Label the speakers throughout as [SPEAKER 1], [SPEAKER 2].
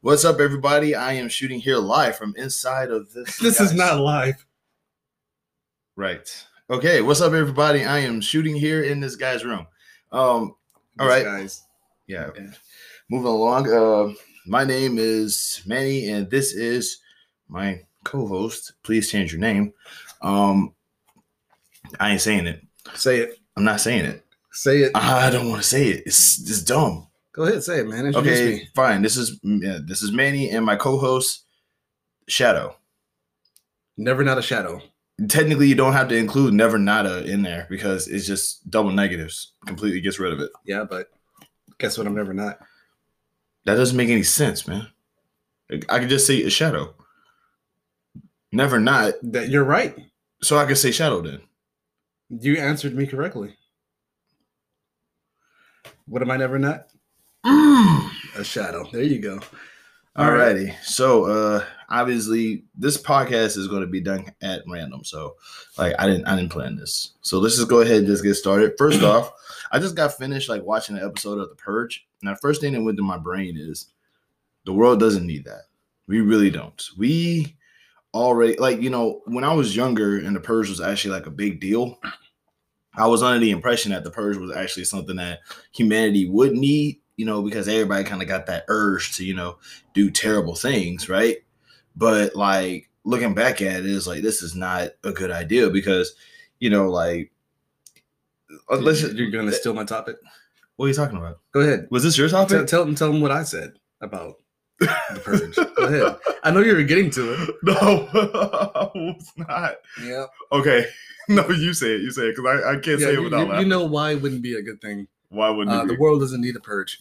[SPEAKER 1] What's up, everybody? I am shooting here live from inside of this.
[SPEAKER 2] This is
[SPEAKER 1] guy's-
[SPEAKER 2] not live.
[SPEAKER 1] right. Okay. What's up, everybody? I am shooting here in this guy's room. Um. All right.
[SPEAKER 2] guys.
[SPEAKER 1] Yeah.
[SPEAKER 2] Yeah.
[SPEAKER 1] Moving along. Uh, my name is Manny, and this is my co-host. Please change your name. Um. I ain't saying it.
[SPEAKER 2] Say it.
[SPEAKER 1] I'm not saying it.
[SPEAKER 2] Say it.
[SPEAKER 1] I don't want to say it. It's it's dumb.
[SPEAKER 2] Go ahead, say it, man. Introduce
[SPEAKER 1] okay,
[SPEAKER 2] me.
[SPEAKER 1] fine. This is yeah, this is Manny and my co-host Shadow.
[SPEAKER 2] Never not a shadow.
[SPEAKER 1] Technically, you don't have to include Never Nada in there because it's just double negatives. Completely gets rid of it.
[SPEAKER 2] Yeah, but guess what? I'm never not.
[SPEAKER 1] That doesn't make any sense, man. Like, I could just say a Shadow. Never not,
[SPEAKER 2] That you're right.
[SPEAKER 1] so I could say Shadow then.
[SPEAKER 2] You answered me correctly. What am I never not? A shadow. There you go. All right.
[SPEAKER 1] Alrighty. So uh obviously this podcast is gonna be done at random. So like I didn't I didn't plan this. So let's just go ahead and just get started. First off, I just got finished like watching an episode of The Purge. And the first thing that went to my brain is the world doesn't need that. We really don't. We already like, you know, when I was younger and the purge was actually like a big deal, I was under the impression that the purge was actually something that humanity would need, you know, because everybody kind of got that urge to, you know, do terrible things, right? But like looking back at it, it's like this is not a good idea because, you know, like uh, let's
[SPEAKER 2] You're- you're gonna steal my topic.
[SPEAKER 1] what are you talking about?
[SPEAKER 2] Go ahead.
[SPEAKER 1] Was this your
[SPEAKER 2] Tell,
[SPEAKER 1] topic?
[SPEAKER 2] tell them. Tell them what I said about the purge. go ahead. I know you were getting to it.
[SPEAKER 1] No, it's not.
[SPEAKER 2] Yeah.
[SPEAKER 1] Okay. No, you say it. You say it because I, I can't
[SPEAKER 2] yeah
[SPEAKER 1] say it
[SPEAKER 2] you,
[SPEAKER 1] without
[SPEAKER 2] you- you
[SPEAKER 1] laughing.
[SPEAKER 2] know why it wouldn't be a good thing
[SPEAKER 1] Why wouldn't
[SPEAKER 2] Uh,
[SPEAKER 1] it
[SPEAKER 2] the
[SPEAKER 1] be?
[SPEAKER 2] world doesn't need a purge.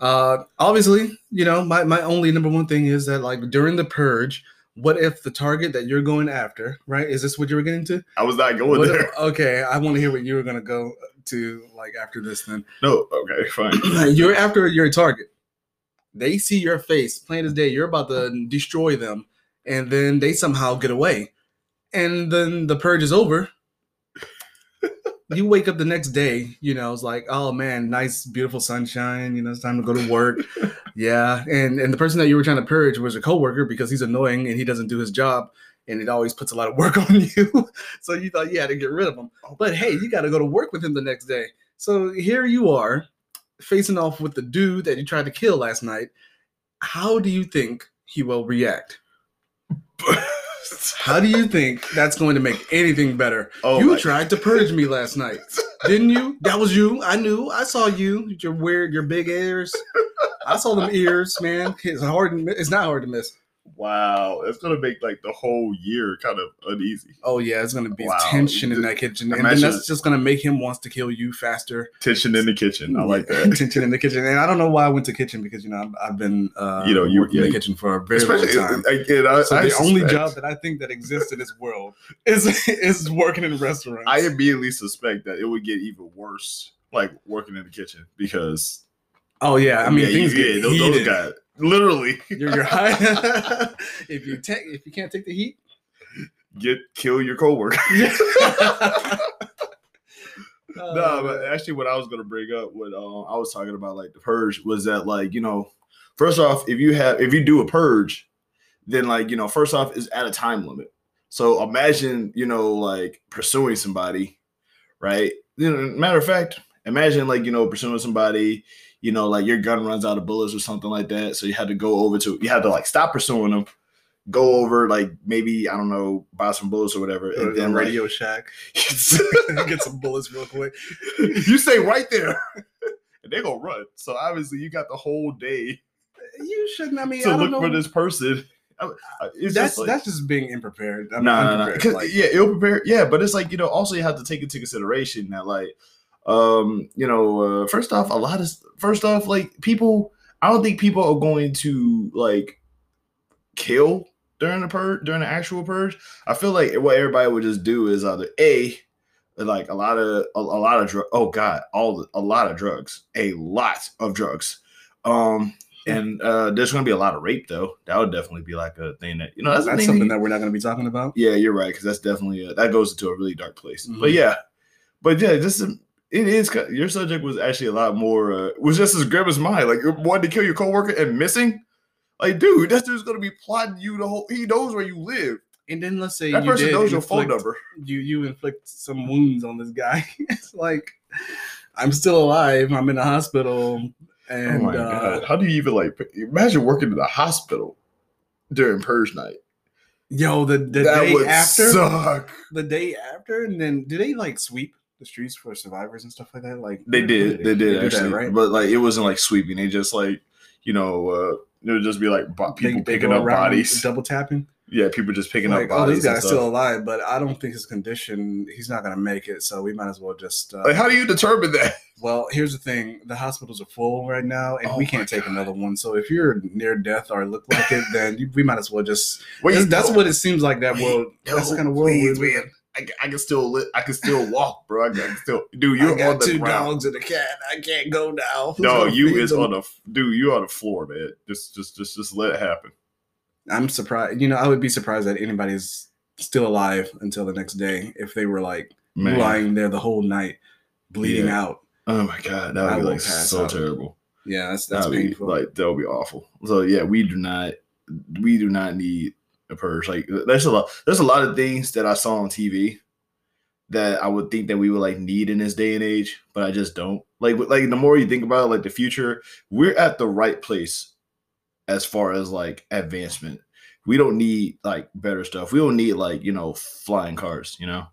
[SPEAKER 2] Uh, obviously, you know, my, my only number one thing is that, like, during the purge, what if the target that you're going after, right? Is this what you were getting to?
[SPEAKER 1] I was not going
[SPEAKER 2] What if-
[SPEAKER 1] there.
[SPEAKER 2] okay, I want to hear what you were going to go to, like, after this then.
[SPEAKER 1] no. Okay. Fine.
[SPEAKER 2] you're after your target. They see your face, plain as day. You're about to destroy them, and then they somehow get away. And then the purge is over. you wake up the next day, you know, it's like, oh man, nice, beautiful sunshine. You know, it's time to go to work. yeah. And and the person that you were trying to purge was a coworker because he's annoying and he doesn't do his job and it always puts a lot of work on you. so you thought you had to get rid of him. But hey, you got to go to work with him the next day. So here you are facing off with the dude that you tried to kill last night. How do you think he will react? How do you think that's going to make anything better?
[SPEAKER 1] oh,
[SPEAKER 2] you
[SPEAKER 1] my-
[SPEAKER 2] tried to purge me last night, didn't you? That was you. I knew. I saw you. with Your weird, your big ears. I saw them ears, man. It's hard. to mi- It's not hard to miss.
[SPEAKER 1] Wow. It's gonna make like the whole year kind of uneasy.
[SPEAKER 2] Oh yeah, it's gonna be
[SPEAKER 1] Wow.
[SPEAKER 2] tension in that kitchen, and then
[SPEAKER 1] Imagine-
[SPEAKER 2] that's just gonna make him wants to kill you faster.
[SPEAKER 1] Tension in the kitchen. I like that.
[SPEAKER 2] tension in the kitchen, and I don't know why I went to kitchen because you know I've, I've been uh,
[SPEAKER 1] You know, you-
[SPEAKER 2] working in
[SPEAKER 1] yeah.
[SPEAKER 2] the kitchen for a very
[SPEAKER 1] Especially
[SPEAKER 2] long time.
[SPEAKER 1] again, I,
[SPEAKER 2] So
[SPEAKER 1] I
[SPEAKER 2] the only
[SPEAKER 1] suspect-
[SPEAKER 2] job that I think that exists in this world is is working in restaurants.
[SPEAKER 1] I immediately suspect that it would get even worse, like working in the kitchen, because
[SPEAKER 2] oh yeah, I mean
[SPEAKER 1] yeah,
[SPEAKER 2] things
[SPEAKER 1] you-
[SPEAKER 2] get
[SPEAKER 1] yeah, those, those
[SPEAKER 2] heated.
[SPEAKER 1] guys literally
[SPEAKER 2] You're, you're high. if you take if you can't take the heat,
[SPEAKER 1] get kill your coworker.
[SPEAKER 2] Uh,
[SPEAKER 1] no, but actually, what I was gonna bring up, what um, I was talking about, like the purge, was that like you know, first off, if you have if you do a purge, then like you know, first off, is at a time limit. So imagine you know like pursuing somebody, right? You know, matter of fact, imagine like you know pursuing somebody, you know, like your gun runs out of bullets or something like that. So you had to go over to you had to like stop pursuing them, go over like maybe I don't know buy some bullets or whatever,
[SPEAKER 2] Go to
[SPEAKER 1] and
[SPEAKER 2] the
[SPEAKER 1] then like-
[SPEAKER 2] Radio Shack, get some bullets real quick.
[SPEAKER 1] you stay right there. And they're gonna run. So obviously you got the whole day
[SPEAKER 2] You shouldn't. I mean, I
[SPEAKER 1] to
[SPEAKER 2] don't
[SPEAKER 1] look
[SPEAKER 2] know.
[SPEAKER 1] for this person. I- I- It's
[SPEAKER 2] that's
[SPEAKER 1] just like,
[SPEAKER 2] that's just being unprepared. I'm
[SPEAKER 1] Nah, nah, nah.
[SPEAKER 2] unprepared.
[SPEAKER 1] 'Cause,
[SPEAKER 2] Like,
[SPEAKER 1] yeah, ill prepared. Yeah, but it's like, you know, also you have to take into consideration that like um, you know, uh, first off, a lot of first off, like people I don't think people are going to like kill during the purge during the actual purge. I feel like what everybody would just do is either A like a lot of a, a lot of drug oh god all the- a lot of drugs a lot of drugs um and uh there's gonna be a lot of rape though that would definitely be like a thing that you know that's,
[SPEAKER 2] that's,
[SPEAKER 1] the thing
[SPEAKER 2] something
[SPEAKER 1] that
[SPEAKER 2] that we're not going to be talking about.
[SPEAKER 1] yeah, you're right because that's definitely uh that goes into a really dark place. But
[SPEAKER 2] Mhm.
[SPEAKER 1] yeah, but yeah, this is it is ki- your subject was actually a lot more uh, was just as grim as mine. Like you're wanting to kill your coworker and missing. Like, dude, that dude's gonna be plotting you the whole. He knows where you live.
[SPEAKER 2] And then let's say
[SPEAKER 1] That
[SPEAKER 2] you
[SPEAKER 1] person
[SPEAKER 2] did
[SPEAKER 1] knows your phone
[SPEAKER 2] inflict,
[SPEAKER 1] number.
[SPEAKER 2] You you inflict some wounds on this guy. it's like I'm still alive. I'm in the hospital, and uh,
[SPEAKER 1] Oh How do you even like imagine working in the hospital during purge night?
[SPEAKER 2] yo, the, the day after,
[SPEAKER 1] suck.
[SPEAKER 2] the day after, and then do they like sweep the streets for survivors and stuff like that? Like
[SPEAKER 1] They did. They did
[SPEAKER 2] do that,
[SPEAKER 1] actually,
[SPEAKER 2] right?
[SPEAKER 1] but like it wasn't like sweeping. They just like you know uh, it would just be like bo-
[SPEAKER 2] They-
[SPEAKER 1] people
[SPEAKER 2] they
[SPEAKER 1] picking
[SPEAKER 2] go
[SPEAKER 1] up
[SPEAKER 2] around
[SPEAKER 1] bodies.
[SPEAKER 2] double tapping.
[SPEAKER 1] Yeah, people just picking
[SPEAKER 2] Like,
[SPEAKER 1] up
[SPEAKER 2] oh,
[SPEAKER 1] bodies.
[SPEAKER 2] this
[SPEAKER 1] and
[SPEAKER 2] guy's
[SPEAKER 1] stuff.
[SPEAKER 2] still alive, but I don't think his condition. He's not gonna make it, so we might as well just. Uh,
[SPEAKER 1] Like, how do you determine that?
[SPEAKER 2] Well, here's the thing: the hospitals are full right now, and
[SPEAKER 1] Oh
[SPEAKER 2] we
[SPEAKER 1] my
[SPEAKER 2] can't take
[SPEAKER 1] God.
[SPEAKER 2] another one. So if you're near death or look like it, then you, we might as well just.
[SPEAKER 1] Wait,
[SPEAKER 2] that's, that's
[SPEAKER 1] no,
[SPEAKER 2] what it seems like. That
[SPEAKER 1] Wait,
[SPEAKER 2] world. that's
[SPEAKER 1] no,
[SPEAKER 2] the kind of world.
[SPEAKER 1] please,
[SPEAKER 2] we're in.
[SPEAKER 1] man. I, ca- I can still li- I can still walk, bro. I can still dude.
[SPEAKER 2] I
[SPEAKER 1] You're
[SPEAKER 2] got
[SPEAKER 1] on the
[SPEAKER 2] two
[SPEAKER 1] ground.
[SPEAKER 2] dogs and a cat. I can't go now. Who's
[SPEAKER 1] No,
[SPEAKER 2] gonna
[SPEAKER 1] you
[SPEAKER 2] feed
[SPEAKER 1] is
[SPEAKER 2] them?
[SPEAKER 1] on the f- dude. You on the floor, man. Just just just just let it happen.
[SPEAKER 2] I'm surprised. You know, I would be surprised that anybody's still alive until the next day if they were like
[SPEAKER 1] Man.
[SPEAKER 2] lying there the whole night, bleeding
[SPEAKER 1] Yeah.
[SPEAKER 2] out.
[SPEAKER 1] Oh my god, that would
[SPEAKER 2] I
[SPEAKER 1] be
[SPEAKER 2] will
[SPEAKER 1] like
[SPEAKER 2] pass
[SPEAKER 1] so
[SPEAKER 2] out.
[SPEAKER 1] terrible.
[SPEAKER 2] Yeah, that's that's
[SPEAKER 1] That'd be,
[SPEAKER 2] painful.
[SPEAKER 1] Like that would be awful. So yeah, we do not we do not need a purge. Like there's a lot there's a lot of things that I saw on TV that I would think that we would like need in this day and age, but I just don't. Like with- like the more you think about it, like the future, we're at the right place as far as like advancement. We don't need like better stuff. We don't need like, you know, flying cars, you know?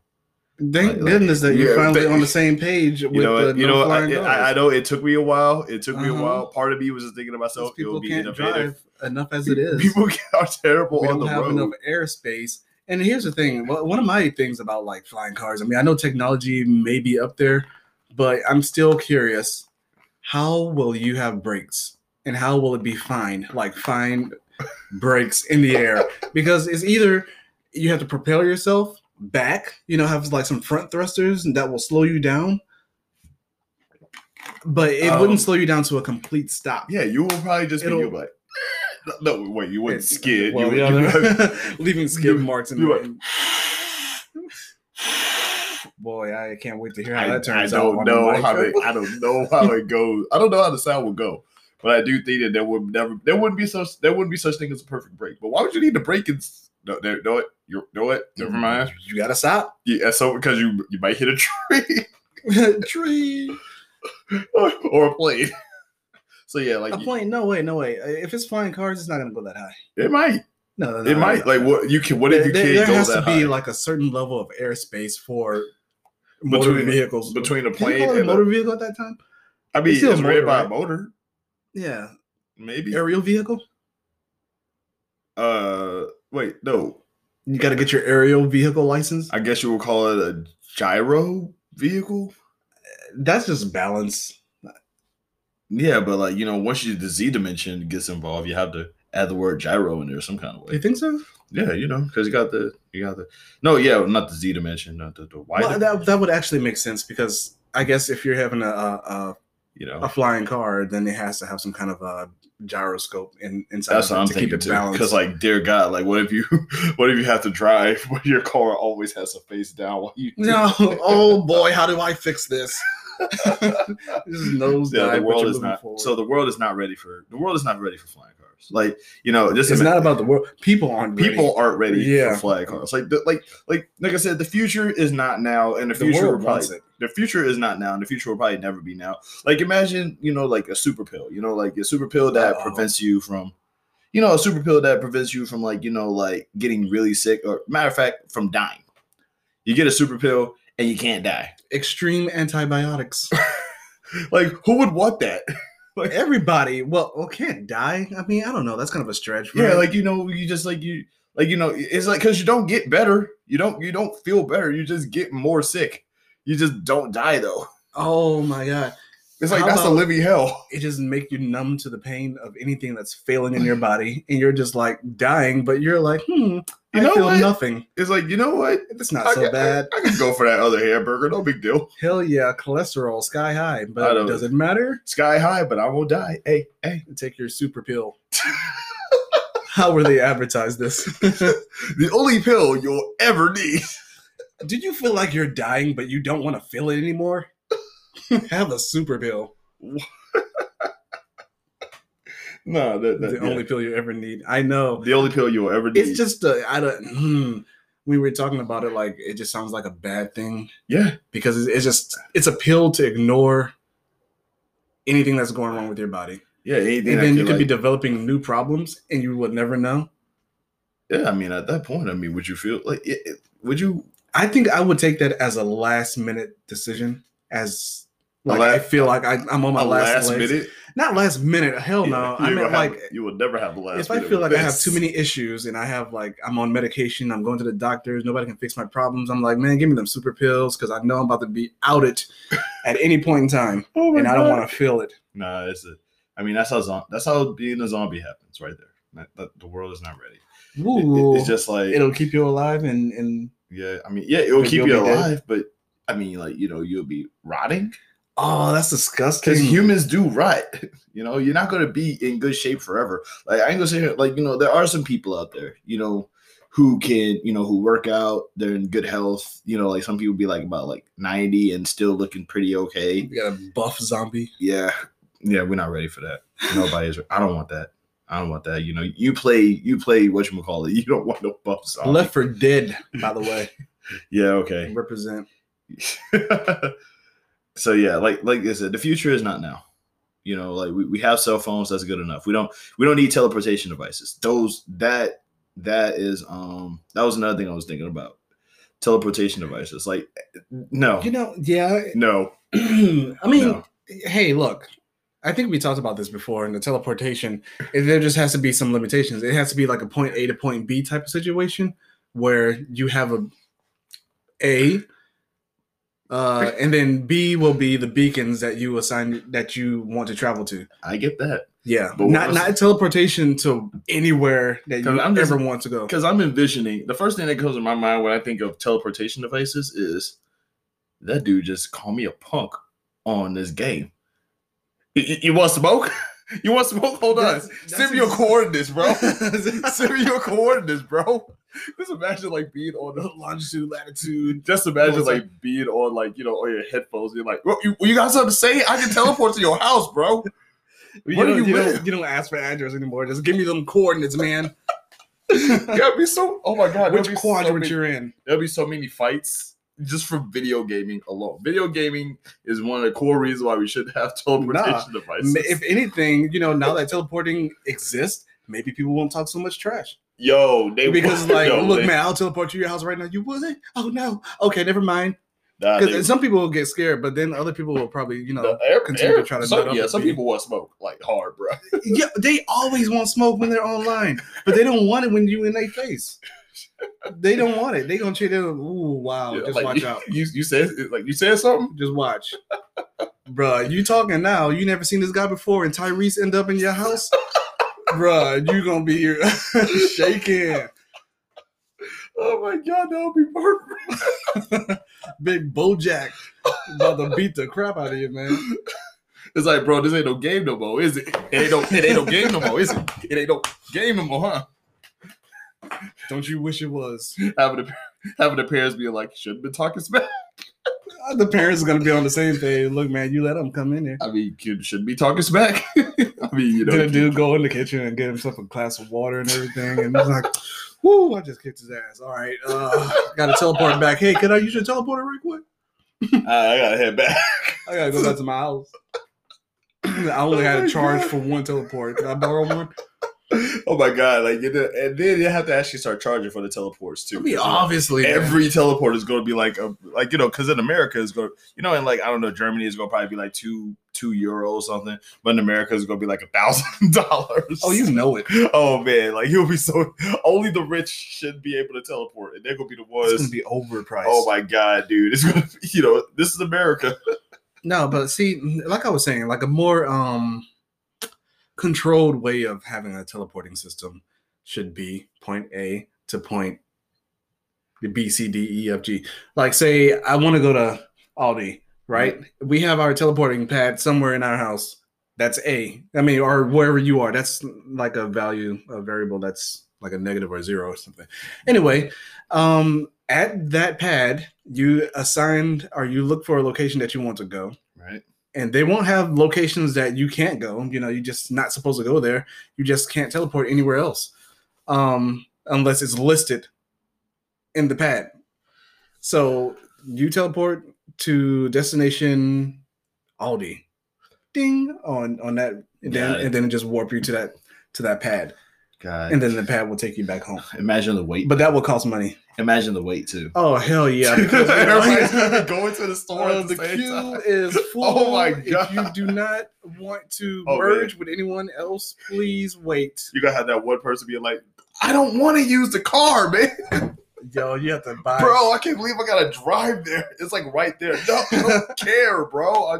[SPEAKER 2] Thank
[SPEAKER 1] like- like-
[SPEAKER 2] goodness that
[SPEAKER 1] yeah,
[SPEAKER 2] you're finally
[SPEAKER 1] but-
[SPEAKER 2] on the same page with
[SPEAKER 1] You know,
[SPEAKER 2] the
[SPEAKER 1] it- you
[SPEAKER 2] no
[SPEAKER 1] know, I,
[SPEAKER 2] flying
[SPEAKER 1] I- I
[SPEAKER 2] dogs.
[SPEAKER 1] know it took me a while. It took me a
[SPEAKER 2] Uh-huh.
[SPEAKER 1] while. Part of me was just thinking to
[SPEAKER 2] Those
[SPEAKER 1] myself, it
[SPEAKER 2] people
[SPEAKER 1] would be
[SPEAKER 2] can't
[SPEAKER 1] innovative.
[SPEAKER 2] drive enough as it is.
[SPEAKER 1] People get- are terrible
[SPEAKER 2] we
[SPEAKER 1] on
[SPEAKER 2] don't
[SPEAKER 1] the
[SPEAKER 2] have
[SPEAKER 1] road.
[SPEAKER 2] enough airspace. And here's the thing. wha- One of my things about like flying cars. I mean, I know technology may be up there, but I'm still curious. How will you have brakes, and how will it be fine? Like fine brakes in the air, because it's either you have to propel yourself back. You know, have like some front thrusters and that will slow you down. But it
[SPEAKER 1] Um,
[SPEAKER 2] wouldn't slow you down to a complete stop.
[SPEAKER 1] Yeah, you will probably just
[SPEAKER 2] It'll-
[SPEAKER 1] be you'll be like, no, no, wait, you wouldn't
[SPEAKER 2] It's-
[SPEAKER 1] skid.
[SPEAKER 2] well,
[SPEAKER 1] you
[SPEAKER 2] yeah,
[SPEAKER 1] would, you would-
[SPEAKER 2] no. leaving skid
[SPEAKER 1] you-
[SPEAKER 2] marks in
[SPEAKER 1] you
[SPEAKER 2] the
[SPEAKER 1] would-
[SPEAKER 2] boy. I can't wait to hear how
[SPEAKER 1] I,
[SPEAKER 2] that
[SPEAKER 1] I
[SPEAKER 2] turns out.
[SPEAKER 1] don't
[SPEAKER 2] on the
[SPEAKER 1] know
[SPEAKER 2] mic.
[SPEAKER 1] how it, I don't know how it goes. I don't know how the sound will go, but I do think that there would never there wouldn't be such there wouldn't be such thing as a perfect break. But why would you need to break? And s- no, there, no, it, you know it. Never
[SPEAKER 2] Mm-hmm.
[SPEAKER 1] mind.
[SPEAKER 2] You gotta stop.
[SPEAKER 1] Yeah, so because you you might hit a tree
[SPEAKER 2] Tree.
[SPEAKER 1] or, or a plane. So yeah, like
[SPEAKER 2] A plane? No way. No way. If it's flying cars, it's not gonna go that high.
[SPEAKER 1] it might,
[SPEAKER 2] No, no, no,
[SPEAKER 1] it
[SPEAKER 2] no,
[SPEAKER 1] might.
[SPEAKER 2] no.
[SPEAKER 1] Like what you can, what
[SPEAKER 2] There,
[SPEAKER 1] if you
[SPEAKER 2] there-
[SPEAKER 1] can't
[SPEAKER 2] there
[SPEAKER 1] go
[SPEAKER 2] has
[SPEAKER 1] that
[SPEAKER 2] to be
[SPEAKER 1] high?
[SPEAKER 2] like a certain level of airspace for motor
[SPEAKER 1] Between-
[SPEAKER 2] vehicles.
[SPEAKER 1] between a
[SPEAKER 2] Did you call
[SPEAKER 1] plane
[SPEAKER 2] it a
[SPEAKER 1] and a-
[SPEAKER 2] motor vehicle at that time?
[SPEAKER 1] I mean,
[SPEAKER 2] it's still
[SPEAKER 1] it's
[SPEAKER 2] a motor,
[SPEAKER 1] ran by a
[SPEAKER 2] right?
[SPEAKER 1] motor,
[SPEAKER 2] Yeah,
[SPEAKER 1] maybe.
[SPEAKER 2] aerial vehicle.
[SPEAKER 1] Uh, wait, no.
[SPEAKER 2] You gotta get your aerial vehicle license.
[SPEAKER 1] I guess you would call it a gyro vehicle.
[SPEAKER 2] That's just balance.
[SPEAKER 1] Yeah, but like you know, once you the Z dimension gets involved, you have to add the word gyro in there some kind of
[SPEAKER 2] You
[SPEAKER 1] way.
[SPEAKER 2] think so?
[SPEAKER 1] Yeah, you know, because you got the you got the no, yeah, not the Z dimension, not the, the Y.
[SPEAKER 2] Well,
[SPEAKER 1] dimension,
[SPEAKER 2] that, that would actually make sense because I guess if you're having a, a,
[SPEAKER 1] you
[SPEAKER 2] a, a
[SPEAKER 1] know,
[SPEAKER 2] flying car, then it has to have some kind of a gyroscope in, inside
[SPEAKER 1] that's
[SPEAKER 2] of it
[SPEAKER 1] what I'm
[SPEAKER 2] to
[SPEAKER 1] thinking
[SPEAKER 2] keep
[SPEAKER 1] keep
[SPEAKER 2] it balanced.
[SPEAKER 1] Because like, dear God, like, what if you what if you have to drive when your car always has to face down while you
[SPEAKER 2] no, oh boy, how do I fix this? This is nose
[SPEAKER 1] Yeah, the
[SPEAKER 2] dive, but
[SPEAKER 1] world
[SPEAKER 2] you're
[SPEAKER 1] is
[SPEAKER 2] moving
[SPEAKER 1] not
[SPEAKER 2] forward.
[SPEAKER 1] so the world is not ready for the world is not ready for flying cars. Like you know, just
[SPEAKER 2] it's
[SPEAKER 1] ima-
[SPEAKER 2] not about the world. People aren't ready.
[SPEAKER 1] people aren't ready
[SPEAKER 2] Yeah.
[SPEAKER 1] for flying cars. Like the, like like like I said, the future is not now, and the,
[SPEAKER 2] The
[SPEAKER 1] future will
[SPEAKER 2] world
[SPEAKER 1] probably
[SPEAKER 2] wants it.
[SPEAKER 1] the future is not now, and the future will probably never be now. Like imagine you know like a super pill, you know like a super pill that
[SPEAKER 2] Uh-oh.
[SPEAKER 1] prevents you from. You know, a super pill that prevents you from like, you know, like getting really sick or matter of fact, from dying. You get a super pill and you can't die.
[SPEAKER 2] Extreme antibiotics.
[SPEAKER 1] Like, who would want that?
[SPEAKER 2] Everybody, well, well, can't die. I mean, I don't know. That's kind of a stretch.
[SPEAKER 1] Yeah,
[SPEAKER 2] right?
[SPEAKER 1] like you know, you just like you like you know, it's like because you don't get better, you don't you don't feel better, you just get more sick. You just don't die though.
[SPEAKER 2] oh my god,
[SPEAKER 1] It's like
[SPEAKER 2] How
[SPEAKER 1] that's a
[SPEAKER 2] about-
[SPEAKER 1] living hell.
[SPEAKER 2] it just make you numb to the pain of anything that's failing in your body, and you're just like dying, but you're like, hmm,
[SPEAKER 1] You
[SPEAKER 2] I
[SPEAKER 1] know
[SPEAKER 2] feel
[SPEAKER 1] what?
[SPEAKER 2] nothing.
[SPEAKER 1] It's like you know what?
[SPEAKER 2] It's not
[SPEAKER 1] I
[SPEAKER 2] so
[SPEAKER 1] can-
[SPEAKER 2] bad.
[SPEAKER 1] I can go for that other hamburger, no big deal.
[SPEAKER 2] Hell yeah, cholesterol sky high,
[SPEAKER 1] I
[SPEAKER 2] but
[SPEAKER 1] don't-
[SPEAKER 2] does it matter?
[SPEAKER 1] Sky high, but I won't die. Hey, hey.
[SPEAKER 2] Take your super pill. How were they advertised this?
[SPEAKER 1] The only pill you'll ever need.
[SPEAKER 2] Did you feel like you're dying, but you don't want to feel it anymore? Have a super pill.
[SPEAKER 1] No, that,
[SPEAKER 2] the
[SPEAKER 1] that, yeah.
[SPEAKER 2] only pill you ever need. I know.
[SPEAKER 1] the only pill you will ever need.
[SPEAKER 2] It's just I I don't. Hmm, we were talking about it like it just sounds like a bad thing
[SPEAKER 1] yeah,
[SPEAKER 2] because it's, it's just it's a pill to ignore anything that's going wrong with your body,
[SPEAKER 1] yeah. Anything
[SPEAKER 2] and
[SPEAKER 1] that
[SPEAKER 2] then you could be
[SPEAKER 1] like-
[SPEAKER 2] developing new problems, and you would never know.
[SPEAKER 1] yeah. I mean, at that point, I mean, would you feel like? It, it- would you?
[SPEAKER 2] I think I would take that as a last minute decision. As
[SPEAKER 1] A
[SPEAKER 2] like
[SPEAKER 1] la-
[SPEAKER 2] I feel like I, I'm on my
[SPEAKER 1] a
[SPEAKER 2] last,
[SPEAKER 1] last
[SPEAKER 2] legs.
[SPEAKER 1] minute?
[SPEAKER 2] Not last minute. Hell no.
[SPEAKER 1] Yeah,
[SPEAKER 2] I
[SPEAKER 1] you
[SPEAKER 2] mean,
[SPEAKER 1] would
[SPEAKER 2] like
[SPEAKER 1] have- you would never have the last.
[SPEAKER 2] if I
[SPEAKER 1] minute
[SPEAKER 2] feel
[SPEAKER 1] with
[SPEAKER 2] like I have
[SPEAKER 1] this.
[SPEAKER 2] too many issues and I have like I'm on medication, I'm going to the doctors, nobody can fix my problems. I'm like, man, give me them super pills because I know I'm about to be outed at any point in time,
[SPEAKER 1] Oh my
[SPEAKER 2] and I
[SPEAKER 1] God.
[SPEAKER 2] don't want to feel it.
[SPEAKER 1] Nah, it's a. I mean, that's how zom- that's how being a zombie happens, right there. That, that- the world is not ready. It- it-
[SPEAKER 2] Ooh,
[SPEAKER 1] it's just like
[SPEAKER 2] it'll keep you alive, and and
[SPEAKER 1] yeah. I mean, yeah, it'll
[SPEAKER 2] Like,
[SPEAKER 1] keep
[SPEAKER 2] you'll
[SPEAKER 1] you
[SPEAKER 2] be dead.
[SPEAKER 1] alive, but I mean, like you know, you'll be rotting
[SPEAKER 2] oh, that's
[SPEAKER 1] because
[SPEAKER 2] disgusting.
[SPEAKER 1] humans do rot. You know, you're not gonna be in good shape forever. Like I ain't gonna say here, like you know, there are some people out there, you know, who can you know who work out, they're in good health. You know, like some people be like about like 90 and still looking pretty okay.
[SPEAKER 2] you got a buff zombie.
[SPEAKER 1] yeah, yeah, we're not ready for that. Nobody's. I don't want that. I don't want that. You know, you play, you play what you call it. You don't want no bump zombie.
[SPEAKER 2] Left for dead, by the way.
[SPEAKER 1] Yeah. Okay.
[SPEAKER 2] Represent.
[SPEAKER 1] so yeah, like like I said, the future is not now. You know, like we, we have cell phones. That's good enough. We don't we don't need teleportation devices. Those that that is um that was another thing I was thinking about. Teleportation devices. Like no,
[SPEAKER 2] You know, yeah.
[SPEAKER 1] no,
[SPEAKER 2] I mean,
[SPEAKER 1] no.
[SPEAKER 2] hey, look, I think we talked about this before in the teleportation. and There just has to be some limitations. It has to be like a point A to point B type of situation where you have a A, uh, and then B will be the beacons that you assign that you want to travel to.
[SPEAKER 1] I get that.
[SPEAKER 2] Yeah,
[SPEAKER 1] But
[SPEAKER 2] not
[SPEAKER 1] what's-
[SPEAKER 2] not teleportation to anywhere that you
[SPEAKER 1] 'Cause I'm just-
[SPEAKER 2] ever want to go.
[SPEAKER 1] Because I'm envisioning the first thing that comes to my mind when I think of teleportation devices is that dude just called me a punk on this game. Y- y- You, want smoke? You want smoke? Hold
[SPEAKER 2] That's-
[SPEAKER 1] on.
[SPEAKER 2] that's
[SPEAKER 1] Send me your
[SPEAKER 2] ex-
[SPEAKER 1] coordinates, bro. Send me your coordinates, bro. Just imagine like being
[SPEAKER 2] Oh,
[SPEAKER 1] on the longitude, latitude. Just imagine
[SPEAKER 2] What's
[SPEAKER 1] like being on like you know on your headphones. You're like, "Well, you, you got something to say? I can teleport to your house, bro.
[SPEAKER 2] You,
[SPEAKER 1] Where do you
[SPEAKER 2] don't, you,
[SPEAKER 1] live?
[SPEAKER 2] don't, you don't ask for address anymore. Just give me them coordinates, man.
[SPEAKER 1] That'd be so. Oh my god.
[SPEAKER 2] Which
[SPEAKER 1] that'd be so
[SPEAKER 2] quadrant
[SPEAKER 1] many-
[SPEAKER 2] you're in?
[SPEAKER 1] there'll be so many fights just for video gaming alone. Video gaming is one of the core reasons why we should have teleportation devices.
[SPEAKER 2] Ma- if anything, you know, now that teleporting exists, maybe people won't talk so much trash.
[SPEAKER 1] Yo, they
[SPEAKER 2] Because
[SPEAKER 1] would-
[SPEAKER 2] like,
[SPEAKER 1] no,
[SPEAKER 2] look,
[SPEAKER 1] they-
[SPEAKER 2] man, I'll teleport to your house right now. You wouldn't? Oh no. Okay, never mind.
[SPEAKER 1] nah, they-
[SPEAKER 2] Because some people will get scared, but then other people will probably, you know,
[SPEAKER 1] the air-
[SPEAKER 2] uh, continue to
[SPEAKER 1] air-
[SPEAKER 2] try to nut
[SPEAKER 1] some,
[SPEAKER 2] up
[SPEAKER 1] yeah,
[SPEAKER 2] and
[SPEAKER 1] some
[SPEAKER 2] be-
[SPEAKER 1] people want smoke like hard, bro.
[SPEAKER 2] yeah, they always want smoke when they're online, but they don't want it when you in their face. They don't want it. They gonna treat it. Ooh, wow.
[SPEAKER 1] Yeah,
[SPEAKER 2] just
[SPEAKER 1] like,
[SPEAKER 2] watch
[SPEAKER 1] you,
[SPEAKER 2] out.
[SPEAKER 1] You you said like you said something.
[SPEAKER 2] Just watch. Bruh, you talking now. You never seen this guy before, and Tyrese end up in your house. Bruh, you gonna be here shaking.
[SPEAKER 1] Oh my god, that would be perfect.
[SPEAKER 2] Big Bojack about to beat the crap out of you, man.
[SPEAKER 1] It's like, bro, this ain't no game no more, is it? It ain't no, it ain't no game no more, is it? It ain't no game no more, huh?
[SPEAKER 2] Don't you wish it was?
[SPEAKER 1] Having the having the parents be like, shouldn't been talking smack.
[SPEAKER 2] The parents are gonna be on the same page. Look, man, you let them come in here.
[SPEAKER 1] I mean, kid shouldn't be talking smack. I mean, you know,
[SPEAKER 2] Then a dude go in the kitchen and get himself a glass of water and everything, and he's like, "Whoo, I just kicked his ass." All right, uh, gotta teleport back. Hey, could I use your teleporter real quick?
[SPEAKER 1] I, I gotta head back.
[SPEAKER 2] I gotta go back to my house. I only had
[SPEAKER 1] Oh
[SPEAKER 2] a
[SPEAKER 1] my
[SPEAKER 2] charge
[SPEAKER 1] God.
[SPEAKER 2] for one teleport. Could I borrow one?
[SPEAKER 1] Oh my god! Like, you know, and then you have to actually start charging for the teleports too.
[SPEAKER 2] I mean,
[SPEAKER 1] 'cause, you know,
[SPEAKER 2] obviously, every
[SPEAKER 1] Every teleport is going to be like a like you know because in America is going you know and like I don't know Germany is going to probably be like two two euro or something, but in America is going to be like a thousand dollars.
[SPEAKER 2] oh, you know it.
[SPEAKER 1] oh man, like you'll be so only the rich should be able to teleport, and they're going to be the
[SPEAKER 2] It's
[SPEAKER 1] ones.
[SPEAKER 2] gonna be overpriced.
[SPEAKER 1] Oh my god, dude! It's going to you know this is America.
[SPEAKER 2] No, but see, like I was saying, like a more um controlled way of having a teleporting system should be point A to point the B C D E F G. Like say I want to go to Aldi, right? We have our teleporting pad somewhere in our house. That's A. I mean, or wherever you are. That's like a value, a variable that's like a negative or zero or something. Anyway, um at that pad, you assign or you look for a location that you want to go
[SPEAKER 1] Right.
[SPEAKER 2] and they won't have locations that you can't go. You know, you're just not supposed to go there. You just can't teleport anywhere else, um, unless it's listed in the pad. So you teleport to destination Aldi, ding on on that, and then
[SPEAKER 1] Got it.
[SPEAKER 2] and then it just warp you to that to that pad,
[SPEAKER 1] God,
[SPEAKER 2] and then the pad will take you back home.
[SPEAKER 1] imagine the wait.
[SPEAKER 2] But that will cost money.
[SPEAKER 1] Imagine the wait too.
[SPEAKER 2] Oh hell yeah! because you know,
[SPEAKER 1] Everybody's going to the store.
[SPEAKER 2] Uh,
[SPEAKER 1] at the,
[SPEAKER 2] the
[SPEAKER 1] same
[SPEAKER 2] queue
[SPEAKER 1] time.
[SPEAKER 2] is full.
[SPEAKER 1] Oh my
[SPEAKER 2] If you
[SPEAKER 1] God.
[SPEAKER 2] do not want to
[SPEAKER 1] Oh,
[SPEAKER 2] merge with anyone else, please wait.
[SPEAKER 1] You gotta have that one person being like, "I don't want to use the car, man,
[SPEAKER 2] Yo, you have to buy.
[SPEAKER 1] bro. I can't believe I gotta drive there. It's like right there. No, I don't care, bro. I,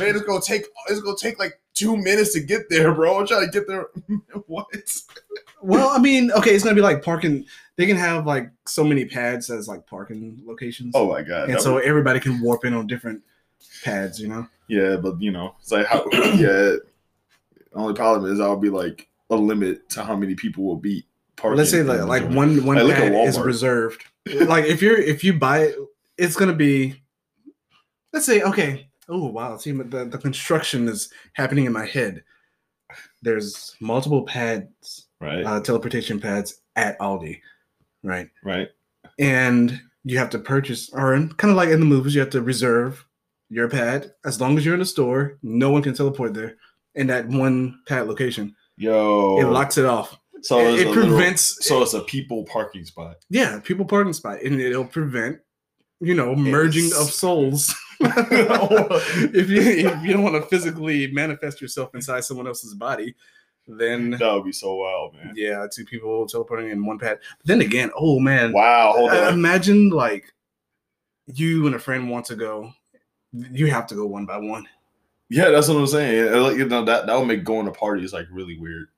[SPEAKER 1] man, it's gonna take. It's gonna take like two minutes to get there, bro. I'm trying to get there. what?
[SPEAKER 2] Well, I mean, okay, it's gonna be like parking. They can have like so many pads as like parking locations,
[SPEAKER 1] Oh my god.
[SPEAKER 2] and
[SPEAKER 1] that
[SPEAKER 2] so
[SPEAKER 1] would-
[SPEAKER 2] everybody can warp in on different pads. You know,
[SPEAKER 1] yeah, but you know, it's like how. yeah. The only problem is I'll be like a limit to how many people will be parking.
[SPEAKER 2] let's say
[SPEAKER 1] in
[SPEAKER 2] like
[SPEAKER 1] the
[SPEAKER 2] like
[SPEAKER 1] joint.
[SPEAKER 2] one one
[SPEAKER 1] Like, look at
[SPEAKER 2] pad is
[SPEAKER 1] Walmart.
[SPEAKER 2] reserved. like if you're if you buy it, it's gonna be. Let's say okay. Oh wow, see the the construction is happening in my head. There's multiple pads,
[SPEAKER 1] right,
[SPEAKER 2] uh, teleportation pads at Aldi, right?
[SPEAKER 1] right.
[SPEAKER 2] And you have to purchase, or kind of like in the movies, you have to reserve your pad. As long as you're in the store, no one can teleport there in that one pad location.
[SPEAKER 1] Yo,
[SPEAKER 2] It locks it off.
[SPEAKER 1] Oh. so
[SPEAKER 2] it
[SPEAKER 1] it's
[SPEAKER 2] it
[SPEAKER 1] a literal-
[SPEAKER 2] prevents
[SPEAKER 1] so it's a people parking spot.
[SPEAKER 2] Yeah, people parking spot, and it'll prevent you know merging of
[SPEAKER 1] Yes.
[SPEAKER 2] souls. Or if you if you don't want to physically manifest yourself inside someone else's body, then
[SPEAKER 1] That would be so wild, man.
[SPEAKER 2] yeah, two people teleporting in one pad. Then again, oh man,
[SPEAKER 1] Wow, hold
[SPEAKER 2] I-
[SPEAKER 1] on.
[SPEAKER 2] imagine like you and a friend want to go. You have to go one by one.
[SPEAKER 1] Yeah, that's what I'm saying. And, like, You know, that that would make going to parties like really weird.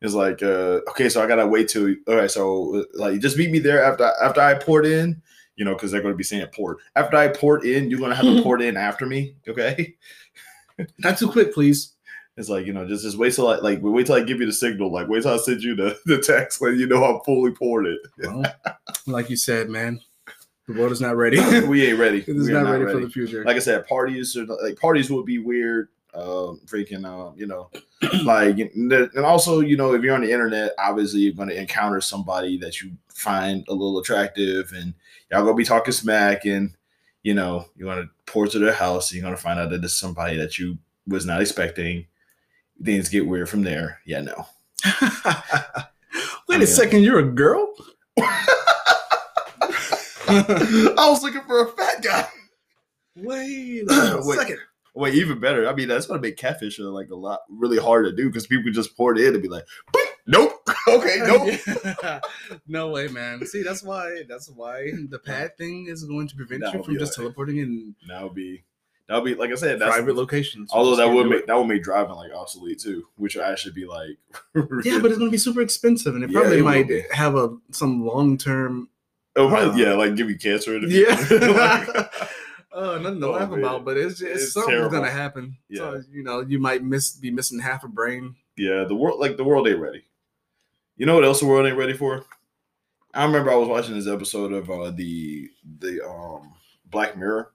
[SPEAKER 1] It's like, uh, okay, so I gotta wait till all right, so uh, like just meet me there after after I poured in, you know, because they're gonna be saying poured. After I poured in, you're gonna have to pour it in after me, okay?
[SPEAKER 2] Not too quick, please.
[SPEAKER 1] It's like, you know, just just wait till I like wait till I give you the signal, like wait till I send you the, the text when you know I'm fully poured it.
[SPEAKER 2] Well, like you said, man, the world is not ready. it
[SPEAKER 1] we ain't ready.
[SPEAKER 2] is
[SPEAKER 1] We are
[SPEAKER 2] not, ready, for the future.
[SPEAKER 1] like I said, parties are like parties would be weird. Um, freaking, um, you know, like, and there- and also, you know, if you're on the internet, obviously you're going to encounter somebody that you find a little attractive, and y'all gonna be talking smack, and you know, you want to pour to their house, and you're gonna find out that it's somebody that you was not expecting. Things get weird from there. Yeah, no.
[SPEAKER 2] Wait
[SPEAKER 1] Yeah.
[SPEAKER 2] a second, you're a girl?
[SPEAKER 1] I was looking for a fat guy.
[SPEAKER 2] Wait
[SPEAKER 1] Wait.
[SPEAKER 2] second.
[SPEAKER 1] Wait, even better. I mean, that's gonna make catfish uh, like a lot really hard to do because people just pour it in and be like, "Boop, nope, okay, nope.
[SPEAKER 2] no way, man. See, that's why that's why the pad thing is going to prevent
[SPEAKER 1] That
[SPEAKER 2] you
[SPEAKER 1] would
[SPEAKER 2] from
[SPEAKER 1] be
[SPEAKER 2] just
[SPEAKER 1] like-
[SPEAKER 2] teleporting in
[SPEAKER 1] That would be that would be like I said, that's
[SPEAKER 2] private locations.
[SPEAKER 1] although
[SPEAKER 2] You
[SPEAKER 1] that
[SPEAKER 2] can't
[SPEAKER 1] would
[SPEAKER 2] do
[SPEAKER 1] make
[SPEAKER 2] it.
[SPEAKER 1] that would make driving like obsolete too, which would actually be like
[SPEAKER 2] yeah, but it's going to be super expensive, and it
[SPEAKER 1] Yeah,
[SPEAKER 2] probably
[SPEAKER 1] it will
[SPEAKER 2] might
[SPEAKER 1] be.
[SPEAKER 2] have a some long term.
[SPEAKER 1] It'll probably, yeah, like give you cancer in the
[SPEAKER 2] Yeah.
[SPEAKER 1] future. Like,
[SPEAKER 2] Uh, nothing to
[SPEAKER 1] Oh,
[SPEAKER 2] laugh
[SPEAKER 1] man.
[SPEAKER 2] about, but it's just
[SPEAKER 1] It's
[SPEAKER 2] something's
[SPEAKER 1] terrible.
[SPEAKER 2] going to happen. So, you know, you might miss be missing half a brain.
[SPEAKER 1] yeah, the world like the world ain't ready. You know what else the world ain't ready for? I remember I was watching this episode of uh, the the um Black Mirror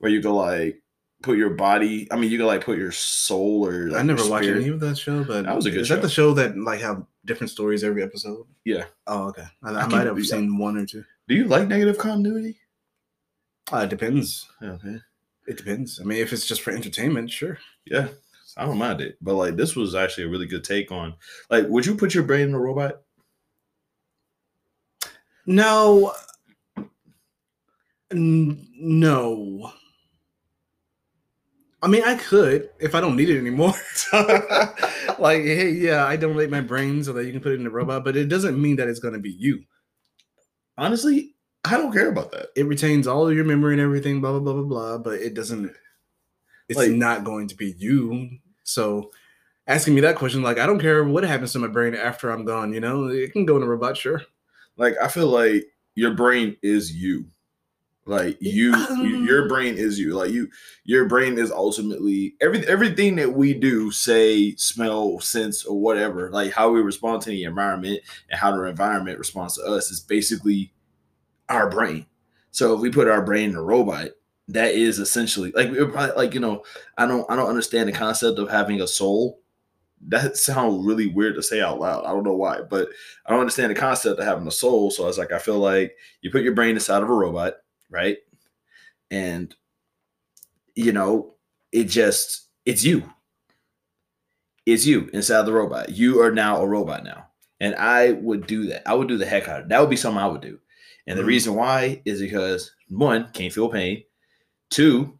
[SPEAKER 1] where you go like put your body. I mean, you can like put your soul or like,
[SPEAKER 2] I never
[SPEAKER 1] your
[SPEAKER 2] watched
[SPEAKER 1] spirit-
[SPEAKER 2] any of that show, but
[SPEAKER 1] That was a good
[SPEAKER 2] is
[SPEAKER 1] show.
[SPEAKER 2] that the show that like have different stories every episode?
[SPEAKER 1] Yeah.
[SPEAKER 2] Oh, okay. I, I
[SPEAKER 1] can't
[SPEAKER 2] might
[SPEAKER 1] believe
[SPEAKER 2] have
[SPEAKER 1] that.
[SPEAKER 2] seen one or two.
[SPEAKER 1] Do you like negative continuity? Oh,
[SPEAKER 2] Uh, it depends.
[SPEAKER 1] Okay.
[SPEAKER 2] It depends. I mean, if it's just for entertainment, sure.
[SPEAKER 1] Yeah. I don't mind it. But like this was actually a really good take on like would you put your brain in a robot?
[SPEAKER 2] No. N- no. I mean, I could if I don't need it anymore. like, hey, yeah, I donate my brain so that you can put it in a robot, but it doesn't mean that it's going to be you.
[SPEAKER 1] Honestly, I don't care about that.
[SPEAKER 2] It retains all of your memory and everything, blah, blah, blah, blah, blah, but it doesn't, it's
[SPEAKER 1] Like-
[SPEAKER 2] not going to be you. So, asking me that question, like, I don't care what happens to my brain after I'm gone, you know? It can go in a robot, sure.
[SPEAKER 1] Like I feel like your brain is you. Like you,
[SPEAKER 2] Um.
[SPEAKER 1] your brain is you. Like you, your brain is ultimately every everything that we do, say, smell, sense, or whatever. Like how we respond to the environment and how the environment responds to us is basically our brain. So if we put our brain in a robot, that is essentially like we were probably like you know I don't I don't understand the concept of having a soul. That sounds really weird to say out loud. I don't know why, but I don't understand the concept of having a soul. So I was like, I feel like you put your brain inside of a robot, right? And you know, it just it's you. It's you inside the robot. You are now a robot now. And I would do that. I would do the heck out of it. That would be something I would do. And the
[SPEAKER 2] Mhm.
[SPEAKER 1] reason why is because one, can't feel pain. Two,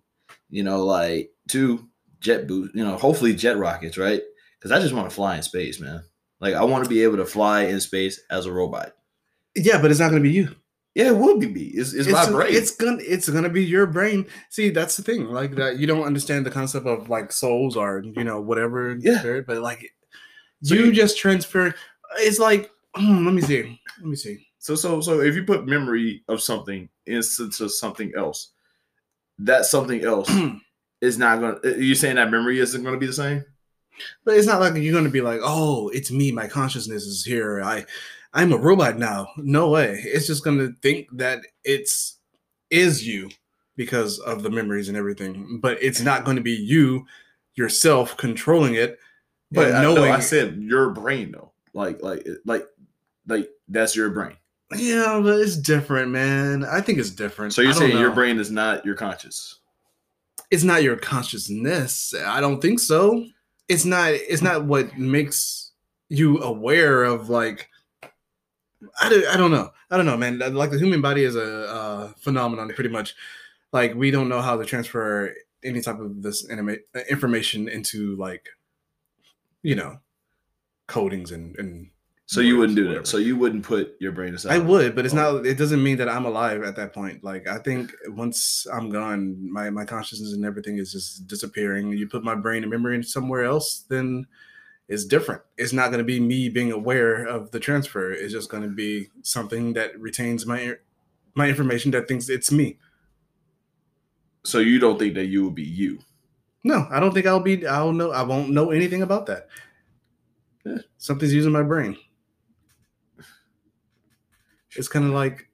[SPEAKER 1] you know, like two, jet boot, you know, hopefully jet rockets, right? Because I just want to fly in space, man. Like I want to be able to fly in space as a robot.
[SPEAKER 2] Yeah, but it's not going to be you.
[SPEAKER 1] Yeah, it would be me. It's, it's, my brain.
[SPEAKER 2] It's gonna it's gonna be your brain. See, that's the thing. Like that, you don't understand the concept of like souls or you know whatever.
[SPEAKER 1] Yeah.
[SPEAKER 2] spirit, but like
[SPEAKER 1] So
[SPEAKER 2] you,
[SPEAKER 1] you-
[SPEAKER 2] just transfer. It's like hmm, let me see, let me see.
[SPEAKER 1] So so so if you put memory of something into something else, that something else is not gonna uh, you're saying that memory isn't gonna be the same?
[SPEAKER 2] but it's not like you're gonna be like, oh, it's me. My consciousness is here. I, I'm a robot now. No way. It's just gonna think that it's is you because of the memories and everything. But it's not going to be you yourself controlling it.
[SPEAKER 1] But
[SPEAKER 2] But
[SPEAKER 1] I, no,
[SPEAKER 2] knowing
[SPEAKER 1] I said your brain though. Like like eh, like like that's your brain.
[SPEAKER 2] Yeah, but it's different, man. I think it's different.
[SPEAKER 1] So you're
[SPEAKER 2] I don't
[SPEAKER 1] saying your
[SPEAKER 2] know.
[SPEAKER 1] brain is not your conscious.
[SPEAKER 2] it's not your consciousness. I don't think so. It's not it's not what makes you aware of like I don't, I don't know. I don't know, man. Like the human body is a uh, phenomenon pretty much. Like we don't know how to transfer any type of this anima- information into like you know codings and and
[SPEAKER 1] So you wouldn't do
[SPEAKER 2] Whatever.
[SPEAKER 1] that. So you wouldn't put your brain aside.
[SPEAKER 2] I would, but it's not. It doesn't mean that I'm alive at that point. Like I think once I'm gone, my my consciousness and everything is just disappearing. You put my brain and memory in somewhere else, then it's different. It's not going to be me being aware of the transfer. It's just going to be something that retains my my information that thinks it's me.
[SPEAKER 1] So you don't think that you would be you.
[SPEAKER 2] No, I don't think I'll be. I'll know. I won't know anything about that.
[SPEAKER 1] Yeah.
[SPEAKER 2] Something's using my brain. It's kind of like,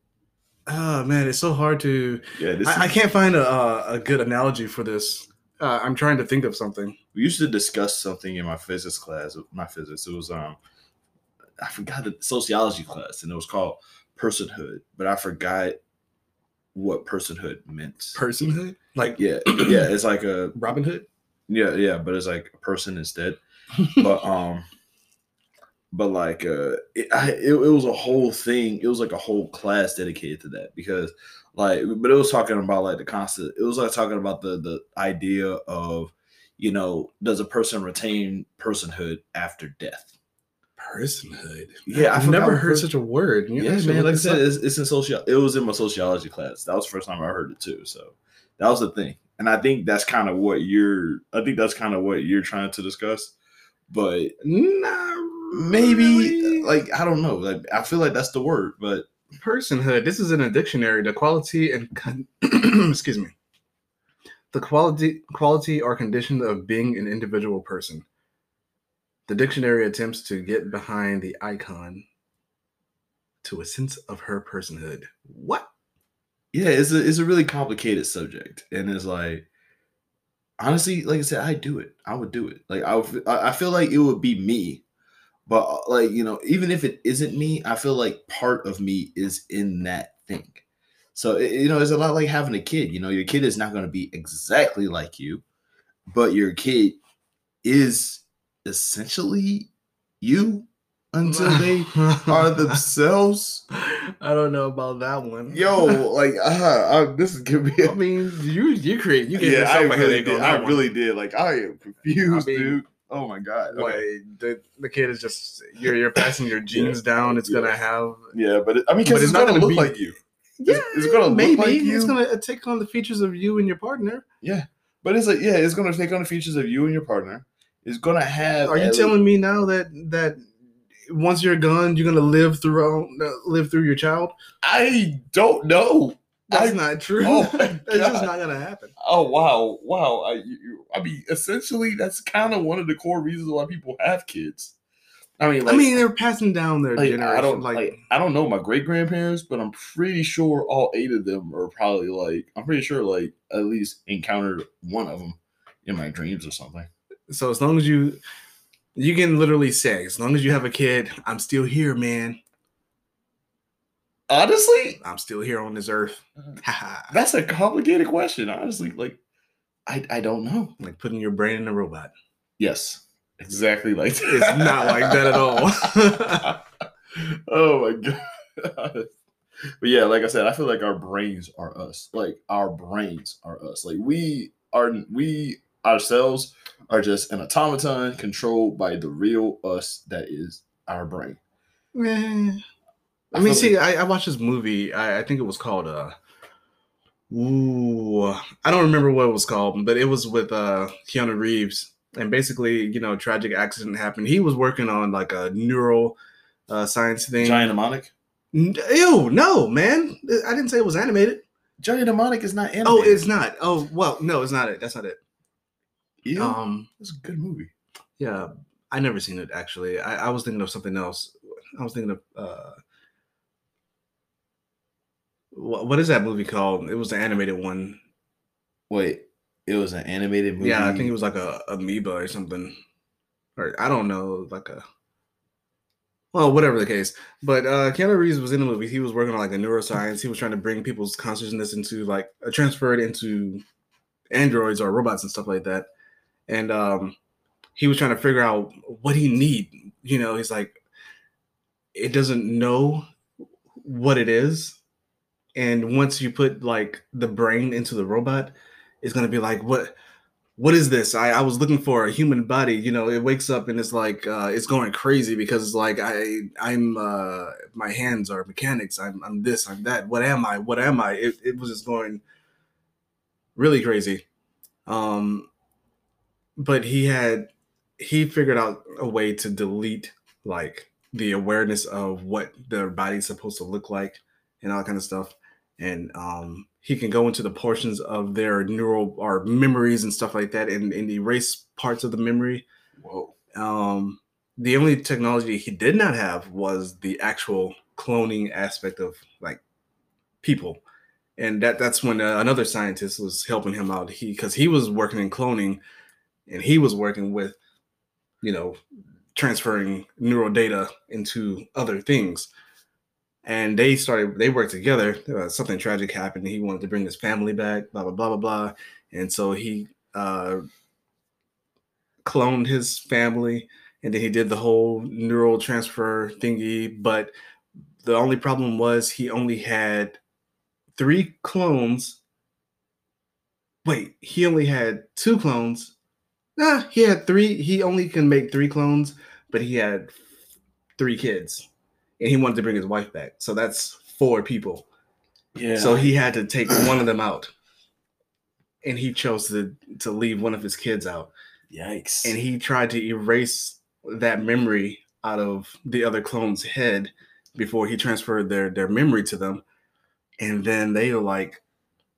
[SPEAKER 2] ah, man, it's so hard to.
[SPEAKER 1] Yeah, this
[SPEAKER 2] I, I
[SPEAKER 1] is-
[SPEAKER 2] can't find a uh, a good analogy for this. Uh, I'm trying to think of something.
[SPEAKER 1] we used to discuss something in my physics class. My physics, it was um, I forgot the sociology class, and it was called personhood, but I forgot what personhood meant.
[SPEAKER 2] Personhood, like
[SPEAKER 1] yeah, yeah, it's like a
[SPEAKER 2] Robin Hood.
[SPEAKER 1] yeah, yeah, but it's like a person instead. But um, but like uh, it, I, it, it was a whole thing. It was like a whole class dedicated to that because like, but it was talking about like the constant. It was like talking about the the idea of you know does a person retain personhood after death?
[SPEAKER 2] Personhood.
[SPEAKER 1] Yeah,
[SPEAKER 2] I've never heard such a word. You
[SPEAKER 1] yeah,
[SPEAKER 2] actually
[SPEAKER 1] man.
[SPEAKER 2] looked
[SPEAKER 1] Like I
[SPEAKER 2] this
[SPEAKER 1] said,
[SPEAKER 2] up?
[SPEAKER 1] it's, it's in social. It was in my sociology class. That was the first time I heard it too. So that was the thing, and I think that's kind of what you're. I think that's kind of what you're trying to discuss. But
[SPEAKER 2] Nah,
[SPEAKER 1] maybe,
[SPEAKER 2] really.
[SPEAKER 1] like, I don't know. Like, I feel like that's the word. But
[SPEAKER 2] personhood this is in a dictionary the quality and con- excuse me the quality quality or condition of being an individual person the dictionary attempts to get behind the icon to a sense of her personhood what
[SPEAKER 1] yeah, it's a it's a really complicated subject, and it's like. Honestly, like I said, I do it. I would do it. Like I, would, I I feel like it would be me, but uh, like you know, even if it isn't me, I feel like part of me is in that thing. So it- you know, it's a lot like having a kid. You know, your kid is not going to be exactly like you, but your kid is essentially you until they are themselves.
[SPEAKER 2] i don't know about that one
[SPEAKER 1] Yo, like uh, I, this is giving me.
[SPEAKER 2] i mean you you create you gave
[SPEAKER 1] yeah, I
[SPEAKER 2] yourself a
[SPEAKER 1] really
[SPEAKER 2] headache
[SPEAKER 1] did.
[SPEAKER 2] on
[SPEAKER 1] I
[SPEAKER 2] that one.
[SPEAKER 1] really did. Like I am confused,
[SPEAKER 2] I mean,
[SPEAKER 1] dude. Oh my god.
[SPEAKER 2] like
[SPEAKER 1] Okay.
[SPEAKER 2] the, the kid is just you're you're passing your genes down it's gonna
[SPEAKER 1] Yeah.
[SPEAKER 2] have
[SPEAKER 1] Yeah, but it, I mean,
[SPEAKER 2] But
[SPEAKER 1] because
[SPEAKER 2] it's
[SPEAKER 1] it's
[SPEAKER 2] not
[SPEAKER 1] not going
[SPEAKER 2] gonna
[SPEAKER 1] to look
[SPEAKER 2] be-
[SPEAKER 1] like you. It's- it's gonna look
[SPEAKER 2] maybe
[SPEAKER 1] like
[SPEAKER 2] it's
[SPEAKER 1] you.
[SPEAKER 2] gonna uh, take on the features of you and your partner.
[SPEAKER 1] But it's like, yeah, it's going to take on the features of you and your partner. It's going to have.
[SPEAKER 2] Are you
[SPEAKER 1] at
[SPEAKER 2] telling me now that that once you're gone, you're gonna live through uh, live through your child?
[SPEAKER 1] I don't know.
[SPEAKER 2] That's
[SPEAKER 1] I-
[SPEAKER 2] not true.
[SPEAKER 1] oh my
[SPEAKER 2] That's just
[SPEAKER 1] God.
[SPEAKER 2] not gonna happen.
[SPEAKER 1] Oh wow, wow. I, you, you- I mean, essentially, that's kind of one of the core reasons why people have kids. I mean,
[SPEAKER 2] I
[SPEAKER 1] like,
[SPEAKER 2] mean, they're passing down their
[SPEAKER 1] like,
[SPEAKER 2] generation.
[SPEAKER 1] I don't
[SPEAKER 2] like,
[SPEAKER 1] like, I don't know my great grandparents, but I'm pretty sure all eight of them are probably like I'm pretty sure like at least encountered one of them in my dreams or something.
[SPEAKER 2] so as long as you, you can literally say, as long as you have a kid, I'm still here, man.
[SPEAKER 1] Honestly,
[SPEAKER 2] I'm still here on this earth. Haha.
[SPEAKER 1] that's a complicated question. Honestly, like I I don't know.
[SPEAKER 2] like putting your brain in a robot.
[SPEAKER 1] Yes, exactly like that.
[SPEAKER 2] It's not like that at all.
[SPEAKER 1] oh my god. But yeah, like I said, I feel like our brains are us. Like our brains are us. Like we are we ourselves are just an automaton controlled by the real us that is our brain.
[SPEAKER 2] Eh. I mean, see, I, I watched this movie. I, I think it was called uh, ooh, I don't remember what it was called, but it was with uh Keanu Reeves, and basically, you know, tragic accident happened. He was working on like a neural uh, science thing.
[SPEAKER 1] Giant Demonic.
[SPEAKER 2] N- Ew, no, man, I didn't say it was animated.
[SPEAKER 1] Giant Demonic is not animated.
[SPEAKER 2] Oh, it's not. Oh, well, no, it's not it. That's not it.
[SPEAKER 1] Ew,
[SPEAKER 2] Um,
[SPEAKER 1] it's a good movie.
[SPEAKER 2] yeah, I never seen it actually. I, I was thinking of something else. I was thinking of uh, wha- what is that movie called? It was the animated one.
[SPEAKER 1] Wait, it was an animated movie.
[SPEAKER 2] Yeah, I think it was like a amoeba or something, or I don't know, like a well, whatever the case. But uh, Keanu Reeves was in the movie. He was working on like a neuroscience. He was trying to bring people's consciousness into like uh, transfer it into androids or robots and stuff like that. And um, he was trying to figure out what he need. You know, he's like, it doesn't know what it is. And once you put like the brain into the robot, it's gonna be like, what what is this? I, I was looking for a human body. You know, it wakes up and it's like uh, it's going crazy because it's like I I'm uh, my hands are mechanics. I'm I'm this. I'm that. What am I? What am I? It, it was just going really crazy. Um, but he had he figured out a way to delete like the awareness of what their body's supposed to look like and all that kind of stuff and um, he can go into the portions of their neural or memories and stuff like that and, and erase parts of the memory.
[SPEAKER 1] Whoa.
[SPEAKER 2] Um, the only technology he did not have was the actual cloning aspect of like people. And that that's when uh, another scientist was helping him out. He because he was working in cloning, and he was working with, you know, transferring neural data into other things and they started they worked together uh, something tragic happened he wanted to bring his family back blah blah blah blah blah and so he uh cloned his family and then he did the whole neural transfer thingy but the only problem was he only had three clones wait he only had two clones nah he had three he only can make three clones but he had three kids and he wanted to bring his wife back. So that's four people.
[SPEAKER 1] Yeah.
[SPEAKER 2] So he had to take one of them out. And he chose to to leave one of his kids out.
[SPEAKER 1] yikes.
[SPEAKER 2] And he tried to erase that memory out of the other clone's head before he transferred their their memory to them. And then they were like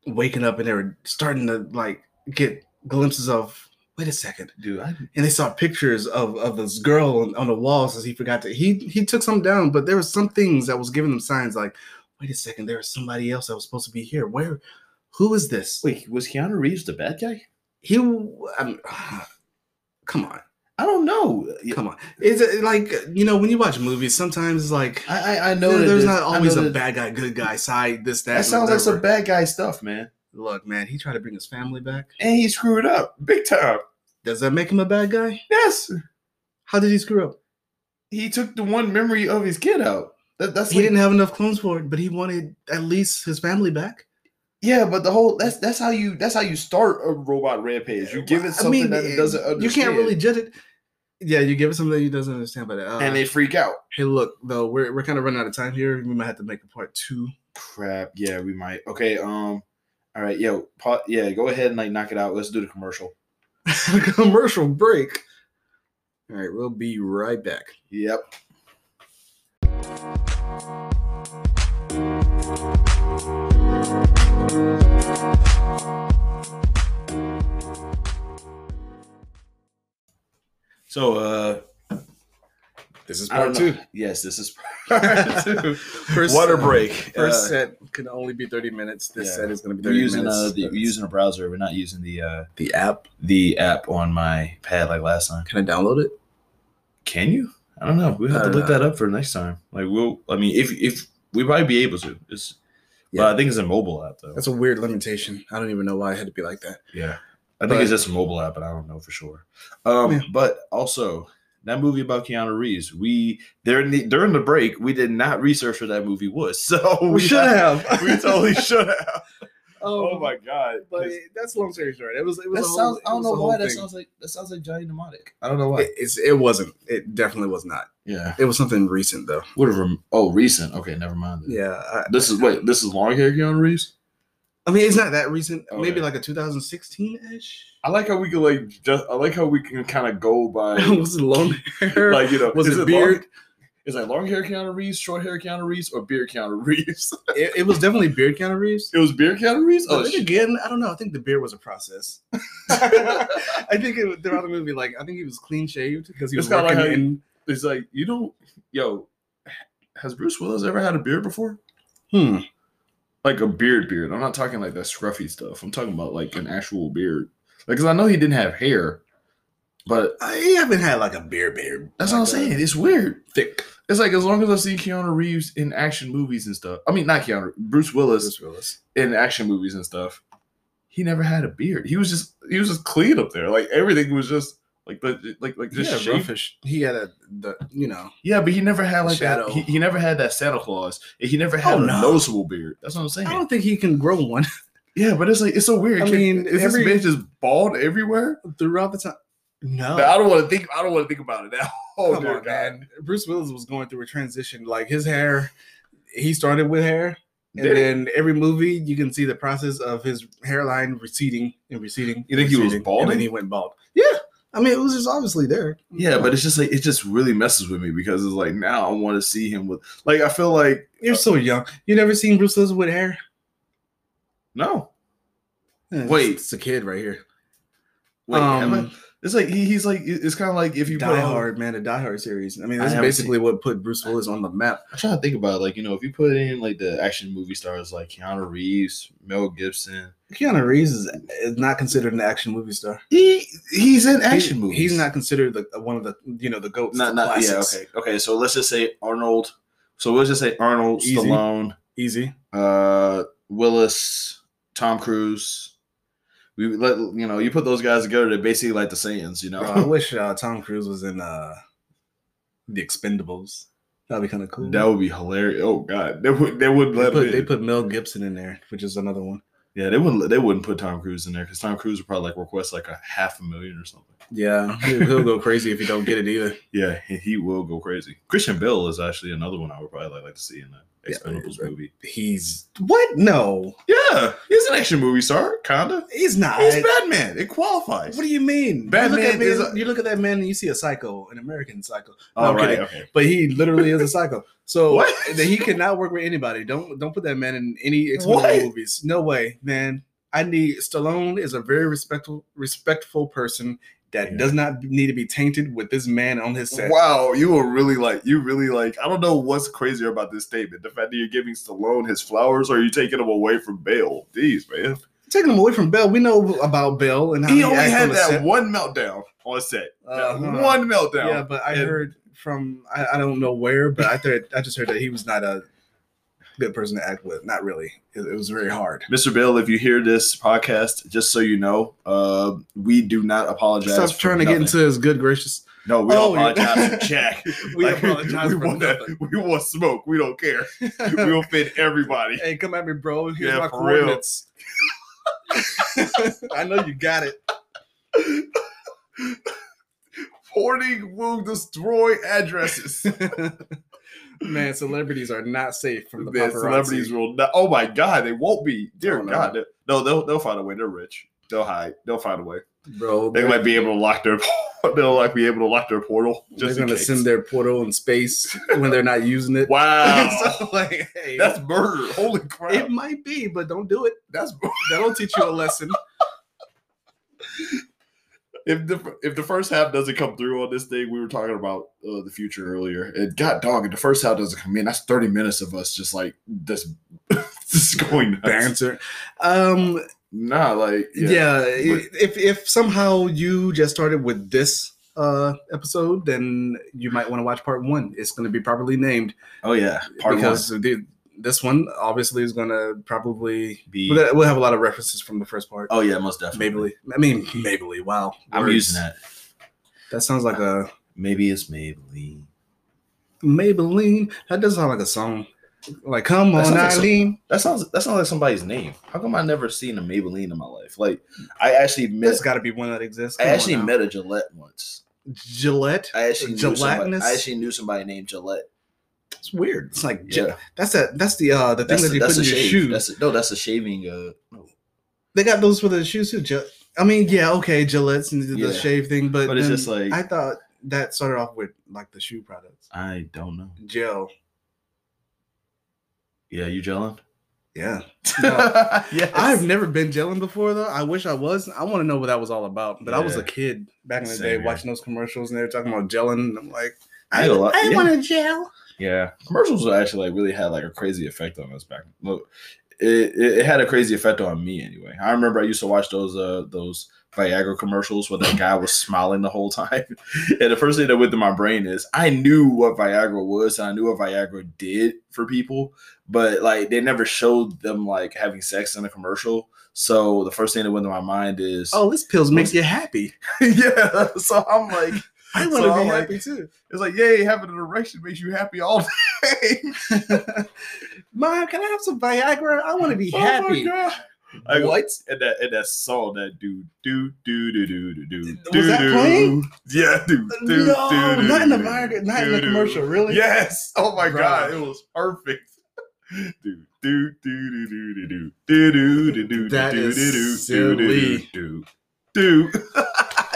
[SPEAKER 2] waking up and they were starting to like get glimpses of wait a second
[SPEAKER 1] Dude, I
[SPEAKER 2] and they saw pictures of of this girl on, on the wall since he forgot to he he took some down but there were some things that was giving them signs like wait a second there was somebody else that was supposed to be here where who is this
[SPEAKER 1] wait. Was Keanu Reeves the bad guy?
[SPEAKER 2] he I mean, come on
[SPEAKER 1] I don't know.
[SPEAKER 2] come on is it like you know when you watch movies sometimes it's like
[SPEAKER 1] I I, I know
[SPEAKER 2] no,
[SPEAKER 1] that
[SPEAKER 2] there's
[SPEAKER 1] this-
[SPEAKER 2] not
[SPEAKER 1] I know
[SPEAKER 2] always a
[SPEAKER 1] that-
[SPEAKER 2] bad guy good guy side this that
[SPEAKER 1] That
[SPEAKER 2] and
[SPEAKER 1] sounds like some
[SPEAKER 2] whatever.
[SPEAKER 1] bad guy stuff, man.
[SPEAKER 2] look man he tried to bring his family back
[SPEAKER 1] And he screwed up big time.
[SPEAKER 2] does that make him a bad guy
[SPEAKER 1] Yes,
[SPEAKER 2] how did he screw up
[SPEAKER 1] he took the one memory of his kid out. That, that's
[SPEAKER 2] he
[SPEAKER 1] like-
[SPEAKER 2] didn't have enough clones for it but he wanted at least his family back
[SPEAKER 1] Yeah, but the whole that's that's how you that's how you start a robot rampage. You give it something that it doesn't understand.
[SPEAKER 2] eh, You can't really judge it. Yeah, you give it something that you doesn't understand. But uh,
[SPEAKER 1] and they freak out.
[SPEAKER 2] hey, look though, we're we're kind of running out of time here. We might have to make a part two.
[SPEAKER 1] Crap. Yeah, we might. Okay. Um. All right. Yo. Pa- yeah. Go ahead and like knock it out. Let's do the commercial.
[SPEAKER 2] commercial break. All right, we'll be right back.
[SPEAKER 1] Yep. So uh
[SPEAKER 3] This is
[SPEAKER 1] I don't
[SPEAKER 3] part
[SPEAKER 1] know.
[SPEAKER 3] two.
[SPEAKER 1] Yes, this is part two.
[SPEAKER 2] First
[SPEAKER 1] Water
[SPEAKER 2] set-
[SPEAKER 1] break.
[SPEAKER 2] First
[SPEAKER 1] Uh,
[SPEAKER 2] set could only be 30 minutes. This
[SPEAKER 1] yeah.
[SPEAKER 2] set is going to be
[SPEAKER 1] We're
[SPEAKER 2] 30
[SPEAKER 1] using
[SPEAKER 2] minutes.
[SPEAKER 1] uh, the, we're
[SPEAKER 2] That's-
[SPEAKER 1] using a browser. We're not using the uh,
[SPEAKER 2] the app.
[SPEAKER 1] the app on my pad like last time.
[SPEAKER 2] Can I download it?
[SPEAKER 1] Can you? I don't know. We have to
[SPEAKER 2] Uh,
[SPEAKER 1] look that up for next time. Like we'll. I mean, if if we might be able to. It's, But I think it's a mobile app though.
[SPEAKER 2] That's a weird limitation. I don't even know why it had to be like that.
[SPEAKER 1] yeah, I think
[SPEAKER 2] but-
[SPEAKER 1] it's just a mobile app, but I don't know for sure. Um,
[SPEAKER 2] Yeah.
[SPEAKER 1] but also that movie about Keanu Reeves. We during the during the break, we did not research what that movie was. So
[SPEAKER 2] We, should have.
[SPEAKER 1] We totally should have. Oh my god!
[SPEAKER 2] But it- that's a long story short. It was. It was.
[SPEAKER 1] That
[SPEAKER 2] a whole,
[SPEAKER 1] sounds.
[SPEAKER 2] it
[SPEAKER 1] I don't
[SPEAKER 2] was
[SPEAKER 1] know
[SPEAKER 2] a whole
[SPEAKER 1] why that
[SPEAKER 2] thing.
[SPEAKER 1] sounds like that sounds like Johnny Mnemonic. I don't know why.
[SPEAKER 2] It, it's, it wasn't. It definitely was not.
[SPEAKER 1] yeah.
[SPEAKER 2] It was something recent though.
[SPEAKER 1] Would have. Rem- oh, recent. Okay, never mind. then.
[SPEAKER 2] Yeah. I,
[SPEAKER 1] This is wait. This is long hair Keanu Reeves.
[SPEAKER 2] I mean, it's not that recent.
[SPEAKER 1] Okay.
[SPEAKER 2] Maybe like a 2016 ish.
[SPEAKER 1] I like how we can like. Just, I like how we can kind of go by.
[SPEAKER 2] was it long hair?
[SPEAKER 1] you know,
[SPEAKER 2] was
[SPEAKER 1] is
[SPEAKER 2] it
[SPEAKER 1] long-
[SPEAKER 2] beard?
[SPEAKER 1] is that long hair Keanu Reeves, short hair Keanu Reeves, or beard Keanu Reeves?
[SPEAKER 2] it, it was definitely beard Keanu Reeves.
[SPEAKER 1] it was beard Keanu Reeves.
[SPEAKER 2] Oh,
[SPEAKER 1] Oh,
[SPEAKER 2] then
[SPEAKER 1] shit.
[SPEAKER 2] again, I don't know. I think the beard was a process. I think it, throughout the movie, like I think he was clean shaved because he
[SPEAKER 1] It's
[SPEAKER 2] was
[SPEAKER 1] kinda
[SPEAKER 2] working
[SPEAKER 1] like how you-
[SPEAKER 2] in.
[SPEAKER 1] it's like you don't. Yo, has Bruce Willis ever had a beard before?
[SPEAKER 2] Hmm.
[SPEAKER 1] Like a beard, beard. I'm not talking like that scruffy stuff. I'm talking about like an actual beard. Like, cause I know he didn't have hair, but
[SPEAKER 2] I haven't had like a beard beard.
[SPEAKER 1] that's what I'm
[SPEAKER 2] like a
[SPEAKER 1] saying. It's weird.
[SPEAKER 2] Thick.
[SPEAKER 1] It's like as long as I see Keanu Reeves in action movies and stuff. I mean, not Keanu, Bruce Willis in action movies and stuff. He never had a beard. He was just he was just clean up there. Like everything was just like the like like
[SPEAKER 2] Just
[SPEAKER 1] just
[SPEAKER 2] yeah,
[SPEAKER 1] shaved.
[SPEAKER 2] roughish. He had a the you know.
[SPEAKER 1] Yeah, but he never had like
[SPEAKER 2] Shadow.
[SPEAKER 1] that. He, he never had that Santa Claus. and He never had
[SPEAKER 2] Oh,
[SPEAKER 1] a
[SPEAKER 2] no.
[SPEAKER 1] noticeable beard. That's what I'm
[SPEAKER 2] I
[SPEAKER 1] saying.
[SPEAKER 2] don't think he can grow one
[SPEAKER 1] Yeah, but it's like it's so weird.
[SPEAKER 2] I
[SPEAKER 1] Can-
[SPEAKER 2] mean,
[SPEAKER 1] is
[SPEAKER 2] every-
[SPEAKER 1] this man just bald everywhere?
[SPEAKER 2] throughout the time. No,
[SPEAKER 1] I don't want to think. I don't want to think about it now. Oh
[SPEAKER 2] Come
[SPEAKER 1] dear
[SPEAKER 2] on,
[SPEAKER 1] God.
[SPEAKER 2] man. Bruce Willis was going through a transition. Like his hair, he started with hair, and
[SPEAKER 1] Did it?
[SPEAKER 2] then every movie you can see the process of his hairline receding and receding.
[SPEAKER 1] You think he was
[SPEAKER 2] receding, And
[SPEAKER 1] balding?
[SPEAKER 2] then he went bald. Yeah, I mean it was just obviously there.
[SPEAKER 1] Yeah, but it's just like it just really messes with me because it's like now I want to see him with like I feel like
[SPEAKER 2] you're so young. You never seen Bruce Willis with hair?
[SPEAKER 1] no
[SPEAKER 2] Eh,
[SPEAKER 1] Wait.
[SPEAKER 2] it's a kid right here.
[SPEAKER 1] wait am
[SPEAKER 2] um,
[SPEAKER 1] I- it's like he, he's like it's kind of like if you
[SPEAKER 2] Die
[SPEAKER 1] put on-
[SPEAKER 2] Hard, man, the Die Hard series. I mean,
[SPEAKER 1] I
[SPEAKER 2] that's
[SPEAKER 1] haven't
[SPEAKER 2] basically what put Bruce Willis on the map.
[SPEAKER 1] I'm trying to think about it, like you know if you put in like the action movie stars like Keanu Reeves, Mel Gibson,
[SPEAKER 2] Keanu Reeves is, is not considered an action movie star.
[SPEAKER 1] he he's in action
[SPEAKER 2] He-
[SPEAKER 1] movies.
[SPEAKER 2] He's not considered the one of the you know the goats.
[SPEAKER 1] not
[SPEAKER 2] the
[SPEAKER 1] not yeah
[SPEAKER 2] classics.
[SPEAKER 1] okay okay. So let's just say Arnold. So let's just say Arnold,
[SPEAKER 2] Easy.
[SPEAKER 1] Stallone,
[SPEAKER 2] Easy.
[SPEAKER 1] uh, Willis, Tom Cruise. We let you know you put those guys together, they're basically like the Saiyans, you know.
[SPEAKER 2] Bro, I wish uh, Tom Cruise was in uh, the Expendables. That'd be kind of cool.
[SPEAKER 1] That would be hilarious. Oh God, they would they would
[SPEAKER 2] they,
[SPEAKER 1] let
[SPEAKER 2] put,
[SPEAKER 1] put,
[SPEAKER 2] they put Mel Gibson in there, which is another one.
[SPEAKER 1] yeah they wouldn't they wouldn't put Tom Cruise in there because Tom Cruise would probably like request like a half a million or something.
[SPEAKER 2] Yeah, he'll, he'll go crazy if he don't get it either.
[SPEAKER 1] Yeah, he, he will go crazy. Christian Bale is actually another one I would probably like, like to see in the
[SPEAKER 2] Yeah,
[SPEAKER 1] Expendables
[SPEAKER 2] right.
[SPEAKER 1] movie.
[SPEAKER 2] He's what? No,
[SPEAKER 1] Yeah, he's an action movie star, kinda.
[SPEAKER 2] he's not.
[SPEAKER 1] He's Batman. It qualifies.
[SPEAKER 2] what do you mean?
[SPEAKER 1] Batman
[SPEAKER 2] you look, at
[SPEAKER 1] is
[SPEAKER 2] man-
[SPEAKER 1] a-
[SPEAKER 2] you look at that man and you see a psycho, an American psycho. No,
[SPEAKER 1] All
[SPEAKER 2] I'm
[SPEAKER 1] right,
[SPEAKER 2] kidding.
[SPEAKER 1] okay.
[SPEAKER 2] But he literally is a psycho. So
[SPEAKER 1] What?
[SPEAKER 2] that he cannot work with anybody. Don't don't put that man in any
[SPEAKER 1] What?
[SPEAKER 2] Expendables movies. No way, man. I need Stallone is a very respectful respectful person that
[SPEAKER 1] Yeah.
[SPEAKER 2] does not need to be tainted with this man on his set.
[SPEAKER 1] Wow, you were really like you really like. I don't know what's crazier about this statement: the fact that you're giving Stallone his flowers, or you're taking him away from Bale. Jeez, man.
[SPEAKER 2] Taking him away from Bell, we know about Bell and how he,
[SPEAKER 1] He only
[SPEAKER 2] acts on
[SPEAKER 1] had
[SPEAKER 2] the
[SPEAKER 1] that
[SPEAKER 2] set.
[SPEAKER 1] one meltdown on set. That
[SPEAKER 2] Uh-huh.
[SPEAKER 1] one meltdown.
[SPEAKER 2] Yeah, but I
[SPEAKER 1] And-
[SPEAKER 2] heard from I, I don't know where, but I thought I just heard that he was not a good person to act with. Not really. It, it was very hard.
[SPEAKER 1] Mr. Bill, if you hear this podcast, just so you know, uh, we do not apologize.
[SPEAKER 2] Stop
[SPEAKER 1] for
[SPEAKER 2] trying to get
[SPEAKER 1] nothing.
[SPEAKER 2] into his good gracious.
[SPEAKER 1] No, we
[SPEAKER 2] Oh,
[SPEAKER 1] don't
[SPEAKER 2] yeah.
[SPEAKER 1] apologize for Jack.
[SPEAKER 2] We
[SPEAKER 1] Like,
[SPEAKER 2] apologize
[SPEAKER 1] we
[SPEAKER 2] for
[SPEAKER 1] want that-
[SPEAKER 2] nothing.
[SPEAKER 1] We want smoke. We don't care. We will fit everybody.
[SPEAKER 2] Hey, come at me, bro. Here's
[SPEAKER 1] Yeah,
[SPEAKER 2] my
[SPEAKER 1] for real.
[SPEAKER 2] coordinates. I know you got it.
[SPEAKER 1] Hoarding will destroy addresses.
[SPEAKER 2] Man, celebrities are not safe from the
[SPEAKER 1] Man,
[SPEAKER 2] paparazzi.
[SPEAKER 1] celebrities will not. Oh my God, they won't be. Dear
[SPEAKER 2] Oh, no.
[SPEAKER 1] God, they- no, they'll they'll find a way. They're rich. They'll hide. They'll find a way.
[SPEAKER 2] bro.
[SPEAKER 1] They
[SPEAKER 2] They're,
[SPEAKER 1] might be able to lock their. They'll like be able to lock their portal. Just
[SPEAKER 2] they're
[SPEAKER 1] in
[SPEAKER 2] gonna
[SPEAKER 1] case.
[SPEAKER 2] send their portal in space when they're not using it.
[SPEAKER 1] Wow,
[SPEAKER 2] so, like, hey,
[SPEAKER 1] that's murder! Holy crap!
[SPEAKER 2] it might be, but don't do it.
[SPEAKER 1] that's
[SPEAKER 2] That'll teach you a lesson.
[SPEAKER 1] if the if the first half doesn't come through on this thing, we were talking about uh, the future earlier, and God dog, if the first half doesn't come in, that's thirty minutes of us just like this. this is going nuts.
[SPEAKER 2] Banter. Um,
[SPEAKER 1] Nah, like
[SPEAKER 2] yeah,
[SPEAKER 1] but-
[SPEAKER 2] if if somehow you just started with this uh episode then you might want to watch part one it's going to be properly named
[SPEAKER 1] Oh yeah, part one.
[SPEAKER 2] because the- this one obviously is going to probably
[SPEAKER 1] Be-
[SPEAKER 2] we'll we'll have a lot of references from the first part
[SPEAKER 1] Oh yeah, most definitely.
[SPEAKER 2] Mabley. i mean Mabley. wow
[SPEAKER 1] I'm
[SPEAKER 2] Words.
[SPEAKER 1] using that.
[SPEAKER 2] that sounds like a
[SPEAKER 1] Maybe it's Maybelline.
[SPEAKER 2] maybelline that does sound like a song like come
[SPEAKER 1] That
[SPEAKER 2] on
[SPEAKER 1] sounds like some-
[SPEAKER 2] eileen
[SPEAKER 1] That sounds that sounds like somebody's name. How come I never seen a Maybelline in my life? Like I actually met
[SPEAKER 2] there's got to be one that exists
[SPEAKER 1] I
[SPEAKER 2] Come on
[SPEAKER 1] actually
[SPEAKER 2] now.
[SPEAKER 1] met a Gillette once.
[SPEAKER 2] gillette
[SPEAKER 1] I actually knew somebody,
[SPEAKER 2] Gelatinous?
[SPEAKER 1] I actually knew somebody named Gillette.
[SPEAKER 2] it's weird it's like
[SPEAKER 1] Yeah,
[SPEAKER 2] that's that that's the uh the thing
[SPEAKER 1] that's,
[SPEAKER 2] that
[SPEAKER 1] a,
[SPEAKER 2] you put
[SPEAKER 1] that's
[SPEAKER 2] in
[SPEAKER 1] a
[SPEAKER 2] your
[SPEAKER 1] shave.
[SPEAKER 2] shoe
[SPEAKER 1] That's a, no, that's a shaving. Uh, no.
[SPEAKER 2] They got those for the shoes too. Gil- I mean, yeah, okay, Gillette's and the
[SPEAKER 1] Yeah.
[SPEAKER 2] shave thing, but,
[SPEAKER 1] But it's
[SPEAKER 2] then
[SPEAKER 1] just like-
[SPEAKER 2] I thought that started off with like the shoe products,
[SPEAKER 1] I don't know.
[SPEAKER 2] gel.
[SPEAKER 1] Yeah, you gelling?
[SPEAKER 2] Yeah,
[SPEAKER 1] yes.
[SPEAKER 2] I've never been gelling before though. I wish I was. I want to know what that was all about. But I was
[SPEAKER 1] Yeah.
[SPEAKER 2] a kid back in the
[SPEAKER 1] Same
[SPEAKER 2] day
[SPEAKER 1] here.
[SPEAKER 2] watching those commercials and they were talking about gelling. And I'm like,
[SPEAKER 1] I
[SPEAKER 2] I,
[SPEAKER 1] ain't gonna lie,
[SPEAKER 2] I
[SPEAKER 1] yeah.
[SPEAKER 2] want to gel.
[SPEAKER 1] Yeah, commercials were actually like really had like a crazy effect on us back. Look, it, it, it had a crazy effect on me anyway. I remember I used to watch those uh those Viagra commercials where that guy was smiling the whole time, and the first thing that went through my brain is I knew what Viagra was and I knew what Viagra did for people, but like they never showed them like having sex in a commercial. So the first thing that went through my mind is
[SPEAKER 2] Oh, this pills makes you happy.
[SPEAKER 1] yeah. So I'm like.
[SPEAKER 2] I want to
[SPEAKER 1] So
[SPEAKER 2] be
[SPEAKER 1] I'm like-
[SPEAKER 2] happy too.
[SPEAKER 1] It's like, yay, having an erection makes you happy all day.
[SPEAKER 2] Mom, can I have some Viagra? I want to be happy.
[SPEAKER 1] Oh god. Like,
[SPEAKER 2] What?
[SPEAKER 1] And that and that song that do do do do do do do
[SPEAKER 2] Was that
[SPEAKER 1] do,
[SPEAKER 2] playing?
[SPEAKER 1] Yeah, do do
[SPEAKER 2] no,
[SPEAKER 1] do, do,
[SPEAKER 2] not in the
[SPEAKER 1] do,
[SPEAKER 2] Viagra, not in the
[SPEAKER 1] do, do.
[SPEAKER 2] commercial, really.
[SPEAKER 1] Yes. Oh my
[SPEAKER 2] Bro.
[SPEAKER 1] god, it was perfect. Do do do do do do do do do do do
[SPEAKER 2] That
[SPEAKER 1] do
[SPEAKER 2] is
[SPEAKER 1] do do do
[SPEAKER 2] silly.
[SPEAKER 1] do do do.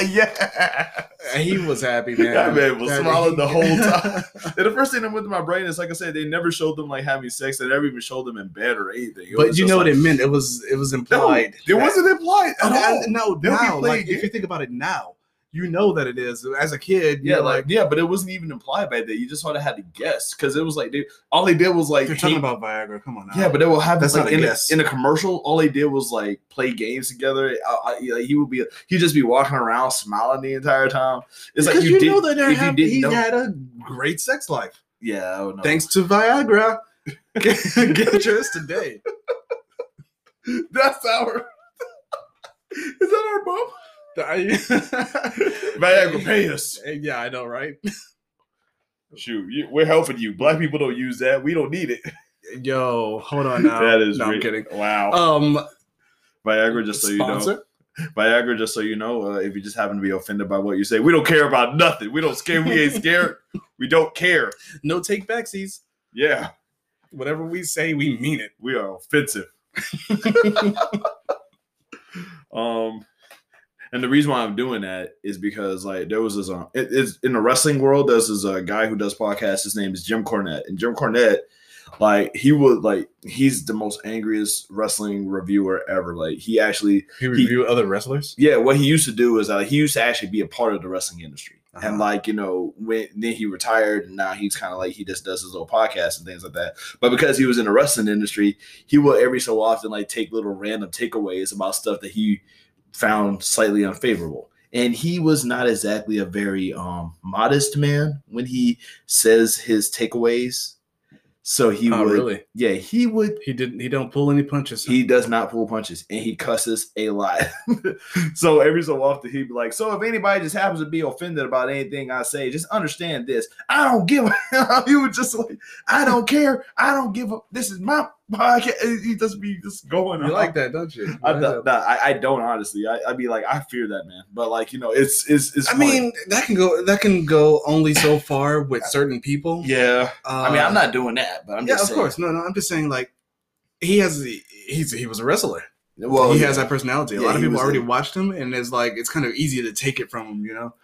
[SPEAKER 1] Yeah.
[SPEAKER 2] Uh, He was happy, man.
[SPEAKER 1] That man was smiling the whole time.
[SPEAKER 2] It
[SPEAKER 1] And the first thing that went to my brain is like I said, they never showed them like having sex. They never even showed them in bed or anything. It
[SPEAKER 2] but
[SPEAKER 1] was
[SPEAKER 2] you
[SPEAKER 1] just
[SPEAKER 2] know
[SPEAKER 1] like,
[SPEAKER 2] what it meant. It was it was
[SPEAKER 1] No,
[SPEAKER 2] implied.
[SPEAKER 1] it wasn't implied
[SPEAKER 2] I,
[SPEAKER 1] at all.
[SPEAKER 2] I- no,
[SPEAKER 1] They'll be
[SPEAKER 2] now,
[SPEAKER 1] playing
[SPEAKER 2] like, if you
[SPEAKER 1] games.
[SPEAKER 2] think about it now, you know that it is. As a kid,
[SPEAKER 1] Yeah,
[SPEAKER 2] you're
[SPEAKER 1] like, yeah, but it wasn't even implied by that. You just sort of had to guess because it was like they all they did was like
[SPEAKER 2] you're
[SPEAKER 1] take-
[SPEAKER 2] talking about Viagra. Come on, now.
[SPEAKER 1] yeah, but they will have
[SPEAKER 2] That's
[SPEAKER 1] this like
[SPEAKER 2] not a
[SPEAKER 1] in a,
[SPEAKER 2] guess.
[SPEAKER 1] in a commercial. All they did was like play games together. I, I, like, he would be he'd just be walking around smiling the entire time. It's like
[SPEAKER 2] because
[SPEAKER 1] you,
[SPEAKER 2] you,
[SPEAKER 1] did,
[SPEAKER 2] know that they're
[SPEAKER 1] if you
[SPEAKER 2] happy,
[SPEAKER 1] didn't
[SPEAKER 2] he
[SPEAKER 1] know-
[SPEAKER 2] had a great sex life
[SPEAKER 1] yeah. Oh, no.
[SPEAKER 2] thanks to Viagra. Get, get yours today.
[SPEAKER 1] That's our. Is that our mom? Viagra,
[SPEAKER 2] Viagra
[SPEAKER 1] pay us.
[SPEAKER 2] Yeah, I know, right?
[SPEAKER 1] Shoot, you, we're helping you. Black people don't use that. We don't need it.
[SPEAKER 2] Yo, hold on now.
[SPEAKER 1] that is
[SPEAKER 2] no,
[SPEAKER 1] re-
[SPEAKER 2] I'm kidding.
[SPEAKER 1] Wow,
[SPEAKER 2] Um,
[SPEAKER 1] Viagra. Just so you know,
[SPEAKER 2] sponsor.
[SPEAKER 1] Viagra, just so you know, uh, if you just happen to be offended by what you say, we don't care about nothing. We don't scare. We ain't scared. We don't care.
[SPEAKER 2] No take backsies.
[SPEAKER 1] Yeah,
[SPEAKER 2] Whatever we say, we mean it.
[SPEAKER 1] we are offensive. um, and the reason why I'm doing that is because like there was this um, it, it's in the wrestling world. There's this uh, guy who does podcasts. His name is Jim Cornette, and Jim Cornette, like he would like he's the most angriest wrestling reviewer ever. Like he actually
[SPEAKER 2] He
[SPEAKER 1] review
[SPEAKER 2] other wrestlers.
[SPEAKER 1] Yeah, what he used to do is uh, he used to actually be a part of the wrestling industry, and
[SPEAKER 2] Uh-huh.
[SPEAKER 1] like you know, when then he retired, and now he's kind of like he just does his little podcast and things like that. But because he was in the wrestling industry, he will every so often like take little random takeaways about stuff that he found slightly unfavorable. And he was not exactly a very um, modest man when he says his takeaways. So he
[SPEAKER 2] oh,
[SPEAKER 1] would,
[SPEAKER 2] really?
[SPEAKER 1] yeah, he would
[SPEAKER 2] He didn't. He don't pull any punches.
[SPEAKER 1] he does not pull punches and he cusses a lot. so every so often he'd be like, So if anybody just happens to be offended about anything I say, just understand this. I don't give a he would just like, I don't care. I don't give a this is my podcast. And He just be just going
[SPEAKER 2] you
[SPEAKER 1] on.
[SPEAKER 2] like that, don't you?
[SPEAKER 1] I, don't- nah, I, I don't honestly. I, I'd be like, I fear that man. But like, you know, it's it's it's
[SPEAKER 2] I
[SPEAKER 1] funny.
[SPEAKER 2] mean, that can go. That can go only so far with certain people.
[SPEAKER 1] Yeah.
[SPEAKER 2] Uh,
[SPEAKER 1] I mean, I'm not doing that, but I'm
[SPEAKER 2] yeah,
[SPEAKER 1] just
[SPEAKER 2] of
[SPEAKER 1] saying.
[SPEAKER 2] course. No, no. I'm just saying, like, he has. the- He's he was a wrestler.
[SPEAKER 1] Well
[SPEAKER 2] he
[SPEAKER 1] yeah.
[SPEAKER 2] has that personality. A
[SPEAKER 1] Yeah,
[SPEAKER 2] lot of
[SPEAKER 1] he
[SPEAKER 2] people
[SPEAKER 1] was
[SPEAKER 2] already
[SPEAKER 1] a-
[SPEAKER 2] watched him, and it's like it's kind of easy to take it from him, you know.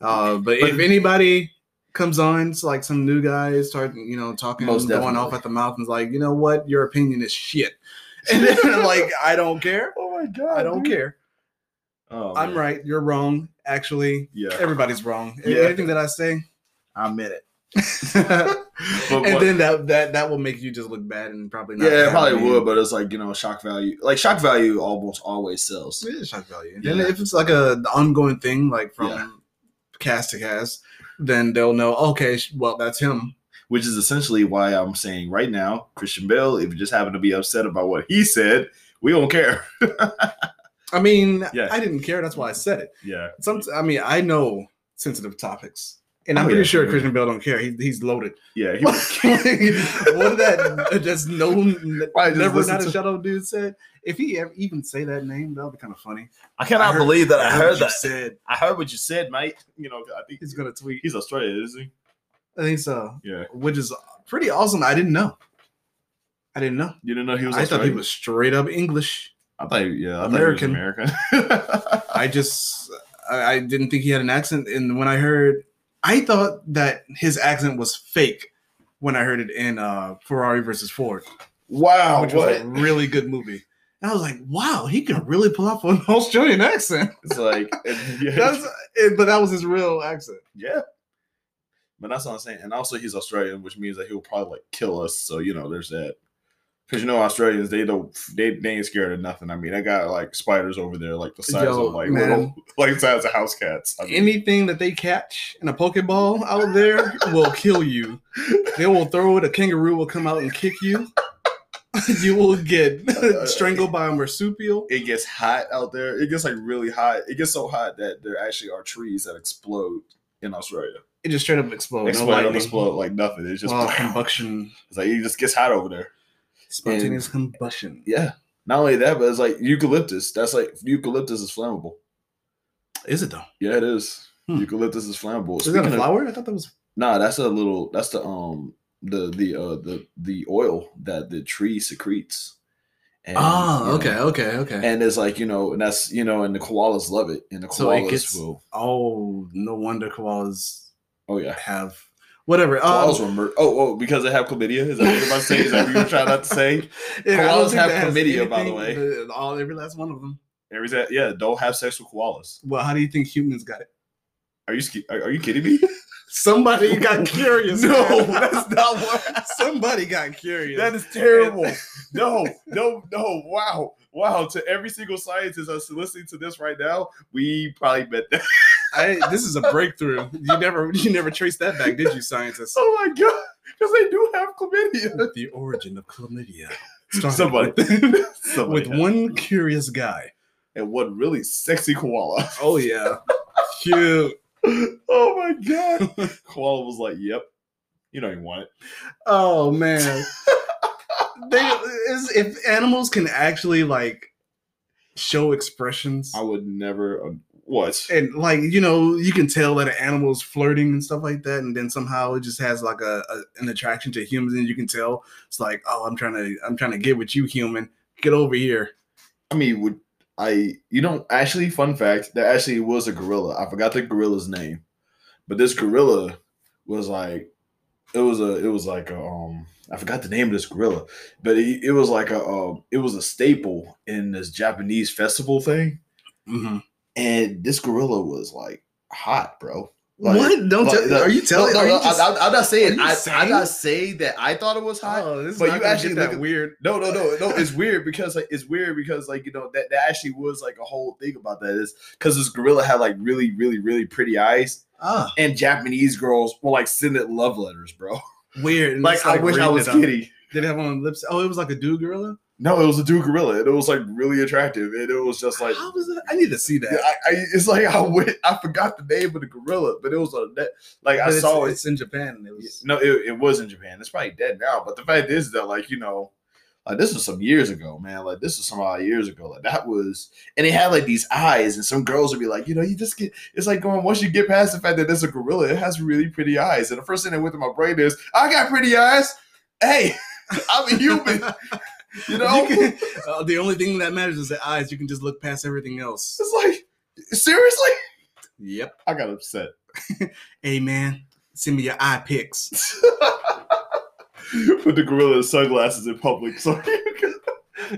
[SPEAKER 2] Uh, but,
[SPEAKER 1] But-
[SPEAKER 2] if anybody comes on, it's like some new guy start, you know, talking,
[SPEAKER 1] Most
[SPEAKER 2] going off
[SPEAKER 1] definitely.
[SPEAKER 2] at the mouth, and is like, you know what, your opinion is shit, and then like I don't care,
[SPEAKER 1] Oh my god.
[SPEAKER 2] I don't
[SPEAKER 1] dude.
[SPEAKER 2] care,
[SPEAKER 1] Oh,
[SPEAKER 2] I'm
[SPEAKER 1] man.
[SPEAKER 2] right, you're wrong, actually,
[SPEAKER 1] Yeah,
[SPEAKER 2] everybody's wrong.
[SPEAKER 1] Yeah.
[SPEAKER 2] Anything that I say,
[SPEAKER 1] I meant it. But
[SPEAKER 2] and
[SPEAKER 1] what-
[SPEAKER 2] then that that that will make you just look bad and probably not.
[SPEAKER 1] yeah, it probably
[SPEAKER 2] happy.
[SPEAKER 1] would, but it's like you know, shock value. Like shock value almost always sells.
[SPEAKER 2] It is shock value.
[SPEAKER 1] Yeah.
[SPEAKER 2] And if it's like a ongoing thing, like from
[SPEAKER 1] Yeah.
[SPEAKER 2] cast to cast, then they'll know. Okay, sh- well that's him.
[SPEAKER 1] which is essentially why I'm saying right now, Christian Bale, if you just happen to be upset about what he said, we don't care.
[SPEAKER 2] I mean,
[SPEAKER 1] Yeah.
[SPEAKER 2] I didn't care. That's why I said it.
[SPEAKER 1] Yeah.
[SPEAKER 2] Some, I mean, I know sensitive topics, and I'm
[SPEAKER 1] Oh,
[SPEAKER 2] pretty
[SPEAKER 1] yeah.
[SPEAKER 2] sure Christian Bale don't care. He, he's loaded.
[SPEAKER 1] Yeah. He
[SPEAKER 2] what did that just no
[SPEAKER 1] probably just
[SPEAKER 2] never
[SPEAKER 1] listened
[SPEAKER 2] not a
[SPEAKER 1] to-
[SPEAKER 2] shadow dude said? If he ever even say that name, that would be kind of funny.
[SPEAKER 1] I cannot
[SPEAKER 2] I heard-
[SPEAKER 1] believe that I heard
[SPEAKER 2] what you
[SPEAKER 1] that.
[SPEAKER 2] said
[SPEAKER 1] I heard what you said, mate. You know, I think
[SPEAKER 2] he's gonna tweet.
[SPEAKER 1] he's Australian, isn't he?
[SPEAKER 2] I think so,
[SPEAKER 1] Yeah.
[SPEAKER 2] which is pretty awesome. I didn't know. I didn't know.
[SPEAKER 1] You didn't know he was
[SPEAKER 2] I thought he
[SPEAKER 1] Australian?
[SPEAKER 2] was straight up English.
[SPEAKER 1] I thought, he- yeah, I
[SPEAKER 2] American.
[SPEAKER 1] Thought he was American.
[SPEAKER 2] I just I, I didn't think he had an accent, and when I heard, I thought that his accent was fake. When I heard it in uh, Ferrari versus Ford,
[SPEAKER 1] wow.
[SPEAKER 2] which was
[SPEAKER 1] Oh, What?
[SPEAKER 2] a really good movie, and I was like, "Wow, he can really pull off an Australian accent."
[SPEAKER 1] it's like, and- yeah.
[SPEAKER 2] That's, it, but that was his real accent.
[SPEAKER 1] yeah. But that's what I'm saying. And also, he's Australian, which means that he'll probably like kill us. So you know, there's that. Because you know, Australians they don't they, they ain't scared of nothing. I mean, they got like spiders over there, like the size
[SPEAKER 2] Yo,
[SPEAKER 1] of like
[SPEAKER 2] man.
[SPEAKER 1] little, like the size of house cats. I mean,
[SPEAKER 2] Anything that they catch in a Pokeball out there will kill you. They will throw it. A kangaroo will come out and kick you. you will get strangled by a marsupial.
[SPEAKER 1] it gets hot out there. It gets like really hot. It gets so hot that there actually are trees that explode in Australia.
[SPEAKER 2] It just straight up explode.
[SPEAKER 1] explode,
[SPEAKER 2] Oh, no
[SPEAKER 1] don't
[SPEAKER 2] lightning. Oh,
[SPEAKER 1] explode like nothing. It's just
[SPEAKER 2] Wow, combustion,
[SPEAKER 1] it's like it just gets hot over there.
[SPEAKER 2] spontaneous combustion.
[SPEAKER 1] Yeah. Not only that, but it's like eucalyptus. That's like eucalyptus is flammable.
[SPEAKER 2] Is it though?
[SPEAKER 1] Yeah, it is.
[SPEAKER 2] Hmm.
[SPEAKER 1] Eucalyptus is flammable.
[SPEAKER 2] Is that a
[SPEAKER 1] Speaking of-
[SPEAKER 2] flower? I thought that was.
[SPEAKER 1] Nah, that's a little. That's the um the the uh the the oil that the tree secretes. And, you know,
[SPEAKER 2] Ah, okay, okay.
[SPEAKER 1] And it's like you know, and that's you know, and the koalas love it, and the koalas
[SPEAKER 2] So it gets-
[SPEAKER 1] will.
[SPEAKER 2] oh, no wonder koalas
[SPEAKER 1] Oh yeah,
[SPEAKER 2] have whatever. Um,
[SPEAKER 1] koalas will. Mur- oh oh, because they have chlamydia. Is that what you're about to say? Is that what you were trying not to say?
[SPEAKER 2] yeah, I don't
[SPEAKER 1] koalas
[SPEAKER 2] think
[SPEAKER 1] have
[SPEAKER 2] that has
[SPEAKER 1] chlamydia, by the
[SPEAKER 2] anything- the- All every last one of them.
[SPEAKER 1] Every time- yeah, don't have sex with koalas.
[SPEAKER 2] Well, how do you think humans got it?
[SPEAKER 1] Are you ski- are, are you kidding me?
[SPEAKER 2] Somebody got curious.
[SPEAKER 1] No,
[SPEAKER 2] man.
[SPEAKER 1] that's not what.
[SPEAKER 2] Somebody got curious.
[SPEAKER 1] That is terrible. no, no, no. Wow. Wow. To every single scientist that's listening to this right now, we probably bet that.
[SPEAKER 2] I, this is a breakthrough. You never, you never traced that back, did you, scientists?
[SPEAKER 1] Oh my god. Because they do have chlamydia.
[SPEAKER 2] the origin of chlamydia. started
[SPEAKER 1] Somebody.
[SPEAKER 2] with-
[SPEAKER 1] Somebody
[SPEAKER 2] with
[SPEAKER 1] has-
[SPEAKER 2] one curious guy.
[SPEAKER 1] and one really sexy koala.
[SPEAKER 2] Oh yeah, cute.
[SPEAKER 1] oh my god. koala was like, yep. You don't even want it.
[SPEAKER 2] Oh man, they, is, if animals can actually like show expressions
[SPEAKER 1] I would never. Um, what?
[SPEAKER 2] and like you know you can tell that an animal is flirting and stuff like that and then somehow it just has like a, a an attraction to humans and you can tell it's like oh i'm trying to i'm trying to get with you human get over here
[SPEAKER 1] I mean, would I? You know, actually, fun fact: there actually was a gorilla. I forgot the gorilla's name, but this gorilla was like, it was a, it was like a, um, I forgot the name of this gorilla, but it, it was like a, um, it was a staple in this Japanese festival thing,
[SPEAKER 2] Mhm.
[SPEAKER 1] and this gorilla was like hot, bro. Like-
[SPEAKER 2] what don't
[SPEAKER 1] like
[SPEAKER 2] tell
[SPEAKER 1] the-
[SPEAKER 2] are you telling
[SPEAKER 1] No,
[SPEAKER 2] are
[SPEAKER 1] no,
[SPEAKER 2] you
[SPEAKER 1] no,
[SPEAKER 2] just-
[SPEAKER 1] I, am not saying.
[SPEAKER 2] you
[SPEAKER 1] I, I'm
[SPEAKER 2] saying?
[SPEAKER 1] not saying that I thought it was hot.
[SPEAKER 2] oh, this is
[SPEAKER 1] but
[SPEAKER 2] not
[SPEAKER 1] you
[SPEAKER 2] gonna
[SPEAKER 1] actually
[SPEAKER 2] get
[SPEAKER 1] look
[SPEAKER 2] that
[SPEAKER 1] at-
[SPEAKER 2] weird
[SPEAKER 1] No, no, no, no. It's weird because like it's weird because like you know that that actually was like a whole thing about that is because this gorilla had like really, really, really pretty eyes,
[SPEAKER 2] ah
[SPEAKER 1] and Japanese girls will like send it love letters, bro.
[SPEAKER 2] weird and
[SPEAKER 1] Like
[SPEAKER 2] it's,
[SPEAKER 1] I wish I
[SPEAKER 2] rated
[SPEAKER 1] was
[SPEAKER 2] up.
[SPEAKER 1] kidding.
[SPEAKER 2] Did it have on lips? Oh, it was like a dude gorilla.
[SPEAKER 1] No, it was a dude gorilla, and it was like really attractive, and it was just like.
[SPEAKER 2] How was that? I need to see that.
[SPEAKER 1] I, I, it's like I went, I forgot the name of the gorilla, but it was a net. Like
[SPEAKER 2] But
[SPEAKER 1] I
[SPEAKER 2] it's-
[SPEAKER 1] saw it.
[SPEAKER 2] It's in Japan. and It was
[SPEAKER 1] No, it, it was in Japan. It's probably dead now. But the fact is that, like, you know, like this was some years ago, man. Like this was some odd years ago. Like that was, and they had like these eyes, and some girls would be like, you know, you just get. It's like going once you get past the fact that there's a gorilla, it has really pretty eyes, and the first thing that went through my brain is, I got pretty eyes. Hey, I'm a human. you know,
[SPEAKER 2] You can- uh, the only thing that matters is the eyes. You can just look past everything else.
[SPEAKER 1] it's like seriously.
[SPEAKER 2] Yep.
[SPEAKER 1] I got upset.
[SPEAKER 2] Hey man, send me your eye pics.
[SPEAKER 1] Put the gorilla in sunglasses in public. So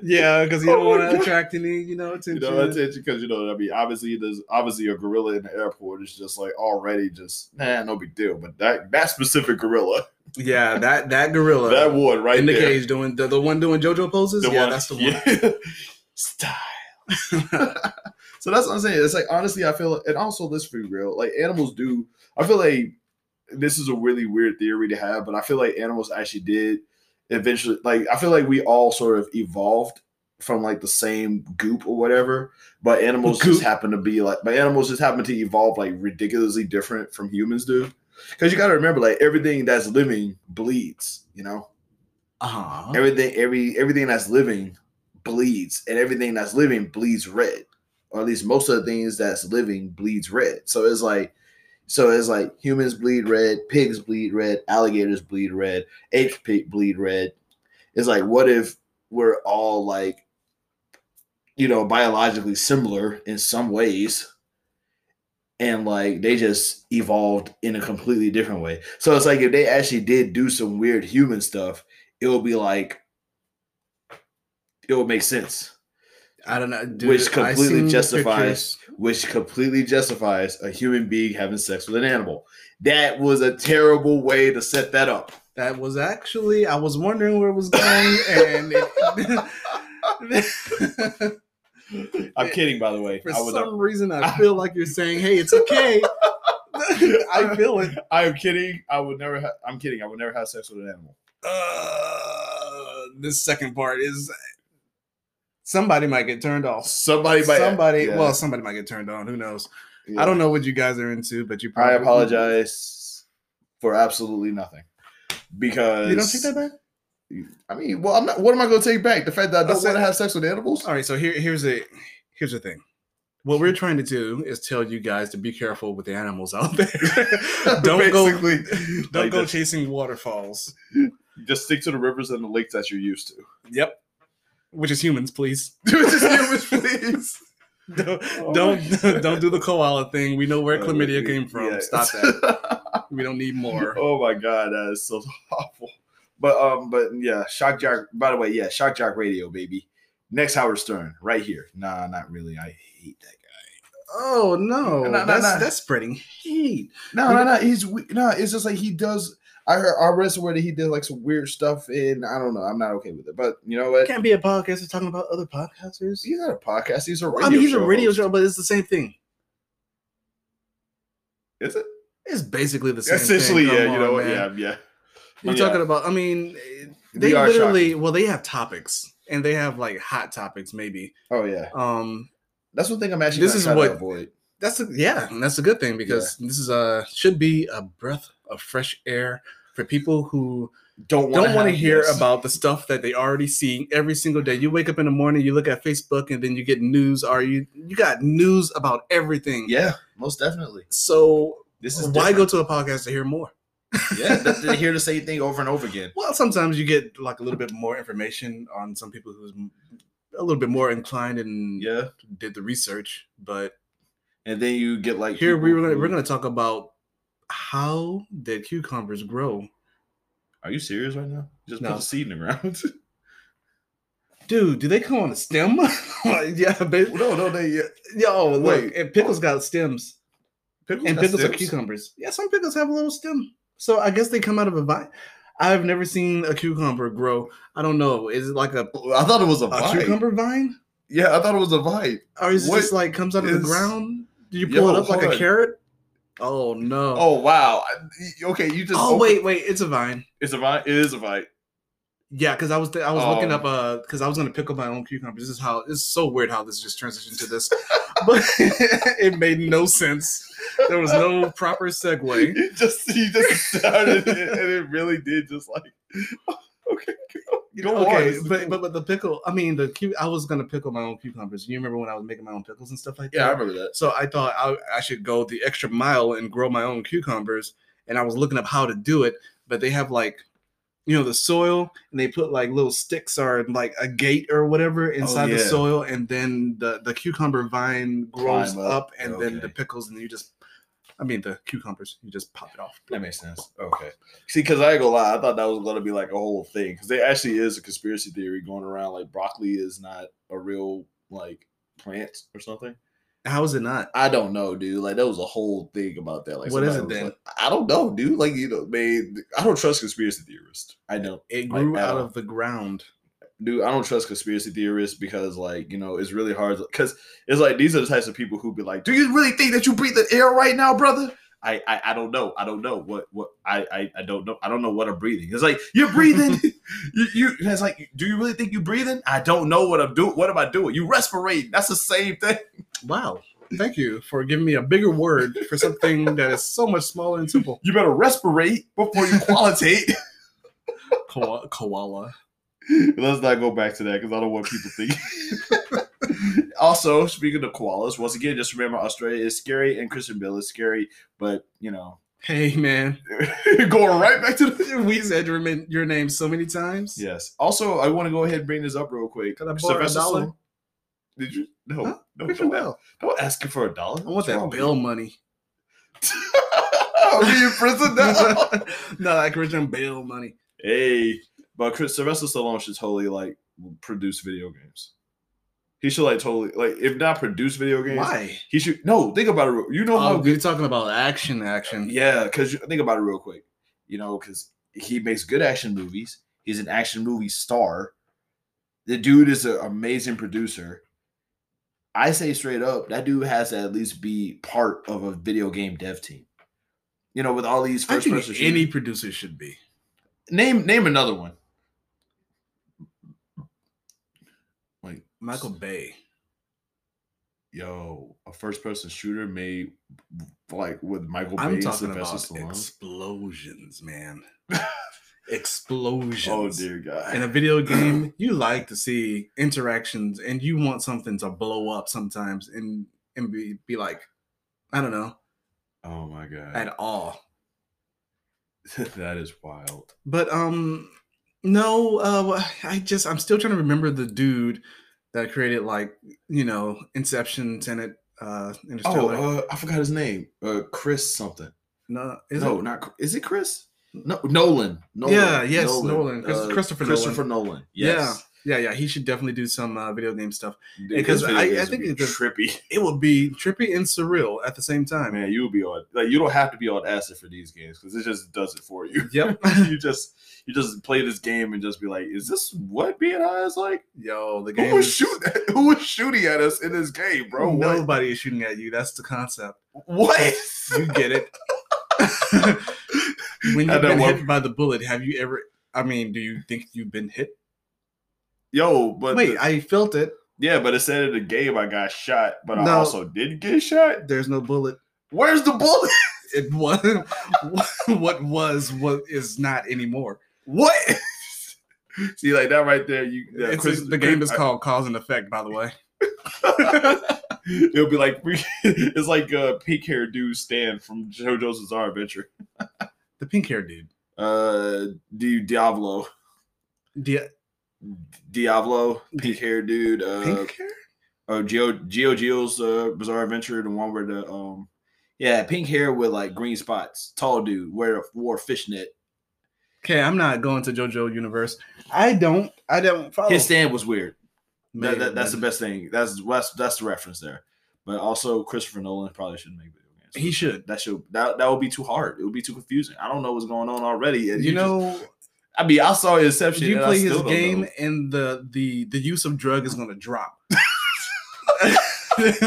[SPEAKER 2] yeah, because you
[SPEAKER 1] Oh
[SPEAKER 2] don't
[SPEAKER 1] my
[SPEAKER 2] want to
[SPEAKER 1] God.
[SPEAKER 2] attract any, you know, attention.
[SPEAKER 1] You know, attention because you know, I mean, obviously there's obviously a gorilla in the airport is just like already just nah, no big deal. But that that specific gorilla,
[SPEAKER 2] yeah, that that gorilla
[SPEAKER 1] that one right
[SPEAKER 2] in the
[SPEAKER 1] there,
[SPEAKER 2] cage doing the, the one doing JoJo poses.
[SPEAKER 1] the
[SPEAKER 2] yeah,
[SPEAKER 1] one-
[SPEAKER 2] that's the one.
[SPEAKER 1] yeah. Style. so that's what I'm saying. It's like honestly, I feel, and also let's be real. Like animals do. I feel like this is a really weird theory to have, but I feel like animals actually did eventually. Like I feel like we all sort of evolved from like the same goop or whatever, but animals
[SPEAKER 2] Goop.
[SPEAKER 1] just happen to be like. But animals just happen to evolve like ridiculously different from humans do. Because you got to remember, like everything that's living bleeds. You know,
[SPEAKER 2] Uh-huh.
[SPEAKER 1] everything every everything that's living bleeds and everything that's living bleeds red or at least most of the things that's living bleeds red so it's like so it's like humans bleed red pigs bleed red alligators bleed red apes pe- bleed red it's like what if we're all like you know biologically similar in some ways and like they just evolved in a completely different way so it's like if they actually did do some weird human stuff it will be like it would make sense,
[SPEAKER 2] I don't know, dude,
[SPEAKER 1] Which
[SPEAKER 2] I
[SPEAKER 1] completely
[SPEAKER 2] seen
[SPEAKER 1] justifies-
[SPEAKER 2] pictures-
[SPEAKER 1] which completely justifies a human being having sex with an animal. That was a terrible way to set that up.
[SPEAKER 2] That was actually I was wondering where it was going, and it-
[SPEAKER 1] I'm kidding, by the way.
[SPEAKER 2] for
[SPEAKER 1] I was.
[SPEAKER 2] some reason I feel like you're saying, "Hey, it's okay." I feel it.
[SPEAKER 1] I am kidding. I would never. Ha- I'm kidding. I would never have sex with an animal.
[SPEAKER 2] Uh, this second part is somebody might get turned off.
[SPEAKER 1] Somebody, might,
[SPEAKER 2] Somebody,
[SPEAKER 1] yeah,
[SPEAKER 2] well, somebody might get turned on. Who knows?
[SPEAKER 1] yeah.
[SPEAKER 2] I don't know what you guys are into, but you.
[SPEAKER 1] I
[SPEAKER 2] Probably,
[SPEAKER 1] apologize for absolutely nothing because
[SPEAKER 2] You don't take that back.
[SPEAKER 1] I mean, well, I'm not. What am I going to take back? The fact that I
[SPEAKER 2] I
[SPEAKER 1] don't
[SPEAKER 2] said-
[SPEAKER 1] want to have sex with animals.
[SPEAKER 2] All right, so here, here's a here's the thing. What we're trying to do is tell you guys to be careful with the animals out there. don't go
[SPEAKER 1] Basically,
[SPEAKER 2] don't
[SPEAKER 1] like
[SPEAKER 2] go
[SPEAKER 1] this.
[SPEAKER 2] chasing waterfalls.
[SPEAKER 1] Just stick to the rivers and the lakes that you're used to.
[SPEAKER 2] Yep. Which is humans, please.
[SPEAKER 1] Just humans, please.
[SPEAKER 2] Don't
[SPEAKER 1] Oh my
[SPEAKER 2] don't, don't do the koala thing. We know where
[SPEAKER 1] Uh,
[SPEAKER 2] chlamydia
[SPEAKER 1] we-
[SPEAKER 2] came from.
[SPEAKER 1] yeah.
[SPEAKER 2] Stop that. We don't need more.
[SPEAKER 1] oh my god, that is so awful. But um, but yeah, shock jock. By the way, yeah, shock jock radio, baby. Next Howard Stern, right here. Nah, not really. I hate that guy.
[SPEAKER 2] Oh no,
[SPEAKER 1] No, no,
[SPEAKER 2] that's
[SPEAKER 1] no.
[SPEAKER 2] that's spreading hate.
[SPEAKER 1] No, no, no. He's we- no. It's just like he does. I heard I read somewhere that he did like some weird stuff, and I don't know. I'm not okay with it. But you know what?
[SPEAKER 2] Can't be a podcaster talking about other podcasters.
[SPEAKER 1] He's not a podcast. He's a radio.
[SPEAKER 2] I mean, he's a
[SPEAKER 1] show
[SPEAKER 2] radio
[SPEAKER 1] host.
[SPEAKER 2] show, but it's the same thing.
[SPEAKER 1] Is it?
[SPEAKER 2] It's basically the same. thing.
[SPEAKER 1] Essentially,
[SPEAKER 2] Come
[SPEAKER 1] yeah. you
[SPEAKER 2] on,
[SPEAKER 1] know what?
[SPEAKER 2] man.
[SPEAKER 1] Yeah, yeah.
[SPEAKER 2] We're
[SPEAKER 1] Yeah.
[SPEAKER 2] talking about. I mean, they
[SPEAKER 1] We are
[SPEAKER 2] literally. Well, they have topics, and they have like hot topics, maybe.
[SPEAKER 1] Oh yeah.
[SPEAKER 2] Um,
[SPEAKER 1] That's one thing I'm actually.
[SPEAKER 2] This
[SPEAKER 1] gonna
[SPEAKER 2] is
[SPEAKER 1] try to
[SPEAKER 2] what-
[SPEAKER 1] avoid.
[SPEAKER 2] that's a, yeah, and that's a good thing because this is a should be a breath of fresh air for people who
[SPEAKER 1] Don't want
[SPEAKER 2] don't want to hear
[SPEAKER 1] about.
[SPEAKER 2] about the stuff that they already see every single day. You wake up in the morning, you look at Facebook, and then you get news. Are you you got news about everything?
[SPEAKER 1] Yeah, most definitely.
[SPEAKER 2] So
[SPEAKER 1] This is
[SPEAKER 2] why
[SPEAKER 1] different.
[SPEAKER 2] go to a podcast to hear more?
[SPEAKER 1] yeah, that- they hear the same thing over and over again.
[SPEAKER 2] Well, sometimes you get like a little bit more information on some people who's m- a little bit more inclined and
[SPEAKER 1] Yeah,
[SPEAKER 2] did the research. But
[SPEAKER 1] and then you get like
[SPEAKER 2] here we
[SPEAKER 1] people
[SPEAKER 2] were gonna, we're
[SPEAKER 1] who-
[SPEAKER 2] going to talk about how did cucumbers grow,
[SPEAKER 1] Are you serious right now? Just
[SPEAKER 2] No.
[SPEAKER 1] put a seed in the ground.
[SPEAKER 2] dude? Do they come on a stem? Like, yeah, baby.
[SPEAKER 1] no, no, they. Yeah.
[SPEAKER 2] Yo, look,
[SPEAKER 1] Wait.
[SPEAKER 2] and pickles got stems.
[SPEAKER 1] Pickles
[SPEAKER 2] and
[SPEAKER 1] got
[SPEAKER 2] pickles are
[SPEAKER 1] stems?
[SPEAKER 2] cucumbers. Yeah, some pickles have a little stem. So I guess they come out of a vine. I've never seen a cucumber grow. I don't know. Is it like a,
[SPEAKER 1] I thought it was a,
[SPEAKER 2] a
[SPEAKER 1] vine.
[SPEAKER 2] cucumber vine?
[SPEAKER 1] Yeah, I thought it was a vine.
[SPEAKER 2] Or is
[SPEAKER 1] What
[SPEAKER 2] it just like comes out of
[SPEAKER 1] is-
[SPEAKER 2] the ground? Do you
[SPEAKER 1] Yo,
[SPEAKER 2] pull it up like
[SPEAKER 1] hold
[SPEAKER 2] a
[SPEAKER 1] on.
[SPEAKER 2] carrot? Oh no.
[SPEAKER 1] Oh wow. I- Okay, you just.
[SPEAKER 2] Oh,
[SPEAKER 1] opened-
[SPEAKER 2] wait, wait, it's a vine.
[SPEAKER 1] it's a vine. It is a vine.
[SPEAKER 2] Yeah, because I was th- I was looking
[SPEAKER 1] Oh.
[SPEAKER 2] up uh because I was gonna pick up my own cucumbers. This is how it's so weird how this just transitioned to this, but it made no sense. There was no proper segue.
[SPEAKER 1] You just you just started it, and it really did just like. Okay, go, go on.
[SPEAKER 2] okay,
[SPEAKER 1] It's
[SPEAKER 2] but,
[SPEAKER 1] cool.
[SPEAKER 2] but but the pickle. I mean, the cu- I was gonna pickle my own cucumbers. You remember when I was making my own pickles and stuff like
[SPEAKER 1] yeah, I
[SPEAKER 2] that?
[SPEAKER 1] remember that.
[SPEAKER 2] So I thought I, I should go the extra mile and grow my own cucumbers. And I was looking up how to do it, but they have like, you know, the soil, and they put like little sticks or like a gate or whatever inside the
[SPEAKER 1] Oh, yeah.
[SPEAKER 2] soil, and then the the cucumber vine grows
[SPEAKER 1] Climb
[SPEAKER 2] up,
[SPEAKER 1] up,
[SPEAKER 2] and then the
[SPEAKER 1] okay.
[SPEAKER 2] pickles, and you just. I mean the cucumbers. You just pop it off.
[SPEAKER 1] That makes sense. Okay. See, because I ain't gonna lie, I thought that was gonna be like a whole thing. Because there actually is a conspiracy theory going around like broccoli is not a real like plant or something.
[SPEAKER 2] How is it not?
[SPEAKER 1] I don't know, dude. Like that was a whole thing about that. Like,
[SPEAKER 2] What is
[SPEAKER 1] somebody
[SPEAKER 2] it
[SPEAKER 1] was like, I don't know, dude. Like you know, man, I don't trust conspiracy theorists. I don't,
[SPEAKER 2] It grew
[SPEAKER 1] Like,
[SPEAKER 2] out
[SPEAKER 1] uh,
[SPEAKER 2] of the ground.
[SPEAKER 1] dude. I don't trust conspiracy theorists because, like, you know, it's really hard. Because it's like these are the types of people who be like, "Do you really think that you breathe the air right now, brother?" I, I, I don't know. I don't know what what I, I I don't know. I don't know what I'm breathing. It's like you're breathing. you, you it's like, do you really think you're breathing? I don't know what I'm doing. What am I doing? You respirating. That's the same thing.
[SPEAKER 2] Wow. Thank you for giving me a bigger word for something that is so much smaller and simple.
[SPEAKER 1] You better respirate before you qualitate.
[SPEAKER 2] Koala. koala.
[SPEAKER 1] Let's not go back to that because I don't want people thinking. also, speaking of koalas, once again, just remember Australia is scary and Christian Bill is scary, but you know,
[SPEAKER 2] Hey man,
[SPEAKER 1] going right back to the.
[SPEAKER 2] we said your, min- your name so many times.
[SPEAKER 1] Yes. Also, I want to go ahead and bring this up real quick.
[SPEAKER 2] Can I borrow a
[SPEAKER 1] Sylvester
[SPEAKER 2] dollar?
[SPEAKER 1] Stallone- Did you? No.
[SPEAKER 2] Huh?
[SPEAKER 1] No,
[SPEAKER 2] Christian
[SPEAKER 1] don't,
[SPEAKER 2] Bell.
[SPEAKER 1] don't ask him for a dollar.
[SPEAKER 2] I want that bill money.
[SPEAKER 1] Are we in prison now?
[SPEAKER 2] Not like Christian Bale money.
[SPEAKER 1] hey, but Chris, Sylvester Stallone should totally like produce video games. He should like totally like if not produce video games.
[SPEAKER 2] Why?
[SPEAKER 1] He should no. Think about it. You know how
[SPEAKER 2] Oh,
[SPEAKER 1] good.
[SPEAKER 2] you're talking about action, action.
[SPEAKER 1] Yeah, because think about it real quick. You know, because he makes good action movies. He's an action movie star. The dude is an amazing producer. I say straight up, that dude has to at least be part of a video game dev team. You know, with all these
[SPEAKER 2] I
[SPEAKER 1] first
[SPEAKER 2] think
[SPEAKER 1] person
[SPEAKER 2] any producer should be.
[SPEAKER 1] name name another one. Like
[SPEAKER 2] Michael Bay.
[SPEAKER 1] yo, a first person shooter made like with Michael Bay
[SPEAKER 2] I'm
[SPEAKER 1] and
[SPEAKER 2] talking
[SPEAKER 1] Sylvester
[SPEAKER 2] about
[SPEAKER 1] Stallone.
[SPEAKER 2] explosions, man. explosions.
[SPEAKER 1] Oh dear God.
[SPEAKER 2] In a video game, you like to see interactions and you want something to blow up sometimes and and be, be like, I don't know,
[SPEAKER 1] oh my God.
[SPEAKER 2] at all.
[SPEAKER 1] that is wild.
[SPEAKER 2] But um, no, uh, I just I'm still trying to remember the dude that created like you know Inception, Tenet, uh,
[SPEAKER 1] Oh,
[SPEAKER 2] Interstellar.
[SPEAKER 1] uh, I forgot his name. Uh, Chris something.
[SPEAKER 2] no, is
[SPEAKER 1] no,
[SPEAKER 2] it?
[SPEAKER 1] not Chris- is it Chris? No, Nolan. Nolan. uh,
[SPEAKER 2] Yeah, yes, Nolan. Chris- Christopher Nolan.
[SPEAKER 1] Christopher Nolan.
[SPEAKER 2] Yeah.
[SPEAKER 1] Yes.
[SPEAKER 2] Yeah, yeah, he should definitely do some uh, video game stuff.
[SPEAKER 1] Dude,
[SPEAKER 2] Because
[SPEAKER 1] his video
[SPEAKER 2] I- I
[SPEAKER 1] games
[SPEAKER 2] think
[SPEAKER 1] would be
[SPEAKER 2] it's-
[SPEAKER 1] trippy.
[SPEAKER 2] It would be trippy and surreal at the same time.
[SPEAKER 1] Man, you would be on like you don't have to be on acid for these games because it just does it for you.
[SPEAKER 2] Yep.
[SPEAKER 1] you just you just play this game and just be like, is this what being high is like?
[SPEAKER 2] Yo, the game.
[SPEAKER 1] Who was
[SPEAKER 2] is-
[SPEAKER 1] shooting? Who was shooting at us in this game, bro? What?
[SPEAKER 2] Oh, Nobody is shooting at you. That's the concept.
[SPEAKER 1] What?
[SPEAKER 2] You get it. when
[SPEAKER 1] I
[SPEAKER 2] you've
[SPEAKER 1] know
[SPEAKER 2] been
[SPEAKER 1] one-
[SPEAKER 2] hit by the bullet, have you ever? I mean, do you think you've been hit?
[SPEAKER 1] Yo, but
[SPEAKER 2] Wait, I felt it.
[SPEAKER 1] Yeah, but it said in the game I got shot, but I
[SPEAKER 2] No.
[SPEAKER 1] also didn't get shot.
[SPEAKER 2] There's no bullet.
[SPEAKER 1] Where's the bullet?
[SPEAKER 2] it was what was what is not anymore.
[SPEAKER 1] What? See, like that right there, you yeah,
[SPEAKER 2] it's
[SPEAKER 1] Chris-
[SPEAKER 2] the game is
[SPEAKER 1] Chris-
[SPEAKER 2] called Cause and Effect, by the way.
[SPEAKER 1] It'll be like it's like uh pink hair dude Stan from JoJo's Bizarre Adventure.
[SPEAKER 2] The pink hair dude.
[SPEAKER 1] Uh, do Diablo,
[SPEAKER 2] Dia-
[SPEAKER 1] Diablo, pink hair dude. Uh,
[SPEAKER 2] pink hair?
[SPEAKER 1] oh Geo Geo Geo's uh, Bizarre Adventure, the one where the um, yeah, pink hair with like green spots, tall dude, wear wore fishnet.
[SPEAKER 2] Okay, I'm not going to JoJo universe. I don't. I don't follow.
[SPEAKER 1] His stand was weird.
[SPEAKER 2] Maybe,
[SPEAKER 1] That, that, that's the
[SPEAKER 2] but
[SPEAKER 1] best thing. That's that's that's the reference there. But also, Christopher Nolan probably shouldn't make video games.
[SPEAKER 2] He should.
[SPEAKER 1] that should that that would be too hard. It would be too confusing. I don't know what's going on already. and
[SPEAKER 2] You
[SPEAKER 1] just-
[SPEAKER 2] know,
[SPEAKER 1] I mean, I saw Inception.
[SPEAKER 2] you
[SPEAKER 1] and I
[SPEAKER 2] play
[SPEAKER 1] still
[SPEAKER 2] his
[SPEAKER 1] don't
[SPEAKER 2] game,
[SPEAKER 1] know.
[SPEAKER 2] and the the the use of drug is gonna drop. it's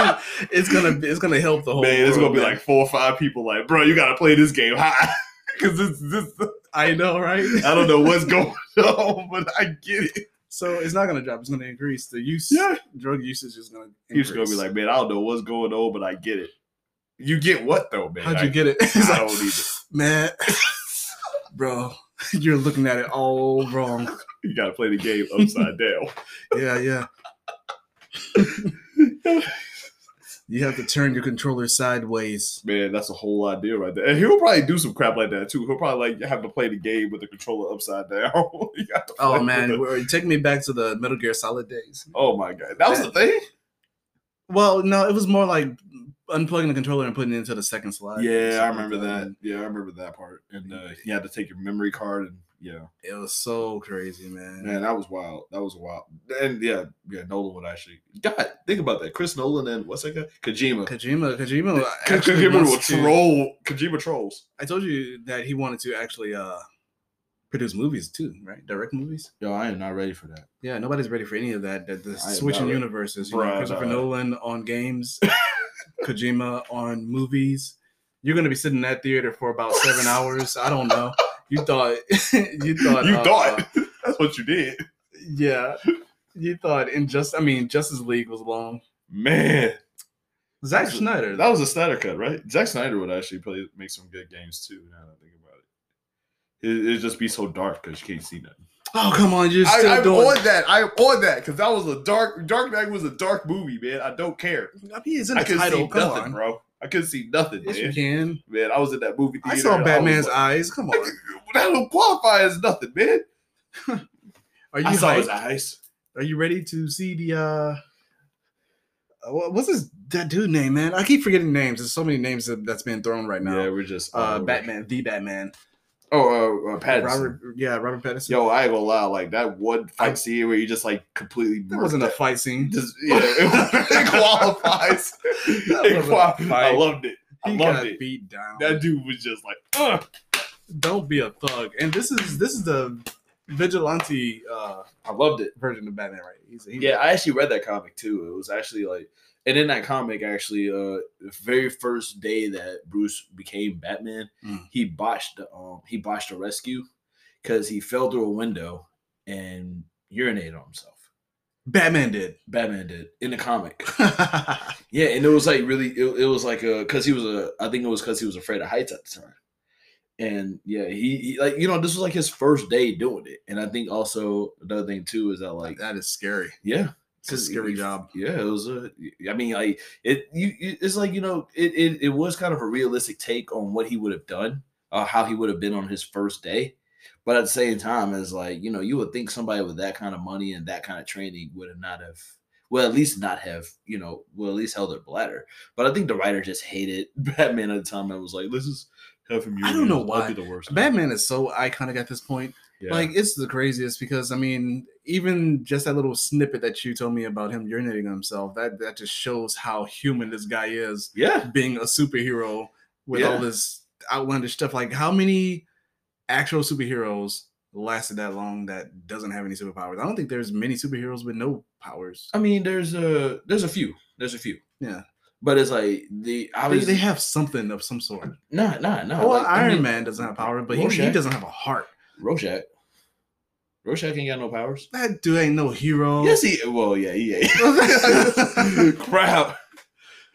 [SPEAKER 2] gonna it's gonna help the whole.
[SPEAKER 1] man. It's
[SPEAKER 2] world,
[SPEAKER 1] gonna be
[SPEAKER 2] Oh, man.
[SPEAKER 1] like four or five people. Like, bro, you gotta play this game high because this this.
[SPEAKER 2] I know, right?
[SPEAKER 1] I don't know what's going on, but I get it.
[SPEAKER 2] So it's not gonna drop. It's gonna increase. The use,
[SPEAKER 1] Yeah.
[SPEAKER 2] drug usage is gonna.
[SPEAKER 1] He's gonna be
[SPEAKER 2] increase.
[SPEAKER 1] like, man, I don't know what's going on, but I get it. You get what though, man?
[SPEAKER 2] How'd
[SPEAKER 1] I-
[SPEAKER 2] you get it? He's
[SPEAKER 1] I
[SPEAKER 2] like,
[SPEAKER 1] don't either.
[SPEAKER 2] Man, bro, you're looking at it all wrong.
[SPEAKER 1] You gotta play the game upside down.
[SPEAKER 2] Yeah, yeah. You have to turn your controller sideways.
[SPEAKER 1] Man, that's a whole idea right there. And he'll probably do some crap like that too. He'll probably like have to play the game with the controller upside down. You got to play
[SPEAKER 2] Oh
[SPEAKER 1] with
[SPEAKER 2] man,
[SPEAKER 1] the-
[SPEAKER 2] we're- take me back to the Metal Gear Solid days.
[SPEAKER 1] oh my god, that was the thing.
[SPEAKER 2] Well, no, it was more like unplugging the controller and putting it into the second slide.
[SPEAKER 1] Yeah, I
[SPEAKER 2] Something like
[SPEAKER 1] remember that. Yeah, I remember that part. And uh, you had to take your memory card and yeah,
[SPEAKER 2] It was so crazy, man.
[SPEAKER 1] man, that was wild. That was wild. And yeah, yeah, Nolan would actually. God, think about that. Chris Nolan and what's that guy? Kojima.
[SPEAKER 2] Kojima, Kojima, actually
[SPEAKER 1] Kojima
[SPEAKER 2] wants
[SPEAKER 1] will
[SPEAKER 2] to-
[SPEAKER 1] troll. Kojima trolls.
[SPEAKER 2] I told you that he wanted to actually uh produce movies too, right? Direct movies.
[SPEAKER 1] Yo, I am not ready for that.
[SPEAKER 2] Yeah, nobody's ready for any of that. That the
[SPEAKER 1] I am
[SPEAKER 2] switching
[SPEAKER 1] not-
[SPEAKER 2] universes, you know,
[SPEAKER 1] Bruh,
[SPEAKER 2] Christopher
[SPEAKER 1] nah.
[SPEAKER 2] Nolan on games, Kojima on movies. You're gonna be sitting in that theater for about seven hours. I don't know. You thought you thought
[SPEAKER 1] you
[SPEAKER 2] uh,
[SPEAKER 1] thought that's what you did,
[SPEAKER 2] yeah. You thought in just I mean Justice League was long.
[SPEAKER 1] man.
[SPEAKER 2] Zack
[SPEAKER 1] That's-
[SPEAKER 2] Snyder.
[SPEAKER 1] That was a Snyder cut, right? Zack Snyder would actually play make some good games too. Now that I think about it, it it'd just be so dark because you can't see nothing.
[SPEAKER 2] oh come on, you're still
[SPEAKER 1] I, am
[SPEAKER 2] doing
[SPEAKER 1] on that. I'm on that because that was a dark. Dark Knight was a dark movie, man. I don't care.
[SPEAKER 2] I mean it's in the
[SPEAKER 1] I couldn't
[SPEAKER 2] title.
[SPEAKER 1] see
[SPEAKER 2] Come
[SPEAKER 1] nothing,
[SPEAKER 2] on.
[SPEAKER 1] bro. I couldn't see nothing,
[SPEAKER 2] Yes, you
[SPEAKER 1] man.
[SPEAKER 2] can.
[SPEAKER 1] Man, I was in that movie
[SPEAKER 2] I
[SPEAKER 1] theater.
[SPEAKER 2] saw
[SPEAKER 1] and was
[SPEAKER 2] Batman's
[SPEAKER 1] like,
[SPEAKER 2] eyes. Come on.
[SPEAKER 1] That don't qualify as nothing, man.
[SPEAKER 2] Are you
[SPEAKER 1] I saw his
[SPEAKER 2] hyped?
[SPEAKER 1] eyes.
[SPEAKER 2] Are you ready to see the uh wha- what's his that dude name, man? I keep forgetting names. There's so many names that, that's been thrown right now.
[SPEAKER 1] Yeah, we're just
[SPEAKER 2] uh
[SPEAKER 1] all over.
[SPEAKER 2] Batman, the Batman.
[SPEAKER 1] Oh, uh, uh, Pattinson.
[SPEAKER 2] Robert yeah, Robert Pattinson.
[SPEAKER 1] Yo, I ain't gonna lie. Like that one fight
[SPEAKER 2] I-
[SPEAKER 1] scene where you just like completely
[SPEAKER 2] that wasn't
[SPEAKER 1] murked
[SPEAKER 2] a fight scene.
[SPEAKER 1] Just, yeah, it, it qualifies. It
[SPEAKER 2] was a
[SPEAKER 1] qualifies. I
[SPEAKER 2] fight.
[SPEAKER 1] loved it. I
[SPEAKER 2] He
[SPEAKER 1] loved
[SPEAKER 2] got
[SPEAKER 1] it.
[SPEAKER 2] beat down.
[SPEAKER 1] That dude was just like, Ugh.
[SPEAKER 2] Don't be a thug. And this is this is the vigilante uh
[SPEAKER 1] I loved it.
[SPEAKER 2] version of Batman, right? He's, he,
[SPEAKER 1] Yeah, I actually read that comic too. It was actually like, and in that comic, actually, uh, the very first day that Bruce became Batman,
[SPEAKER 2] Mm.
[SPEAKER 1] he botched the um he botched a rescue because he fell through a window and urinated on himself.
[SPEAKER 2] Batman did.
[SPEAKER 1] Batman did in the comic. Yeah, and it was like really, it, it was like a because he was a, I think it was because he was afraid of heights at the time, and yeah, he, he like you know this was like his first day doing it, and I think also another thing too is that like
[SPEAKER 2] that is scary.
[SPEAKER 1] yeah,
[SPEAKER 2] It's a scary
[SPEAKER 1] he-
[SPEAKER 2] job.
[SPEAKER 1] yeah, it was a, I mean like it, you, you- it's like you know it, it, it was kind of a realistic take on what he would have done, uh, how he would have been on his first day, but at the same time as like you know you would think somebody with that kind of money and that kind of training would have not have well, at least not have, you know, well, at least held their bladder. But I think the writer just hated Batman at the time and was like, let's just have him.
[SPEAKER 2] I don't know
[SPEAKER 1] urinate. That'd
[SPEAKER 2] why.
[SPEAKER 1] be the worst.
[SPEAKER 2] Batman is so iconic at this point.
[SPEAKER 1] Yeah.
[SPEAKER 2] Like it's the craziest because I mean, even just that little snippet that you told me about him urinating on himself, that that just shows how human this guy is
[SPEAKER 1] yeah,
[SPEAKER 2] being a superhero with all
[SPEAKER 1] Yeah.
[SPEAKER 2] this outlandish stuff. Like how many actual superheroes lasted that long that doesn't have any superpowers? I don't think there's many superheroes with no powers.
[SPEAKER 1] I mean, there's a, there's a few, there's a few.
[SPEAKER 2] Yeah.
[SPEAKER 1] But it's like the,
[SPEAKER 2] I mean,
[SPEAKER 1] obviously,
[SPEAKER 2] they have something of some sort.
[SPEAKER 1] nah, nah, nah.
[SPEAKER 2] well,
[SPEAKER 1] like, I
[SPEAKER 2] Iron
[SPEAKER 1] mean,
[SPEAKER 2] Man doesn't have power, but he, he
[SPEAKER 1] Rorschach.
[SPEAKER 2] doesn't have a heart.
[SPEAKER 1] Rorschach. Rorschach ain't got no powers.
[SPEAKER 2] That dude ain't no hero.
[SPEAKER 1] Yes, he, well, yeah, yeah. Crap.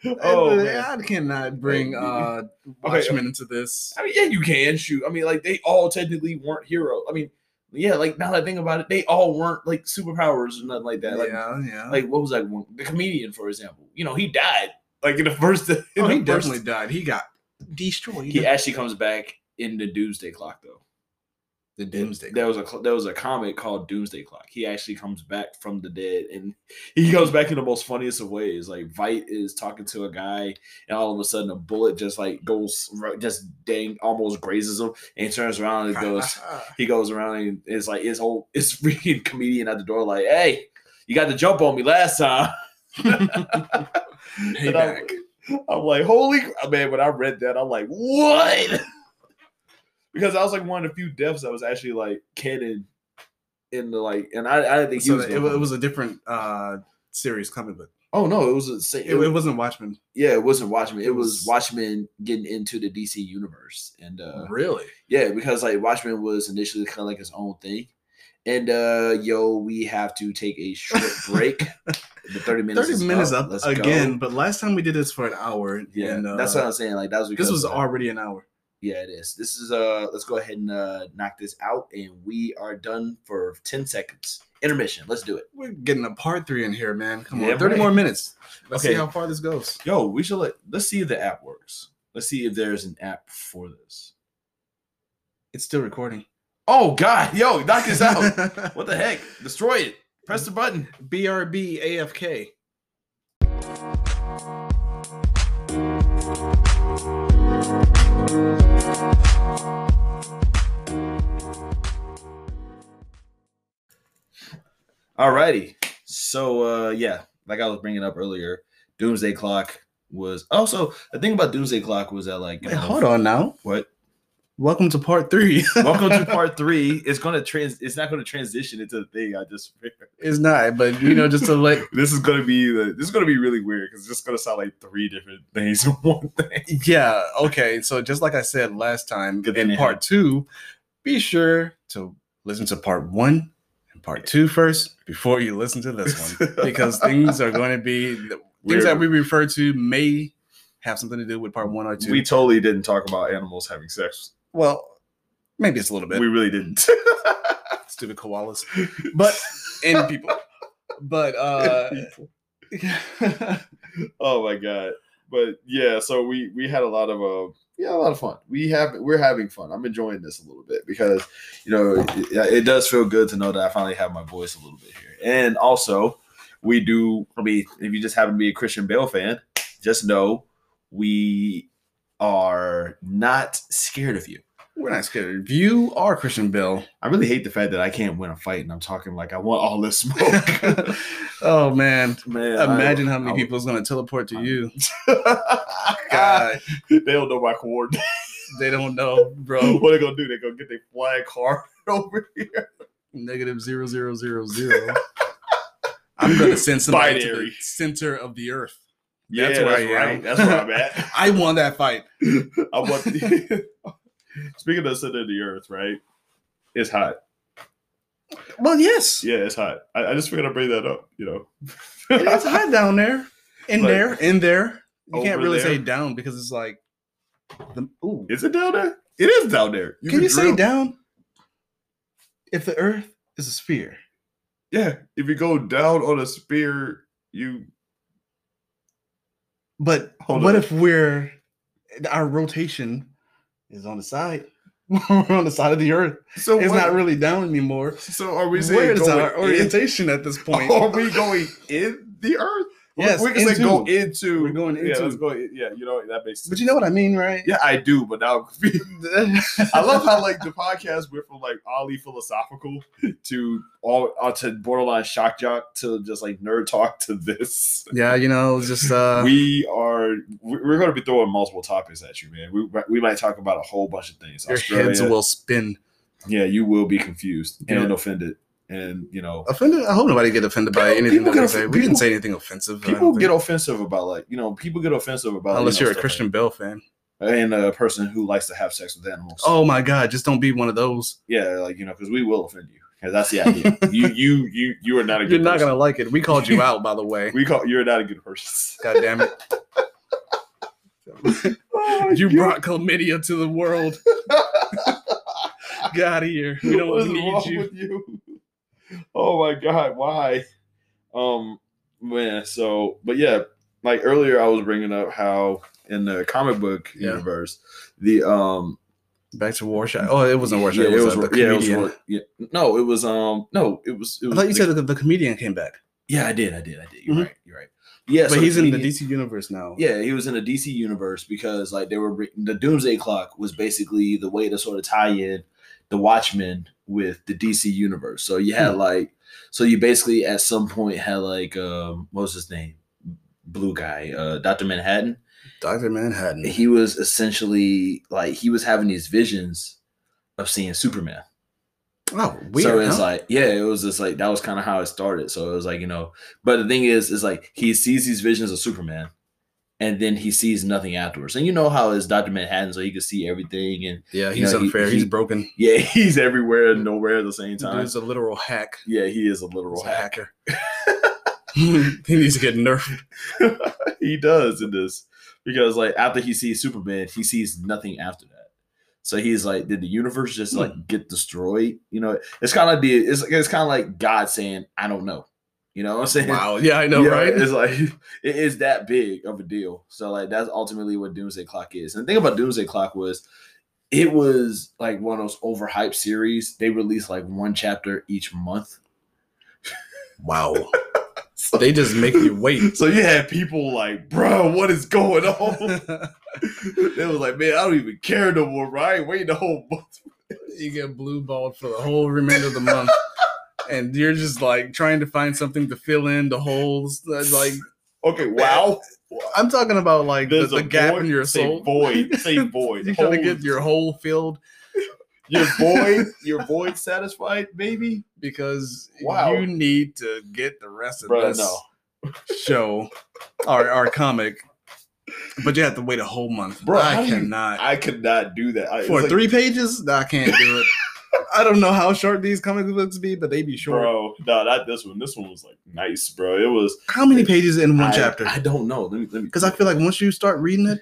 [SPEAKER 1] Oh,
[SPEAKER 2] Oh,
[SPEAKER 1] man.
[SPEAKER 2] I cannot bring uh, Watchmen into this.
[SPEAKER 1] I mean, yeah, you can shoot. I mean, like they all technically weren't heroes. I mean, yeah, like now that I think about it, they all weren't like superpowers or nothing like that. Like,
[SPEAKER 2] yeah, yeah.
[SPEAKER 1] like what was that one? The comedian, for example. You know, he died. Like in the first, in
[SPEAKER 2] oh,
[SPEAKER 1] the
[SPEAKER 2] he
[SPEAKER 1] first-
[SPEAKER 2] definitely died. He got destroyed.
[SPEAKER 1] he actually comes back in the Doomsday Clock though.
[SPEAKER 2] the doomsday.
[SPEAKER 1] There was a cl- there was a comic called Doomsday Clock. He actually comes back from the dead, and he comes back in the most funniest of ways. Like Vite is talking to a guy, and all of a sudden a bullet just like goes, ri- just dang, almost grazes him, and he turns around and goes. he goes around and it's like his whole his freaking comedian at the door like hey you got the jump on me last time And I'm,
[SPEAKER 2] Payback.
[SPEAKER 1] I'm like holy cr- man when i read that i'm like what because i was like one of the few deaths that was actually like canon in the like and i, I didn't think he
[SPEAKER 2] So
[SPEAKER 1] was
[SPEAKER 2] it,
[SPEAKER 1] the
[SPEAKER 2] wa- it
[SPEAKER 1] one.
[SPEAKER 2] was a different uh, series comic book.
[SPEAKER 1] oh no it was a sa-
[SPEAKER 2] It, it wasn't Watchmen.
[SPEAKER 1] yeah it wasn't watchmen it was
[SPEAKER 2] was-
[SPEAKER 1] watchmen getting into the dc universe and uh
[SPEAKER 2] really?
[SPEAKER 1] Yeah, because like Watchmen was initially kind of like his own thing. And uh yo, we have to take a short break. the 30 minutes.
[SPEAKER 2] Thirty
[SPEAKER 1] is
[SPEAKER 2] minutes
[SPEAKER 1] up.
[SPEAKER 2] up,
[SPEAKER 1] Let's go.
[SPEAKER 2] again. But last time we did this for an hour.
[SPEAKER 1] Yeah,
[SPEAKER 2] and, uh,
[SPEAKER 1] that's what I'm saying. Like that was because
[SPEAKER 2] This was
[SPEAKER 1] of that.
[SPEAKER 2] already an hour.
[SPEAKER 1] Yeah, it is. This is uh let's go ahead and uh knock this out and we are done for 10 seconds. Intermission. Let's do it.
[SPEAKER 2] We're getting a part three in here, man. Come
[SPEAKER 1] Yeah,
[SPEAKER 2] on, thirty
[SPEAKER 1] right.
[SPEAKER 2] more minutes. Let's see
[SPEAKER 1] Okay.
[SPEAKER 2] how far this goes.
[SPEAKER 1] Yo, we should let let's see if the app works. Let's see if there's an app for this.
[SPEAKER 2] It's still recording.
[SPEAKER 1] Oh god, yo, knock this out. what the heck? Destroy it. Press the button.
[SPEAKER 2] BRB AFK.
[SPEAKER 1] Alrighty. So uh yeah, like I was bringing up earlier, Doomsday Clock was also the thing about Doomsday Clock was that like you
[SPEAKER 2] Wait,
[SPEAKER 1] know,
[SPEAKER 2] hold on now.
[SPEAKER 1] what
[SPEAKER 2] Welcome to part three.
[SPEAKER 1] welcome to part three. It's gonna trans it's not gonna transition into the thing I just
[SPEAKER 2] it's not, but you know, just to let
[SPEAKER 1] this is gonna be the, this is gonna be really weird because it's just gonna sound like three different things in one thing.
[SPEAKER 2] yeah, okay. So just like I said last time
[SPEAKER 1] Good
[SPEAKER 2] in
[SPEAKER 1] thing it
[SPEAKER 2] part two, be sure to listen to part one and part two first before you listen to this one. because things are going to be things that we refer to may have something to do with part one or two.
[SPEAKER 1] we totally didn't talk about animals having sex.
[SPEAKER 2] well, maybe it's a little bit
[SPEAKER 1] We really didn't.
[SPEAKER 2] stupid koalas, but and people, but uh,
[SPEAKER 1] oh my god! But yeah, so we we had a lot of uh, we had a lot of fun. We have we're having fun. I'm enjoying this a little bit because you know it, it does feel good to know that I finally have my voice a little bit here, and also we do. I mean, if you just happen to be a Christian Bale fan, just know we are not scared of you.
[SPEAKER 2] we're not scared. If you are Christian Bill,
[SPEAKER 1] I really hate the fact that I can't win a fight, and I'm talking like I want all this smoke.
[SPEAKER 2] oh man,
[SPEAKER 1] Man, I-
[SPEAKER 2] imagine how many
[SPEAKER 1] I-
[SPEAKER 2] people is going to teleport to
[SPEAKER 1] I-
[SPEAKER 2] you.
[SPEAKER 1] God,
[SPEAKER 2] God,
[SPEAKER 1] they don't know my coordinates.
[SPEAKER 2] they don't know, bro.
[SPEAKER 1] what they gonna do? They gonna get their flag card over here.
[SPEAKER 2] Negative zero zero zero zero. I'm going to send somebody to the
[SPEAKER 1] Binary.
[SPEAKER 2] center of the earth.
[SPEAKER 1] Yeah,
[SPEAKER 2] That's
[SPEAKER 1] that's,
[SPEAKER 2] where
[SPEAKER 1] where
[SPEAKER 2] I
[SPEAKER 1] right.
[SPEAKER 2] am.
[SPEAKER 1] That's where I'm at.
[SPEAKER 2] I won that fight.
[SPEAKER 1] I want. The, speaking of center of the earth, right? It's hot.
[SPEAKER 2] Well, yes,
[SPEAKER 1] Yeah, it's hot. I, I just figured I'd bring that up. You know,
[SPEAKER 2] it's hot down there, in
[SPEAKER 1] Like,
[SPEAKER 2] there, in there. You can't
[SPEAKER 1] over
[SPEAKER 2] really
[SPEAKER 1] there?
[SPEAKER 2] say down because it's like, the, ooh,
[SPEAKER 1] is it down there? It is down there.
[SPEAKER 2] can you say
[SPEAKER 1] drill-
[SPEAKER 2] down? If the Earth is a sphere,
[SPEAKER 1] Yeah, if you go down on a spear, you
[SPEAKER 2] but
[SPEAKER 1] Hold
[SPEAKER 2] what
[SPEAKER 1] on.
[SPEAKER 2] if we're our rotation is on the side? we're on the side of the Earth.
[SPEAKER 1] so
[SPEAKER 2] It's
[SPEAKER 1] what-
[SPEAKER 2] not really down anymore.
[SPEAKER 1] So are we saying
[SPEAKER 2] Where is
[SPEAKER 1] going
[SPEAKER 2] our
[SPEAKER 1] in-
[SPEAKER 2] orientation at this point?
[SPEAKER 1] Are we going in the earth? We-
[SPEAKER 2] Yes,
[SPEAKER 1] we can say go
[SPEAKER 2] into.
[SPEAKER 1] into.
[SPEAKER 2] We're going
[SPEAKER 1] Yeah, let's
[SPEAKER 2] into.
[SPEAKER 1] go. in- Yeah, you know that makes.
[SPEAKER 2] But
[SPEAKER 1] Sense.
[SPEAKER 2] you know what I mean, right?
[SPEAKER 1] Yeah, I do, but now I'm confused. I love how like the podcast went from like oddly philosophical to all uh, to borderline shock jock to just like nerd talk to this.
[SPEAKER 2] yeah, you know, it's just uh,
[SPEAKER 1] we are we- we're going to be throwing multiple topics at you, man. We we might talk about a whole bunch of things.
[SPEAKER 2] your heads will spin.
[SPEAKER 1] yeah, you will be confused
[SPEAKER 2] You
[SPEAKER 1] and
[SPEAKER 2] know-
[SPEAKER 1] offended, and you know
[SPEAKER 2] offended. I hope nobody get offended by
[SPEAKER 1] People-
[SPEAKER 2] anything
[SPEAKER 1] people
[SPEAKER 2] that we
[SPEAKER 1] get
[SPEAKER 2] say.
[SPEAKER 1] off-
[SPEAKER 2] We didn't
[SPEAKER 1] people-
[SPEAKER 2] say anything offensive. I don't
[SPEAKER 1] people
[SPEAKER 2] think.
[SPEAKER 1] get offensive about like you know people get offensive about
[SPEAKER 2] unless
[SPEAKER 1] you know,
[SPEAKER 2] you're a
[SPEAKER 1] stuff
[SPEAKER 2] Christian Bell fan.
[SPEAKER 1] like- and a person who likes to have sex with animals.
[SPEAKER 2] Oh my God! Just don't be one of those.
[SPEAKER 1] yeah, like you know because we will offend you. 'Cause that's the idea. you you you you are not a good.
[SPEAKER 2] You're not
[SPEAKER 1] person.
[SPEAKER 2] gonna like it. We called you out, by the way.
[SPEAKER 1] We call you're not a good person.
[SPEAKER 2] God damn it! You brought chlamydia to the world. Get out of here. We
[SPEAKER 1] What is
[SPEAKER 2] don't need
[SPEAKER 1] wrong
[SPEAKER 2] you.
[SPEAKER 1] with you. Oh my god, why? Um, man. So, but yeah, like earlier, I was bringing up how in the comic book
[SPEAKER 2] Yeah.
[SPEAKER 1] universe, the um,
[SPEAKER 2] Back to Warshaw. Oh, it wasn't Warshaw.
[SPEAKER 1] yeah,
[SPEAKER 2] it was, uh, the
[SPEAKER 1] yeah, it was
[SPEAKER 2] comedian.
[SPEAKER 1] War- yeah, no, it was um, no, it was. It
[SPEAKER 2] I
[SPEAKER 1] was
[SPEAKER 2] thought you
[SPEAKER 1] the-
[SPEAKER 2] said the, the comedian came back,
[SPEAKER 1] Yeah, I did. I did. I did. You're
[SPEAKER 2] Mhm.
[SPEAKER 1] right. You're right. Yeah,
[SPEAKER 2] but he's in the
[SPEAKER 1] DC.
[SPEAKER 2] DC universe now.
[SPEAKER 1] Yeah, he was in the DC universe because like they were re- the Doomsday Clock was basically the way to sort of tie in the Watchmen with the DC universe. So you had like, so you basically at some point had like, um, what was his name, blue guy, uh, Doctor Manhattan.
[SPEAKER 2] Doctor Manhattan.
[SPEAKER 1] He was essentially like he was having these visions of seeing Superman
[SPEAKER 2] oh, weird.
[SPEAKER 1] so it's
[SPEAKER 2] huh?
[SPEAKER 1] like, yeah, it was just like that was kind of how it started. So it was like, you know, but the thing is, is like he sees these visions of Superman, and then he sees nothing afterwards. And you know how is Doctor Manhattan, so he can see everything, and
[SPEAKER 2] yeah,
[SPEAKER 1] you
[SPEAKER 2] he's
[SPEAKER 1] know, he-
[SPEAKER 2] unfair. he's
[SPEAKER 1] he-
[SPEAKER 2] broken.
[SPEAKER 1] yeah, he's everywhere and nowhere at the same time.
[SPEAKER 2] He's a literal hack.
[SPEAKER 1] Yeah, he is a
[SPEAKER 2] He's
[SPEAKER 1] literal
[SPEAKER 2] a
[SPEAKER 1] hack.
[SPEAKER 2] hacker. he needs to get nerfed.
[SPEAKER 1] he does in this because like after he sees Superman, he sees nothing after that. So he's like, did the universe
[SPEAKER 2] Hmm.
[SPEAKER 1] just like get destroyed? You know, it's kind of like the it's it's kind of like God saying, I don't know. You know what I'm saying?
[SPEAKER 2] Wow. Yeah, I know,
[SPEAKER 1] Yeah,
[SPEAKER 2] right?
[SPEAKER 1] It's like it is that big of a deal. So like that's ultimately what Doomsday Clock is. And the thing about Doomsday Clock was it was like one of those overhyped series. They released like one chapter each month.
[SPEAKER 2] Wow.
[SPEAKER 1] So,
[SPEAKER 3] They just make you wait.
[SPEAKER 1] so you had people like, bro, what is going on? they was like, man, I don't even care no more, bro. I ain't waiting the whole month.
[SPEAKER 2] you get blue balled for the whole remainder of the month. And you're just like trying to find something to fill in the holes. uh, Like
[SPEAKER 1] Okay, wow.
[SPEAKER 2] I'm talking about like the,
[SPEAKER 1] There's
[SPEAKER 2] the
[SPEAKER 1] a
[SPEAKER 2] gap
[SPEAKER 1] void.
[SPEAKER 2] in your
[SPEAKER 1] say
[SPEAKER 2] soul.
[SPEAKER 1] void. Say void.
[SPEAKER 2] You're trying to
[SPEAKER 1] Holes.
[SPEAKER 2] get your hole filled
[SPEAKER 1] your void, your void satisfied, baby.
[SPEAKER 2] because
[SPEAKER 1] Wow.
[SPEAKER 2] you need to get the rest of
[SPEAKER 1] Bro,
[SPEAKER 2] this
[SPEAKER 1] no.
[SPEAKER 2] show or our comic. But you have to wait a whole month.
[SPEAKER 1] Bro, how
[SPEAKER 2] I
[SPEAKER 1] do you-
[SPEAKER 2] cannot.
[SPEAKER 1] I could not do that. I,
[SPEAKER 2] For
[SPEAKER 1] it's like,
[SPEAKER 2] three pages, Nah, I can't do it. I don't know how short these comic books be, but they be short.
[SPEAKER 1] bro. No, not this one. This one was like nice, bro. It was
[SPEAKER 2] How many pages in one
[SPEAKER 1] I-
[SPEAKER 2] chapter?
[SPEAKER 1] I don't know. Let me let me
[SPEAKER 2] Because I feel like once you start reading it,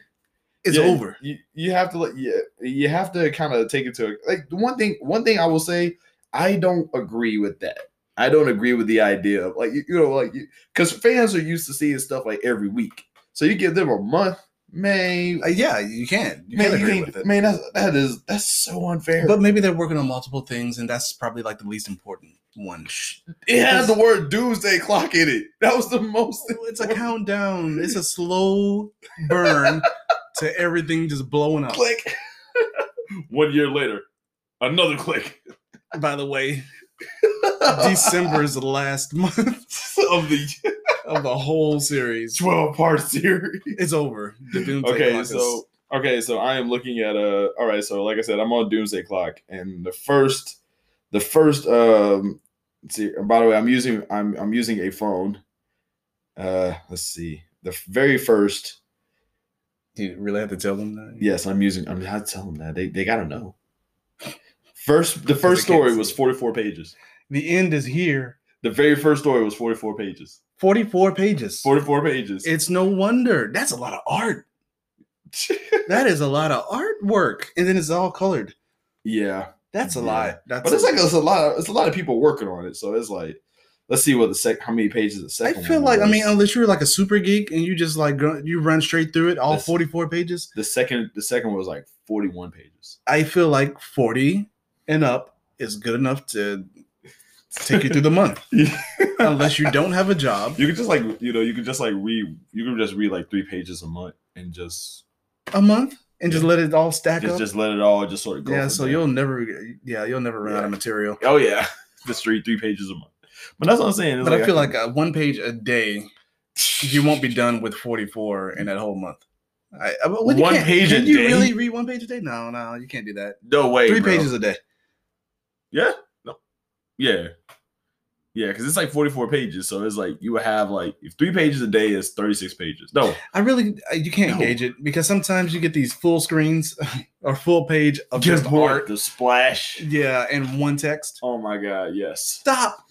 [SPEAKER 2] it's
[SPEAKER 1] Yeah,
[SPEAKER 2] over.
[SPEAKER 1] You, you have to let yeah, you have to kind of take it to like the one thing one thing I will say I don't agree with that. I don't agree with the idea of like you, you know like because fans are used to seeing stuff like every week, so you give them a month, man.
[SPEAKER 2] Uh, yeah, you can. You
[SPEAKER 1] man,
[SPEAKER 2] can
[SPEAKER 1] you
[SPEAKER 2] agree
[SPEAKER 1] ain't-
[SPEAKER 2] with it.
[SPEAKER 1] man, that's that is that's so unfair.
[SPEAKER 2] But maybe they're working on multiple things, and that's probably like the least important one.
[SPEAKER 1] it had the word doomsday clock in it. That was the most.
[SPEAKER 2] It's a countdown. It's a slow burn to everything just blowing up.
[SPEAKER 1] click. one year later, another click
[SPEAKER 2] By the way, December is the last month
[SPEAKER 1] of the
[SPEAKER 2] of the whole series.
[SPEAKER 1] twelve part series.
[SPEAKER 2] It's over. The Doomsday Clock
[SPEAKER 1] okay,
[SPEAKER 2] is-
[SPEAKER 1] so okay, so I am looking at uh all right, so like I said, I'm on Doomsday Clock, and the first, the first um, let's see. and By the way, I'm using I'm I'm using a phone. Uh, let's see. The very first,
[SPEAKER 2] do you really have to tell them that?
[SPEAKER 1] yes, I'm using. I'm not telling them that they they gotta know. First, the
[SPEAKER 2] can't
[SPEAKER 1] first story
[SPEAKER 2] see
[SPEAKER 1] was
[SPEAKER 2] it.
[SPEAKER 1] 44 pages.
[SPEAKER 2] The end is here.
[SPEAKER 1] The very first story was 44 pages.
[SPEAKER 2] Forty-four pages.
[SPEAKER 1] 44 pages.
[SPEAKER 2] It's no wonder. That's a lot of art. That is a lot of artwork, and then it's all colored.
[SPEAKER 1] yeah,
[SPEAKER 2] That's a
[SPEAKER 1] Yeah.
[SPEAKER 2] lot. That's
[SPEAKER 1] but it's like it's a lot. Of, it's a lot of people working on it, so it's like. Let's see what the sec how many pages the
[SPEAKER 2] I
[SPEAKER 1] second.
[SPEAKER 2] feel
[SPEAKER 1] one
[SPEAKER 2] like I
[SPEAKER 1] was.
[SPEAKER 2] mean, um, unless you're like a super geek and you just like go, you run straight through it, all
[SPEAKER 1] That's-
[SPEAKER 2] 44 pages.
[SPEAKER 1] The second the second one was like 41 pages.
[SPEAKER 2] I feel like 40 and up is good enough to take you through the month, unless you don't have a job.
[SPEAKER 1] you could just like you know, you could just like read you could just read like three pages a month and just
[SPEAKER 2] A month and just let it all stack
[SPEAKER 1] just,
[SPEAKER 2] up.
[SPEAKER 1] just let it all just sort of go.
[SPEAKER 2] yeah,
[SPEAKER 1] from
[SPEAKER 2] so
[SPEAKER 1] there.
[SPEAKER 2] you'll never, yeah, you'll never run out of material.
[SPEAKER 1] Oh yeah. Just read three pages a month. But that's what I'm saying. it's
[SPEAKER 2] But I feel
[SPEAKER 1] can-
[SPEAKER 2] like uh, one page a day, you won't be done with 44 in that whole month. I, I- well, you
[SPEAKER 1] One
[SPEAKER 2] can't-
[SPEAKER 1] page a
[SPEAKER 2] can you
[SPEAKER 1] day?
[SPEAKER 2] really read one page a day? No, no, you can't do that.
[SPEAKER 1] no way.
[SPEAKER 2] Three
[SPEAKER 1] bro.
[SPEAKER 2] pages a day.
[SPEAKER 1] Yeah? No. Yeah. Yeah, because it's like 44 pages. So it's like you would have like if three pages a day is 36 pages. No.
[SPEAKER 2] I really I- you can't
[SPEAKER 1] No.
[SPEAKER 2] gauge it because sometimes you get these full screens or full page of just
[SPEAKER 1] more
[SPEAKER 2] art.
[SPEAKER 1] the splash.
[SPEAKER 2] Yeah, and one text.
[SPEAKER 1] Oh my god, yes.
[SPEAKER 2] Stop.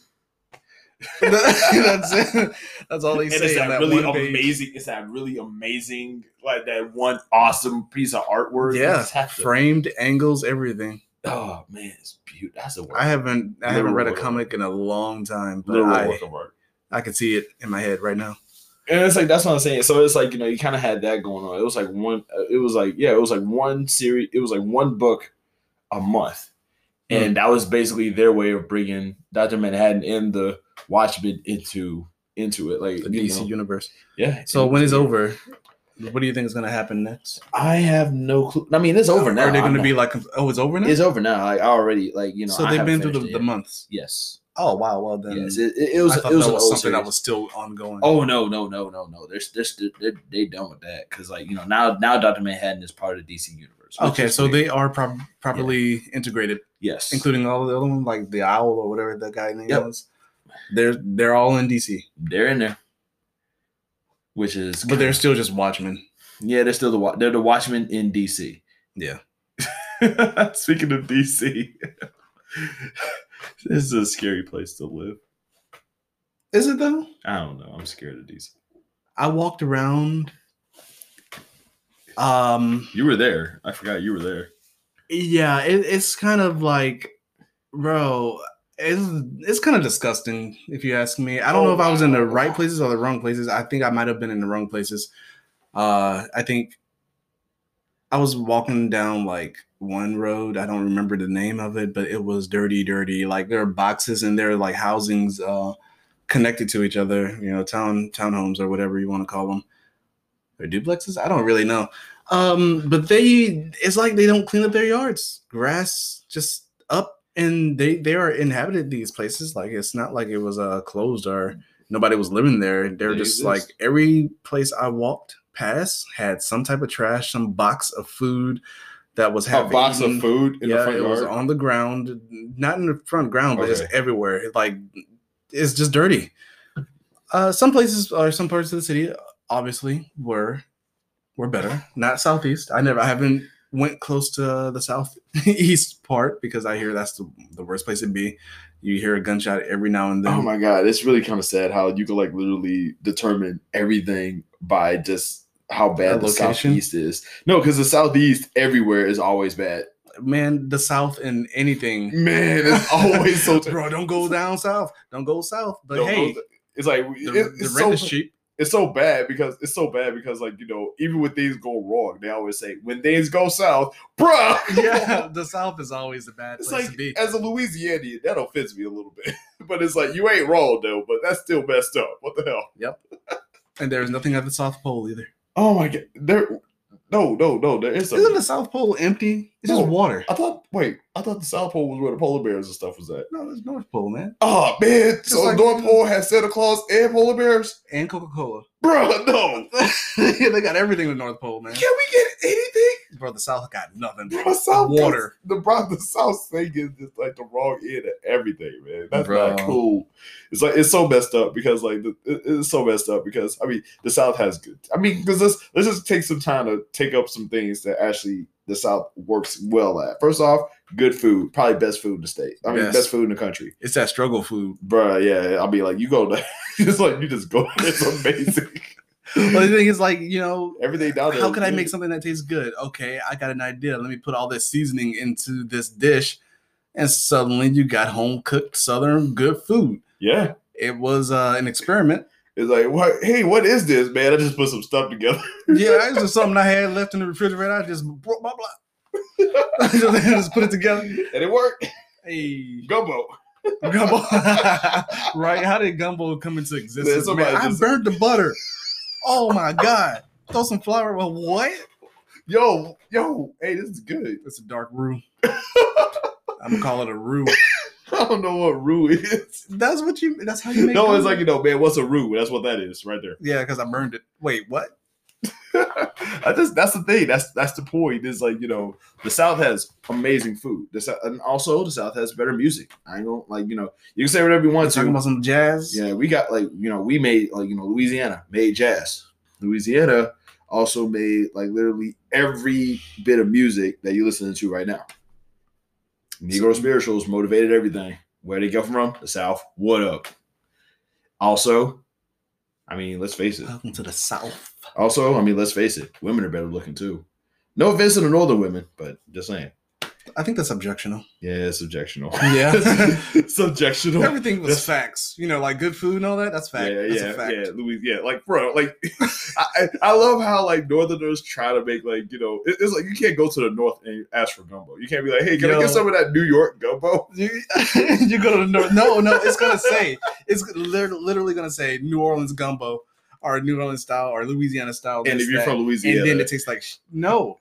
[SPEAKER 2] that's it. That's all they
[SPEAKER 1] and
[SPEAKER 2] say.
[SPEAKER 1] it's
[SPEAKER 2] in
[SPEAKER 1] that,
[SPEAKER 2] that
[SPEAKER 1] really
[SPEAKER 2] one page.
[SPEAKER 1] amazing. It's that really amazing, like that one awesome piece of artwork. You
[SPEAKER 2] Yeah,
[SPEAKER 1] just have to-
[SPEAKER 2] framed angles, everything.
[SPEAKER 1] oh man, it's beautiful. That's a work.
[SPEAKER 2] I haven't I
[SPEAKER 1] Literal
[SPEAKER 2] haven't read a
[SPEAKER 1] work of
[SPEAKER 2] comic in a long time, but
[SPEAKER 1] literal
[SPEAKER 2] I,
[SPEAKER 1] work of art.
[SPEAKER 2] I can see it in my head right now.
[SPEAKER 1] And it's like that's what I'm saying. So it's like you know you kind of had that going on. It was like one. uh, It was like yeah, it was like one series. It was like one book a month,
[SPEAKER 2] Hmm.
[SPEAKER 1] and that was basically their way of bringing Doctor Manhattan and the Watchmen into into it. Like
[SPEAKER 2] The
[SPEAKER 1] you
[SPEAKER 2] DC
[SPEAKER 1] know,
[SPEAKER 2] universe.
[SPEAKER 1] yeah.
[SPEAKER 2] So when it's
[SPEAKER 1] into-
[SPEAKER 2] over, what do you think is gonna happen next?
[SPEAKER 1] I have no clue. I mean, it's over now.
[SPEAKER 2] Are they
[SPEAKER 1] I'm
[SPEAKER 2] gonna
[SPEAKER 1] not-
[SPEAKER 2] be like oh it's over now?
[SPEAKER 1] It's over now. Like I already like you know.
[SPEAKER 2] so
[SPEAKER 1] I
[SPEAKER 2] they've
[SPEAKER 1] haven't
[SPEAKER 2] been through the,
[SPEAKER 1] finished
[SPEAKER 2] the
[SPEAKER 1] it yet.
[SPEAKER 2] months.
[SPEAKER 1] Yes.
[SPEAKER 2] Oh wow, well then
[SPEAKER 1] yes. It, it, it was.
[SPEAKER 2] I
[SPEAKER 1] It
[SPEAKER 2] thought
[SPEAKER 1] was,
[SPEAKER 2] that
[SPEAKER 1] an old
[SPEAKER 2] was something
[SPEAKER 1] series.
[SPEAKER 2] that was still ongoing.
[SPEAKER 1] Oh no no no no no! They're they're, st- they're they done with that because like you know now now Doctor Manhattan is part of DC universe. which
[SPEAKER 2] okay,
[SPEAKER 1] is
[SPEAKER 2] so
[SPEAKER 1] weird.
[SPEAKER 2] they are prob- properly integrated,
[SPEAKER 1] yes
[SPEAKER 2] including all the other ones, like the owl or whatever that guy name
[SPEAKER 1] Yep.
[SPEAKER 2] was. They're they're all in DC,
[SPEAKER 1] they're in there, which is
[SPEAKER 2] but they're
[SPEAKER 1] kinda-
[SPEAKER 2] still just Watchmen.
[SPEAKER 1] yeah they're still the Wa- they're the Watchmen in DC.
[SPEAKER 2] Yeah.
[SPEAKER 1] Speaking of DC, this is a scary place to live.
[SPEAKER 2] Is it though?
[SPEAKER 1] I don't know. I'm scared of DC.
[SPEAKER 2] I walked around. Um.
[SPEAKER 1] You were there. I forgot you were there.
[SPEAKER 2] Yeah, it, it's kind of like, bro. It's, it's kind of disgusting if you ask me. I don't know if I was in the right places or the wrong places. I think I might have been in the wrong places. Uh, I think I was walking down like one road. I don't remember the name of it, but it was dirty, dirty. Like there are boxes and there are like housings, uh, connected to each other, you know, town townhomes or whatever you want to call them, or duplexes. I don't really know. Um, but they, it's like they don't clean up their yards. Grass just up, and they they are inhabited these places. Like it's not like it was uh closed or nobody was living there. They're
[SPEAKER 4] They
[SPEAKER 2] just
[SPEAKER 4] exist.
[SPEAKER 2] like every place I walked past had some type of trash, some box of food that was
[SPEAKER 4] A
[SPEAKER 2] half
[SPEAKER 4] box
[SPEAKER 2] eaten
[SPEAKER 4] of food in
[SPEAKER 2] yeah,
[SPEAKER 4] the front
[SPEAKER 2] it
[SPEAKER 4] yard.
[SPEAKER 2] was on the ground, not in the front ground, but it's
[SPEAKER 4] Okay.
[SPEAKER 2] everywhere. It, Like it's just dirty. Uh, some places or some parts of the city obviously were were better. Not southeast. I never, I haven't went close to the southeast part because I hear that's the, the worst place to be. You hear a gunshot every now and then.
[SPEAKER 1] Oh my god, it's really kind of sad how you can like literally determine everything by just how bad
[SPEAKER 2] That
[SPEAKER 1] the
[SPEAKER 2] location?
[SPEAKER 1] southeast is. No, because the southeast everywhere is always bad.
[SPEAKER 2] Man, the south and anything.
[SPEAKER 1] Man, it's always so. terrible.
[SPEAKER 2] Bro, don't go down south. Don't go south. But
[SPEAKER 1] Don't go
[SPEAKER 2] hey,
[SPEAKER 1] th- it's like
[SPEAKER 2] the,
[SPEAKER 1] it-
[SPEAKER 2] the
[SPEAKER 1] it's,
[SPEAKER 2] rent
[SPEAKER 1] so,
[SPEAKER 2] is cheap.
[SPEAKER 1] it's so bad because it's so bad because like you know even when things go wrong they always say when things go south, bruh.
[SPEAKER 2] yeah, e-, the south is always a bad
[SPEAKER 1] It's
[SPEAKER 2] place
[SPEAKER 1] like
[SPEAKER 2] to be.
[SPEAKER 1] as a Louisianian that offends me a little bit, but it's like you ain't wrong though, but that's still messed up. What the hell?
[SPEAKER 2] And there's nothing at the South Pole either.
[SPEAKER 1] Oh my god, there. No, no, no. There is. a-
[SPEAKER 2] Isn't the South Pole empty? It's just
[SPEAKER 1] No.
[SPEAKER 2] water.
[SPEAKER 1] I thought. Wait, I thought the South Pole was where the polar bears and stuff was at.
[SPEAKER 2] No, there's North Pole, man.
[SPEAKER 1] Oh man, so
[SPEAKER 2] like-
[SPEAKER 1] North Pole has Santa Claus and polar bears,
[SPEAKER 2] And Coca Cola.
[SPEAKER 1] Bruh, No,
[SPEAKER 2] they got everything with North Pole, man.
[SPEAKER 1] can we get anything?
[SPEAKER 2] Bro, the South got nothing.
[SPEAKER 1] Bro, South
[SPEAKER 2] Water.
[SPEAKER 1] The bro, the South thing is just like the wrong end of everything, man. That's not
[SPEAKER 2] Bro.
[SPEAKER 1] cool. It's like it's so messed up because like the, it- it's so messed up because I mean the South has good. I mean because let's let's just take some time to take up some things that actually the South works well at. First off, good food, probably best food in the state. I mean
[SPEAKER 2] Best.
[SPEAKER 1] best food in the country,
[SPEAKER 2] It's that struggle food.
[SPEAKER 1] Bruh, Yeah, I mean like you go, it's like you just go. It's amazing.
[SPEAKER 2] Well, the thing is, like, you know,
[SPEAKER 1] Everything down there.
[SPEAKER 2] how can I make something that tastes good? Okay, I got an idea. Let me put all this seasoning into this dish. And suddenly you got home cooked Southern good food.
[SPEAKER 1] Yeah.
[SPEAKER 2] It was uh, an experiment.
[SPEAKER 1] It's like, what? Hey, what is this, man? I just put some stuff together.
[SPEAKER 2] Yeah, it's just something I had left in the refrigerator. I just broke my block. I just, I just put it together.
[SPEAKER 1] and it worked.
[SPEAKER 2] Hey,
[SPEAKER 1] Gumbo.
[SPEAKER 2] gumbo. right? How did gumbo come into
[SPEAKER 1] Man,
[SPEAKER 2] existence?
[SPEAKER 1] somebody
[SPEAKER 2] Man, I
[SPEAKER 1] just-
[SPEAKER 2] burned the butter. Oh my god! Throw some flour. Well, what?
[SPEAKER 1] Yo, yo, hey, this is good.
[SPEAKER 2] It's a dark roux. I'm gonna call it a roux.
[SPEAKER 1] I don't know what roux is.
[SPEAKER 2] That's what you. That's how you make.
[SPEAKER 1] No,
[SPEAKER 2] gumbo.
[SPEAKER 1] it's like, you know, man, what's a roux? That's what that is right there.
[SPEAKER 2] yeah, because I burned it. Wait, what?
[SPEAKER 1] I just that's the thing. That's that's the point. Is like, you know, the South has amazing food. The South, and also the South has better music. I ain't gonna like, you know, you can say whatever you
[SPEAKER 2] I'm
[SPEAKER 1] want
[SPEAKER 2] talking
[SPEAKER 1] to.
[SPEAKER 2] about some jazz.
[SPEAKER 1] Yeah, we got like, you know, we made like, you know, Louisiana made jazz. Louisiana also made like literally every bit of music that you're listening to right now. Negro spirituals motivated everything. Where they go from? The South. What up? Also, I mean, let's face it.
[SPEAKER 2] Welcome to the South.
[SPEAKER 1] Also, I mean, let's face it. Women are better looking too. No offense to the northern women, but just saying.
[SPEAKER 2] I think that's objectional.
[SPEAKER 1] Yeah, it's objectional.
[SPEAKER 2] Yeah.
[SPEAKER 1] subjectional.
[SPEAKER 2] Everything was
[SPEAKER 1] That's-
[SPEAKER 2] facts. You know, like good food and all that. That's fact.
[SPEAKER 1] Yeah,
[SPEAKER 2] that's
[SPEAKER 1] yeah,
[SPEAKER 2] a fact.
[SPEAKER 1] yeah, Louis. Yeah, like bro, like I, I- I love how like Northerners try to make like you know it- it's like you can't go to the North and ask for gumbo. You can't be like, hey, can I
[SPEAKER 2] Yo.
[SPEAKER 1] get some of that New York gumbo?
[SPEAKER 2] You, you go to the north. No, no, it's gonna say it's lit- literally gonna say New Orleans gumbo or New Orleans style or Louisiana style.
[SPEAKER 1] And
[SPEAKER 2] this,
[SPEAKER 1] if you're
[SPEAKER 2] that.
[SPEAKER 1] from Louisiana,
[SPEAKER 2] and then it tastes like sh- no,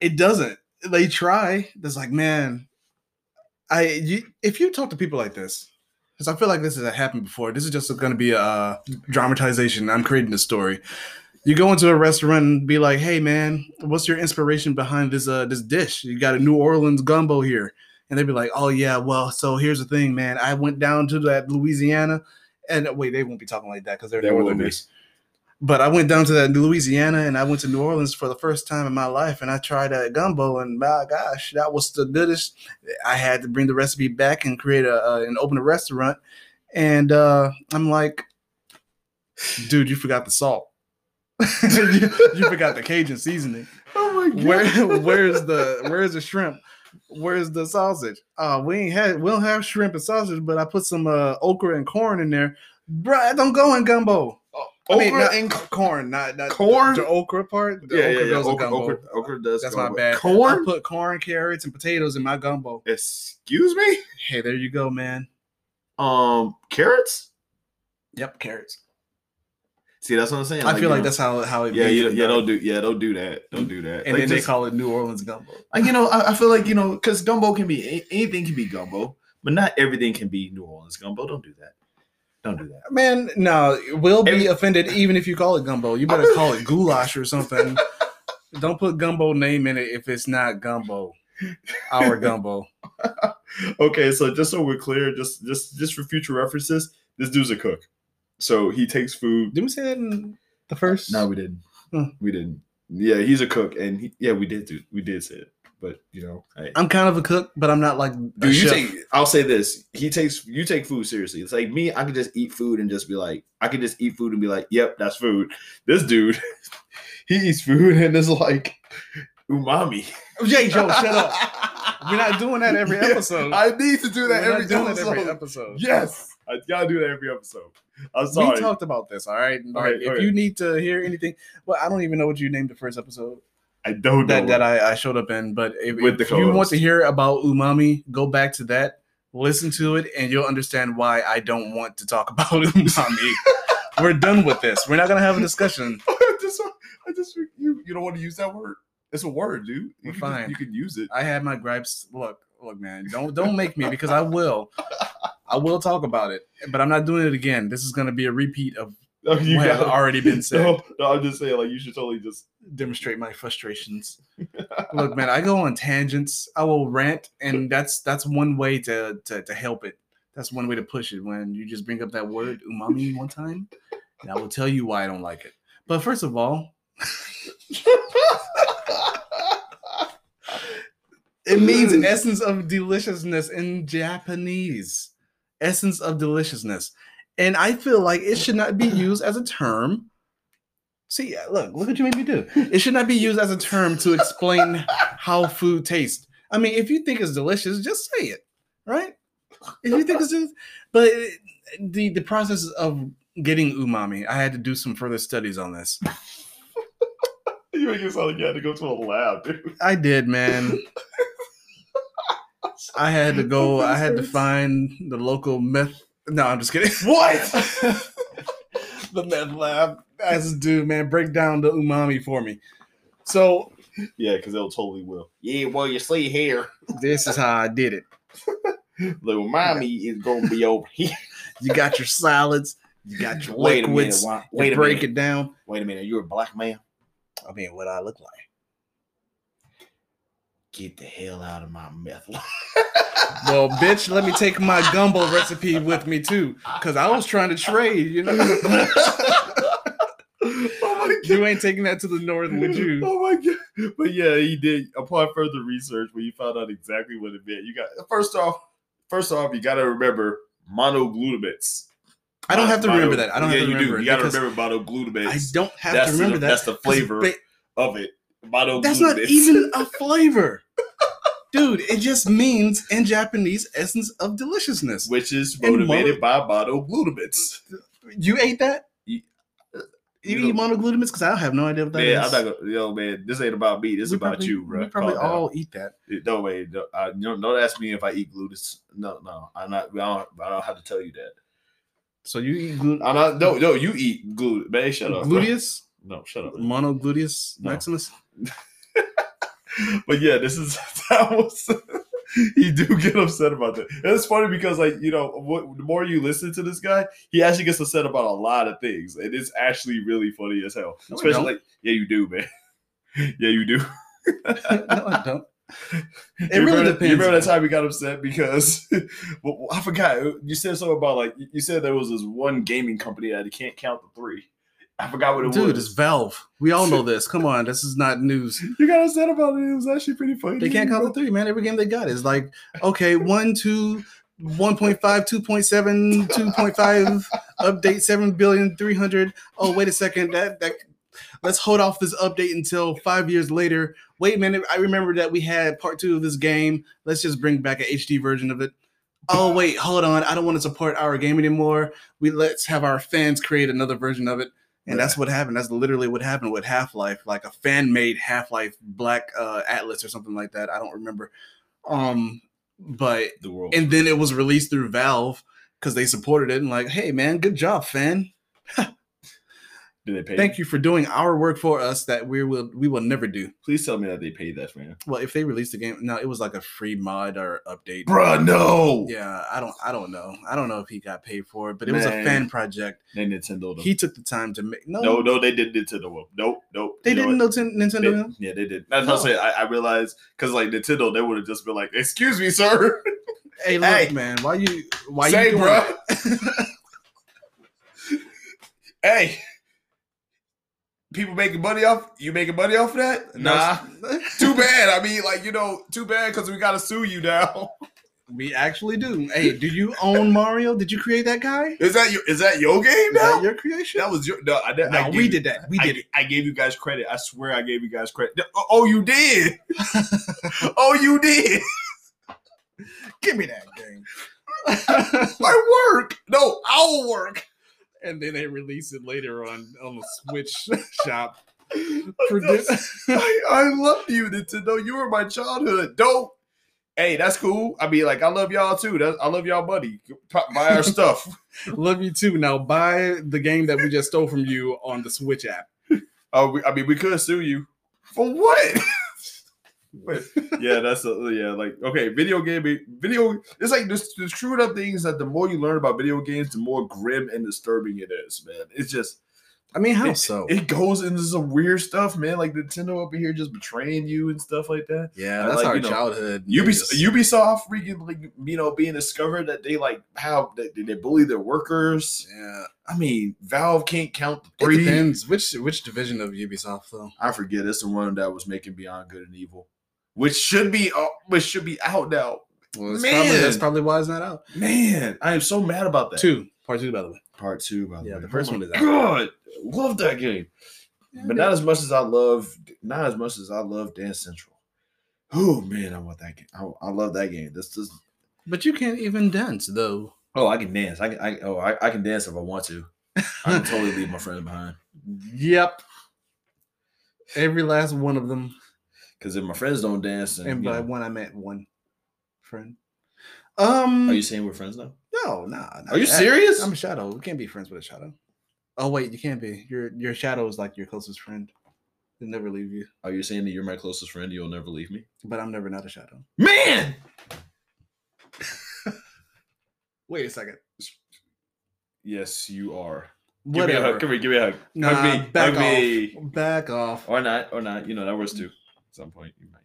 [SPEAKER 2] it doesn't. They try. It's like man, I you, if you talk to people like this, because I feel like this has happened before. This is just gonna be a uh, dramatization. I'm creating a story. You go into a restaurant and be like, "Hey, man, what's your inspiration behind this uh this dish? You got a New Orleans gumbo here." and they'd be like, "Oh yeah, well, so here's the thing, man. I went down to that Louisiana, and wait, they won't be talking like that because they're
[SPEAKER 1] They will be.
[SPEAKER 2] Northerners. But I went down to that Louisiana, and I went to New Orleans for the first time in my life, and I tried that gumbo, and my gosh, that was the goodest. I had to bring the recipe back and create a uh, and open a restaurant, and uh, I'm like, dude, you forgot the salt. you, you forgot the Cajun seasoning
[SPEAKER 1] oh my god,
[SPEAKER 2] where where's the where's the shrimp? Where's the sausage? Uh we ain't had we don't have shrimp and sausage, but I put some uh okra and corn in there. Bruh, that don't go in gumbo. I mean,
[SPEAKER 1] Okra
[SPEAKER 2] not in corn, not not
[SPEAKER 1] corn?
[SPEAKER 2] The okra part. The
[SPEAKER 1] yeah, yeah,
[SPEAKER 2] okra
[SPEAKER 1] yeah.
[SPEAKER 2] goes in
[SPEAKER 1] Okra,
[SPEAKER 2] gumbo.
[SPEAKER 1] okra, okra does.
[SPEAKER 2] That's
[SPEAKER 1] go
[SPEAKER 2] my
[SPEAKER 1] with-
[SPEAKER 2] bad. I
[SPEAKER 1] Corn.
[SPEAKER 2] put corn, carrots, and potatoes in my gumbo.
[SPEAKER 1] Excuse me.
[SPEAKER 2] Hey, there you go, man.
[SPEAKER 1] Um, carrots.
[SPEAKER 2] Yep, carrots.
[SPEAKER 1] See, that's what I'm saying.
[SPEAKER 2] I feel
[SPEAKER 1] you
[SPEAKER 2] like
[SPEAKER 1] know,
[SPEAKER 2] that's how how it.
[SPEAKER 1] yeah,
[SPEAKER 2] made
[SPEAKER 1] you,
[SPEAKER 2] it
[SPEAKER 1] yeah,
[SPEAKER 2] done.
[SPEAKER 1] don't do yeah, don't do that, don't do that.
[SPEAKER 2] and
[SPEAKER 1] Like,
[SPEAKER 2] then
[SPEAKER 1] just-
[SPEAKER 2] they call it New Orleans gumbo.
[SPEAKER 1] like you know, I, I feel like you know, because gumbo can be a- anything can be gumbo, but not everything can be New Orleans gumbo. Don't do that. Don't do that.
[SPEAKER 2] Man, no, we'll be
[SPEAKER 1] Every-
[SPEAKER 2] offended even if you call it gumbo. You better call it goulash or something. Don't put gumbo name in it if it's not gumbo. Our gumbo.
[SPEAKER 1] Okay, so just so we're clear, just just just for future references, this dude's a cook, so he takes food.
[SPEAKER 2] Didn't we say that in the first?
[SPEAKER 1] No, we didn't.
[SPEAKER 2] Hmm.
[SPEAKER 1] We didn't. Yeah, he's a cook, and he, yeah, we did do we did say it, but you know, hey.
[SPEAKER 2] I'm kind of a cook, but I'm not like. a
[SPEAKER 1] Dude, you
[SPEAKER 2] chef.
[SPEAKER 1] take. I'll say this: he takes you take food seriously. It's like me. I could just eat food and just be like, I could just eat food and be like, "Yep, that's food." This dude, he eats food and it's like umami.
[SPEAKER 2] Jay, yo, shut up. We're not doing that every
[SPEAKER 1] Yeah,
[SPEAKER 2] episode.
[SPEAKER 1] I need to do that
[SPEAKER 2] We're
[SPEAKER 1] every
[SPEAKER 2] not doing that
[SPEAKER 1] episode.
[SPEAKER 2] every episode.
[SPEAKER 1] Yes, I gotta do that every episode. I'm sorry.
[SPEAKER 2] We talked about this, all right? Like,
[SPEAKER 1] right,
[SPEAKER 2] if
[SPEAKER 1] okay.
[SPEAKER 2] you need to hear anything, well, I don't even know what you named the first episode
[SPEAKER 1] I don't know
[SPEAKER 2] that, that I, I showed up in, but if,
[SPEAKER 1] With the
[SPEAKER 2] if you want
[SPEAKER 1] co-host.
[SPEAKER 2] to hear about umami, go back to that, listen to it, and you'll understand why I don't want to talk about umami. We're done with this. We're not gonna have a discussion.
[SPEAKER 1] I just, I just, you, you don't want to use that word. It's a word, dude. You can
[SPEAKER 2] We're
[SPEAKER 1] just-
[SPEAKER 2] fine.
[SPEAKER 1] you can use it.
[SPEAKER 2] I had my gripes. Look, look, man, don't don't make me because I will. I will talk about it, but I'm not doing it again. This is gonna be a repeat of
[SPEAKER 1] No, you
[SPEAKER 2] what has
[SPEAKER 1] gotta-
[SPEAKER 2] already been said.
[SPEAKER 1] No, no, I'm just saying, like, you should totally just.
[SPEAKER 2] demonstrate my frustrations. Look, man, I go on tangents. I will rant, and that's that's one way to to, to help it. That's one way to push it. When you just bring up that word umami one time, and I will tell you why I don't like it. But first of all, it means essence of deliciousness in Japanese. Essence of deliciousness, and I feel like it should not be used as a term. See, look, look what you made me do. It should not be used as a term to explain how food tastes. I mean, if you think it's delicious, just say it, right? If you think it's just, but it- the the process of getting umami, I had to do some further studies on this.
[SPEAKER 1] You make it sound like you had to go to a lab, dude.
[SPEAKER 2] I did, man. I had to go. I had to find the local meth. No, I'm just kidding.
[SPEAKER 1] What?
[SPEAKER 2] the meth lab. As dude, man, break down the umami for me. So
[SPEAKER 1] yeah, because they'll totally will. Yeah, well, you see here,
[SPEAKER 2] this is how I did it.
[SPEAKER 1] little mommy is gonna be over here.
[SPEAKER 2] You got your salads, you got your liquids.
[SPEAKER 1] why-
[SPEAKER 2] you break it down.
[SPEAKER 1] Wait a minute. You're a black man.
[SPEAKER 2] I mean, what I look like.
[SPEAKER 1] Get the hell out of my meth.
[SPEAKER 2] Well, bitch, let me take my gumbo recipe with me too, because I was trying to trade. You know,
[SPEAKER 1] oh my
[SPEAKER 2] you ain't taking that to the north, would you?
[SPEAKER 1] Oh my god! But yeah, he did. Upon further research, when you found out exactly what it meant, you got first off, first off, you got to remember monoglutamates.
[SPEAKER 2] I don't have to
[SPEAKER 1] Mono-
[SPEAKER 2] remember that. I don't
[SPEAKER 1] yeah,
[SPEAKER 2] have to
[SPEAKER 1] you
[SPEAKER 2] remember.
[SPEAKER 1] do.
[SPEAKER 2] it
[SPEAKER 1] You got to
[SPEAKER 2] because
[SPEAKER 1] remember monoglutamates.
[SPEAKER 2] I don't have
[SPEAKER 1] That's
[SPEAKER 2] to remember
[SPEAKER 1] the-
[SPEAKER 2] that.
[SPEAKER 1] that's the
[SPEAKER 2] 'cause
[SPEAKER 1] flavor
[SPEAKER 2] ba-
[SPEAKER 1] of it. Monoglutamates.
[SPEAKER 2] That's not even a flavor, dude. It just means in Japanese essence of deliciousness.
[SPEAKER 1] which is
[SPEAKER 2] And mono-
[SPEAKER 1] motivated by monoglutamates.
[SPEAKER 2] You ate that?
[SPEAKER 1] You-
[SPEAKER 2] You eat monoglutamates? Because I have no idea what that is.
[SPEAKER 1] Man, I'm not gonna. Yo, man, this ain't about me. This is
[SPEAKER 2] We
[SPEAKER 1] about
[SPEAKER 2] probably-
[SPEAKER 1] you, bro.
[SPEAKER 2] We probably all eat that.
[SPEAKER 1] No way. No, I, don't, don't ask me if I eat gluten. No, no. I'm not. I don't, I don't have to tell you that.
[SPEAKER 2] So you eat glu-
[SPEAKER 1] I'm not. No, no. You eat gluten. Man, shut up. bro.
[SPEAKER 2] gluteus,
[SPEAKER 1] No, shut up.
[SPEAKER 2] monogluteus
[SPEAKER 1] No.
[SPEAKER 2] maximus.
[SPEAKER 1] But yeah, this is that was. he do get upset about that. And it's funny because like you know, what, the more you listen to this guy, he actually gets upset about a lot of things, and it's actually really funny as hell.
[SPEAKER 2] No, I
[SPEAKER 1] Especially
[SPEAKER 2] don't.
[SPEAKER 1] like, yeah, you do, man. yeah, you do.
[SPEAKER 2] no, I don't. It
[SPEAKER 1] You
[SPEAKER 2] really
[SPEAKER 1] remember-
[SPEAKER 2] depends.
[SPEAKER 1] You remember that time we got upset because well, I forgot you said something about like you said there was this one gaming company that you can't count the three. I forgot what it
[SPEAKER 2] Dude, it's
[SPEAKER 1] was.
[SPEAKER 2] Valve. We all know this. Come on, this is not news.
[SPEAKER 1] You got upset about it. It was actually pretty funny.
[SPEAKER 2] They can't count the three, man. Every game they got is like, okay, one, two, 1.5, 2.7, 2.5, update 7 billion, 300. Oh, wait a second. That, that, let's hold off this update until five years later. Wait a minute. I remember that we had part two of this game. Let's just bring back an HD version of it. Oh, wait, hold on. I don't want to support our game anymore. We let's have our fans create another version of it. And that's what happened. That's literally what happened with Half Life, like a fan made Half Life Black uh, Atlas or something like that. I don't remember. Um, but
[SPEAKER 1] the world.
[SPEAKER 2] and then it was released through Valve, because they supported it and like, hey man, good job, fan.
[SPEAKER 1] Did they pay?
[SPEAKER 2] Thank you for doing our work for us that we will we will never do.
[SPEAKER 1] Please tell me that they paid that fan.
[SPEAKER 2] Well, if they released the game, no, it was like a free mod or update.
[SPEAKER 1] Bruh, no.
[SPEAKER 2] Yeah, I don't I don't know. I don't know if he got paid for it, but it was a
[SPEAKER 1] Man.
[SPEAKER 2] fan project.
[SPEAKER 1] They Nintendo. them.
[SPEAKER 2] He took the time to make no,
[SPEAKER 1] no, no, they did Nintendo. them. Nope, nope.
[SPEAKER 2] they
[SPEAKER 1] You know
[SPEAKER 2] didn't
[SPEAKER 1] what?
[SPEAKER 2] know Tin- Nintendo.
[SPEAKER 1] They-
[SPEAKER 2] him.
[SPEAKER 1] yeah, they did. That's how I
[SPEAKER 2] No.
[SPEAKER 1] said. I, I realized because like Nintendo, they would have just been like, "Excuse me, sir."
[SPEAKER 2] Hey, look,
[SPEAKER 1] Hey.
[SPEAKER 2] man, why you why
[SPEAKER 1] Say,
[SPEAKER 2] you doing
[SPEAKER 1] bruh.
[SPEAKER 2] that?
[SPEAKER 1] hey, people making money off you making money off of that? too bad. I mean, like you know, too bad because we gotta sue you now.
[SPEAKER 2] we actually do. Hey, do you own Mario? Did you create that guy?
[SPEAKER 1] Is that your is that your game
[SPEAKER 2] Is that
[SPEAKER 1] now?
[SPEAKER 2] your creation?
[SPEAKER 1] That was your no. I, did- I
[SPEAKER 2] No,
[SPEAKER 1] gave
[SPEAKER 2] we
[SPEAKER 1] you-
[SPEAKER 2] did that. We
[SPEAKER 1] I-
[SPEAKER 2] did it.
[SPEAKER 1] I gave you guys credit. I swear, I gave you guys credit. Oh, oh, you did. oh, you did.
[SPEAKER 2] Give me that game.
[SPEAKER 1] My work. No, our work.
[SPEAKER 2] and then they release it later on on the Switch shop.
[SPEAKER 1] I, I love you, Nintendo. You were my childhood. Don't. Hey, that's cool. I mean, like, I love y'all too. That, I love y'all, buddy. Buy our stuff.
[SPEAKER 2] Love you too. Now buy the game that we just stole from you on the Switch app.
[SPEAKER 1] Oh, we, I mean, we could sue you for what? Wait, yeah, that's a, yeah. Like, okay, video gaming, video. It's like this. The screwed up thing is that the more you learn about video games, the more grim and disturbing it is, man. It's just
[SPEAKER 2] I mean, how
[SPEAKER 1] It-
[SPEAKER 2] so?
[SPEAKER 1] it goes into some weird stuff, man. Like Nintendo up in here just betraying you and stuff like that.
[SPEAKER 2] yeah,
[SPEAKER 1] I
[SPEAKER 2] that's
[SPEAKER 1] like,
[SPEAKER 2] our
[SPEAKER 1] you know,
[SPEAKER 2] childhood.
[SPEAKER 1] Ubis- Ubisoft freaking like you know being discovered that they like how they, they bully their workers.
[SPEAKER 2] yeah,
[SPEAKER 1] I mean, Valve can't count the
[SPEAKER 2] it
[SPEAKER 1] three.
[SPEAKER 2] depends which which division of Ubisoft though.
[SPEAKER 1] I forget. It's the one that was making Beyond Good and Evil, which should be uh, which should be out now.
[SPEAKER 2] Well, it's probably, that's
[SPEAKER 1] Man.
[SPEAKER 2] probably why it's not out.
[SPEAKER 1] Man, I am so mad about that.
[SPEAKER 2] Two part two by the way.
[SPEAKER 1] Part two, by the
[SPEAKER 2] Yeah,
[SPEAKER 1] way. Oh
[SPEAKER 2] the first one
[SPEAKER 1] my
[SPEAKER 2] is out.
[SPEAKER 1] God, love that game, but not as much as I love not as much as I love Dance Central. Oh man, I want that game. I, I love that game. This is
[SPEAKER 2] But you can't even dance though.
[SPEAKER 1] oh, I can dance. I can. I, oh, I, I can dance if I want to. I can totally leave my friends behind
[SPEAKER 2] Yep. Every last one of them.
[SPEAKER 1] because if my friends don't dance, then,
[SPEAKER 2] And
[SPEAKER 1] you
[SPEAKER 2] by
[SPEAKER 1] know-
[SPEAKER 2] one I meant one friend. Um
[SPEAKER 1] are you saying we're friends now?
[SPEAKER 2] No, nah. nah,
[SPEAKER 1] Are you
[SPEAKER 2] that-
[SPEAKER 1] serious?
[SPEAKER 2] I'm a shadow. We can't be friends with a shadow. Oh wait, you can't be. Your your shadow is like your closest friend. They never leave you.
[SPEAKER 1] Are you saying that you're my closest friend? You'll never leave me,
[SPEAKER 2] But I'm never not a shadow.
[SPEAKER 1] man.
[SPEAKER 2] Wait a second.
[SPEAKER 1] Yes, you are. Give me a
[SPEAKER 2] Whatever.
[SPEAKER 1] hug. Come here, give me a hug.
[SPEAKER 2] Nah,
[SPEAKER 1] hug me.
[SPEAKER 2] back
[SPEAKER 1] hug
[SPEAKER 2] off.
[SPEAKER 1] me.
[SPEAKER 2] Back off.
[SPEAKER 1] Or not, or not. You know, that works too. At some point you might.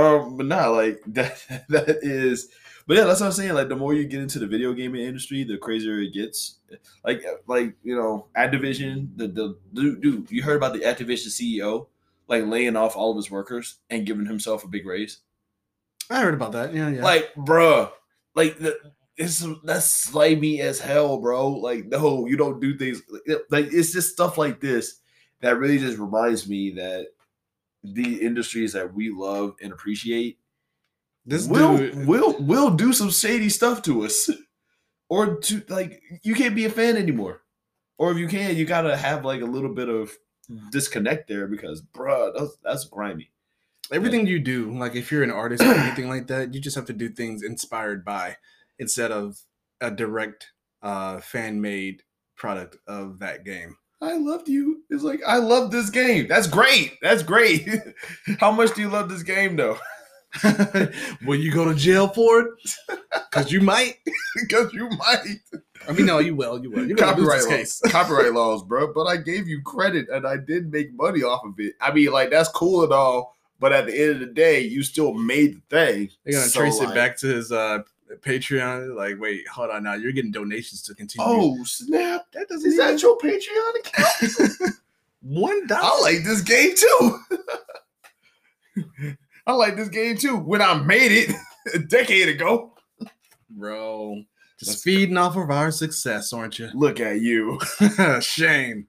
[SPEAKER 1] Um, but nah, like that that is but yeah, that's what I'm saying. Like the more you get into the video gaming industry, the crazier it gets. Like like, you know, Activision, the the dude, dude you heard about the Activision CEO like laying off all of his workers and giving himself a big raise.
[SPEAKER 2] I heard about that. Yeah, yeah.
[SPEAKER 1] Like, bruh, like the, it's that's slimy as hell, bro. Like, no, you don't do things like it's just stuff like this that really just reminds me that the industries that we love and appreciate
[SPEAKER 2] this
[SPEAKER 1] will
[SPEAKER 2] dude.
[SPEAKER 1] will will do some shady stuff to us, or to like you can't be a fan anymore, or if you can, you gotta have like a little bit of disconnect there because, bruh, that's that's grimy.
[SPEAKER 2] everything you do, like if you're an artist or anything like that, you just have to do things inspired by instead of a direct uh fan made product of that game.
[SPEAKER 1] I loved you. It's like I love this game. That's great. That's great. How much do you love this game though?
[SPEAKER 2] Will you go to jail for it? Cause you might.
[SPEAKER 1] because you might
[SPEAKER 2] I mean, no, you will. You will. You're gonna lose
[SPEAKER 1] copyright
[SPEAKER 2] this
[SPEAKER 1] laws,
[SPEAKER 2] case.
[SPEAKER 1] copyright laws, bro. But I gave you credit and I did make money off of it. I mean, like that's cool and all, but at the end of the day, you still made the thing.
[SPEAKER 2] They're gonna
[SPEAKER 1] So,
[SPEAKER 2] trace it
[SPEAKER 1] like,
[SPEAKER 2] back to his uh, Patreon. Like, wait, hold on. Now you're getting donations to continue.
[SPEAKER 1] Oh snap!
[SPEAKER 2] that doesn't.
[SPEAKER 1] Is that your Patreon account?
[SPEAKER 2] one dollar?
[SPEAKER 1] I like this game too. I like this game too. When I made it a decade ago.
[SPEAKER 2] Bro, just
[SPEAKER 1] That's-
[SPEAKER 2] feeding off of our success, aren't you?
[SPEAKER 1] look at you
[SPEAKER 2] Shame.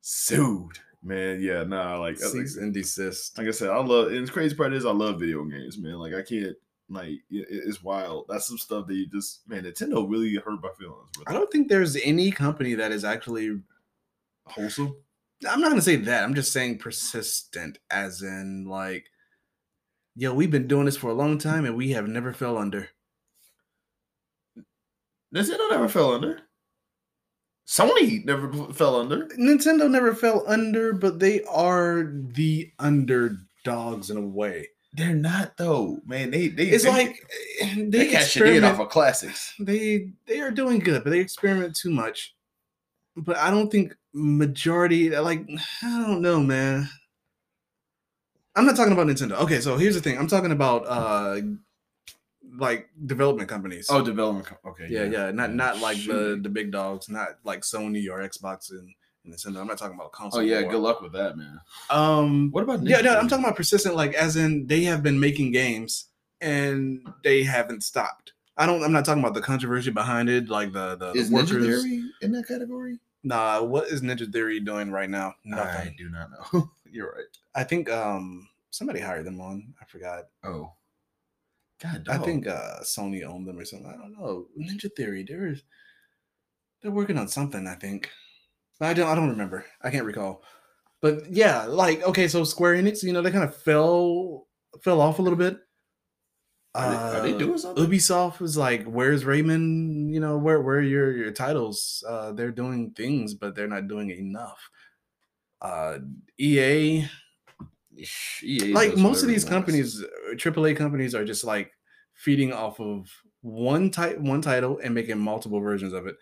[SPEAKER 1] sued man yeah nah like
[SPEAKER 2] Cease
[SPEAKER 1] like,
[SPEAKER 2] and desist.
[SPEAKER 1] like i said i love and the crazy part is i love video games man like i can't like it, it- it's wild that's some stuff that you just man nintendo really hurt my feelings with
[SPEAKER 2] I don't think there's any company that is actually.
[SPEAKER 1] wholesome
[SPEAKER 2] I'm not gonna say that. I'm just saying persistent, as in like, yo, we've been doing this for a long time and we have never fell under.
[SPEAKER 3] Nintendo never fell under. Sony never pl- fell under.
[SPEAKER 2] Nintendo never fell under, but they are the underdogs in a way.
[SPEAKER 3] They're not though, man. They they
[SPEAKER 2] It's
[SPEAKER 3] they-
[SPEAKER 2] like eh, they,
[SPEAKER 3] they cash it in
[SPEAKER 2] experiment.
[SPEAKER 3] off of classics.
[SPEAKER 2] they they are doing good, but they experiment too much. But I don't think majority like I don't know, man. I'm not talking about Nintendo. Okay, so here's the thing. I'm talking about uh like development companies.
[SPEAKER 3] Oh, development. co- Okay,
[SPEAKER 2] yeah, yeah. Not not like the
[SPEAKER 3] Shoot.
[SPEAKER 2] the big dogs, not like Sony or Xbox and, and Nintendo. I'm not talking about console.
[SPEAKER 3] Oh yeah,
[SPEAKER 2] war.
[SPEAKER 3] good luck with that, man.
[SPEAKER 2] Um
[SPEAKER 3] What about
[SPEAKER 2] yeah, no, I'm talking about persistent, like as in they have been making games and they haven't stopped. I don't. I'm not talking about the controversy behind it, like the
[SPEAKER 1] Uh,
[SPEAKER 2] the, the
[SPEAKER 3] Is Ninja Theory in that category?
[SPEAKER 2] Nah, what is Ninja Theory doing right now? Nothing.
[SPEAKER 3] do not know. You're right.
[SPEAKER 2] I think um somebody hired them on. I forgot.
[SPEAKER 3] Oh, God,
[SPEAKER 2] I
[SPEAKER 3] dog.
[SPEAKER 2] think uh Sony owned them or something. I don't know. Ninja Theory. There is. They're working on something. I think. I don't. I don't remember. I can't recall. But yeah, like okay, so Square Enix, you know, they kind of fell fell off a little bit.
[SPEAKER 3] are, they, are they
[SPEAKER 2] Uh,
[SPEAKER 3] doing something?
[SPEAKER 2] Ubisoft was like, "Where's Raymond? You know, where where are your your titles? Uh, they're doing things, but they're not doing enough." Uh, EA,
[SPEAKER 1] E
[SPEAKER 3] EA
[SPEAKER 2] like
[SPEAKER 3] does
[SPEAKER 2] most
[SPEAKER 3] whatever it
[SPEAKER 2] of these
[SPEAKER 3] wants.
[SPEAKER 2] companies, uh, AAA companies are just like feeding off of one type one title and making multiple versions of it.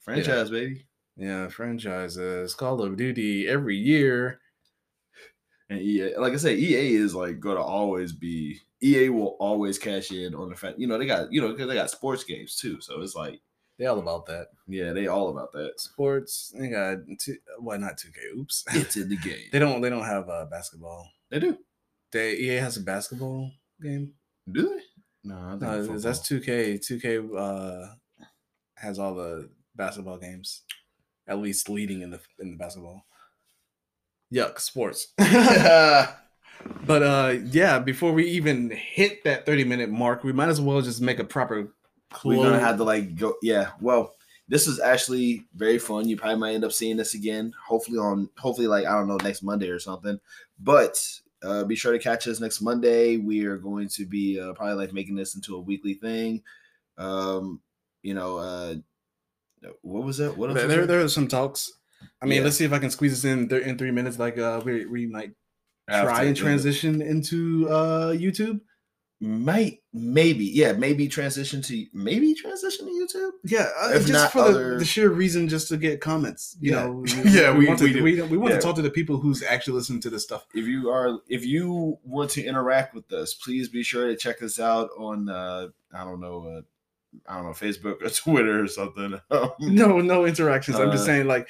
[SPEAKER 1] Franchise, baby.
[SPEAKER 2] Yeah, franchises, Call of Duty every year.
[SPEAKER 1] And EA, like I said, EA is like going to always be. EA will always cash in on the fact, you know, they got, you know, because they got sports games too. So it's like,
[SPEAKER 2] They all about that.
[SPEAKER 1] yeah, they all about that.
[SPEAKER 2] Sports, they got two, well, not two K. Oops,
[SPEAKER 1] It's in the game.
[SPEAKER 2] they don't. They don't have uh, basketball.
[SPEAKER 1] They do.
[SPEAKER 2] They EA has a basketball game.
[SPEAKER 1] Do they? No, I think
[SPEAKER 2] No,
[SPEAKER 1] football.
[SPEAKER 2] that's two K. Two K uh, has all the basketball games, at least leading in the in the basketball. Yuck, sports. but uh, yeah, before we even hit that thirty minute mark, we might as well just make a proper.
[SPEAKER 1] We're gonna
[SPEAKER 2] close-
[SPEAKER 1] have to like go. Yeah. Well, this was actually very fun. You probably might end up seeing this again. Hopefully on hopefully like I don't know next Monday or something. But uh, be sure to catch us next Monday. We are going to be uh, probably like making this into a weekly thing. Um, you know, uh, what was that? What else
[SPEAKER 2] There,
[SPEAKER 1] was
[SPEAKER 2] there,
[SPEAKER 1] that?
[SPEAKER 2] there are some talks. I mean,
[SPEAKER 1] Yeah.
[SPEAKER 2] let's see if I can squeeze this in th- in three minutes. Like uh, we we might
[SPEAKER 1] After
[SPEAKER 2] try and
[SPEAKER 1] the end of-
[SPEAKER 2] transition into uh YouTube.
[SPEAKER 1] Might maybe yeah maybe transition to maybe transition to YouTube.
[SPEAKER 2] Yeah, uh,
[SPEAKER 1] If
[SPEAKER 2] just
[SPEAKER 1] not
[SPEAKER 2] for the,
[SPEAKER 1] other-
[SPEAKER 2] the sheer reason, just to get comments. You
[SPEAKER 1] Yeah.
[SPEAKER 2] know,
[SPEAKER 3] Yeah, we-
[SPEAKER 2] want
[SPEAKER 3] we
[SPEAKER 2] to,
[SPEAKER 3] do.
[SPEAKER 2] we, don't- we want
[SPEAKER 1] Yeah.
[SPEAKER 2] to talk to the people who's actually listening to this stuff.
[SPEAKER 1] if you are if you want to interact with us please be sure to check us out on uh i don't know uh, i don't know facebook or twitter or something Um,
[SPEAKER 2] No, no interactions. I'm
[SPEAKER 1] Uh,
[SPEAKER 2] just saying, like,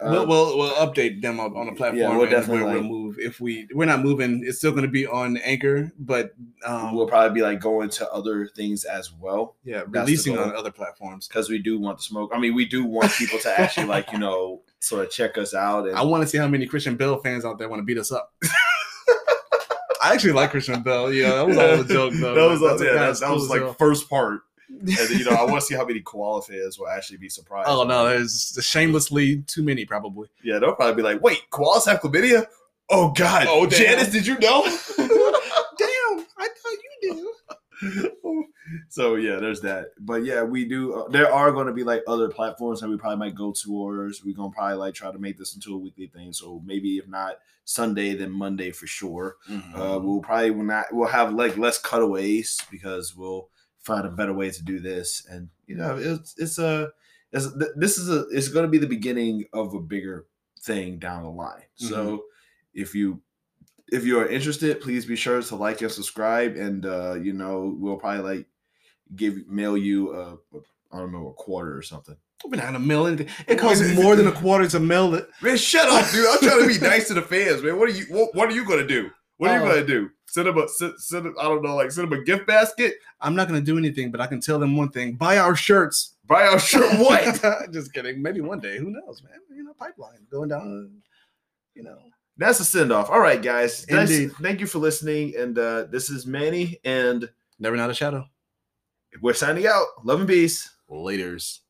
[SPEAKER 1] uh,
[SPEAKER 2] we'll, we'll we'll update them up on the platform.
[SPEAKER 1] we'll
[SPEAKER 2] and
[SPEAKER 1] definitely,
[SPEAKER 2] where we'll
[SPEAKER 1] like-
[SPEAKER 2] move if we we're not moving. It's still going to be on Anchor, but um,
[SPEAKER 1] we'll probably be like going to other things as well
[SPEAKER 2] yeah,
[SPEAKER 1] the
[SPEAKER 2] releasing
[SPEAKER 1] goal.
[SPEAKER 2] on other platforms.
[SPEAKER 1] because we do want the smoke i mean we do want people to actually like you know sort of check us out and
[SPEAKER 2] I want to see how many Christian Bell fans out there want to beat us up. I actually like Christian Bell. Yeah, that was all a joke. Though.
[SPEAKER 1] that was,
[SPEAKER 2] That's a
[SPEAKER 1] yeah,
[SPEAKER 2] guy
[SPEAKER 1] that,
[SPEAKER 2] that's
[SPEAKER 1] that
[SPEAKER 2] cool
[SPEAKER 1] was
[SPEAKER 2] as
[SPEAKER 1] like
[SPEAKER 2] hell.
[SPEAKER 1] first part and you know i want to see how many koala fans will actually be surprised
[SPEAKER 2] oh no, there's shamelessly too many probably.
[SPEAKER 1] yeah they'll probably be like wait koalas have chlamydia oh god
[SPEAKER 2] Oh, damn.
[SPEAKER 1] janice did you know
[SPEAKER 2] Damn, I thought you did.
[SPEAKER 1] so yeah, there's that. But yeah, we do. Uh, there are going to be like other platforms that we probably might go towards. We're gonna probably like try to make this into a weekly thing. So maybe if not Sunday, then Monday for sure. Uh, we'll probably will not. We'll have like less cutaways because we'll find a better way to do this. And you know, it's it's a it's, th- this is a it's going to be the beginning of a bigger thing down the line. So if you if you are interested, please be sure to like and subscribe. And uh, you know, we'll probably like give mail you a. a I don't know a quarter or something.
[SPEAKER 2] We're not gonna mail anything. It costs more than a quarter to mail it.
[SPEAKER 3] Man, shut up, dude. I'm trying to be nice to the fans, man. What are you? What, what are you gonna do? What are you
[SPEAKER 2] Oh.
[SPEAKER 3] gonna do? Send them a send, send them, I don't know, like send them a gift basket.
[SPEAKER 2] I'm not gonna do anything, but I can tell them one thing: buy our shirts.
[SPEAKER 3] Buy our shirt. What?
[SPEAKER 2] Just kidding. Maybe one day. Who knows, man? You know, pipeline going down. You know.
[SPEAKER 1] That's a send off. All right, guys. Thanks-
[SPEAKER 2] Indeed.
[SPEAKER 1] Thank you for listening. And uh, this is Manny, and
[SPEAKER 2] Never not a shadow.
[SPEAKER 1] we're signing out. Love and peace.
[SPEAKER 2] Later's.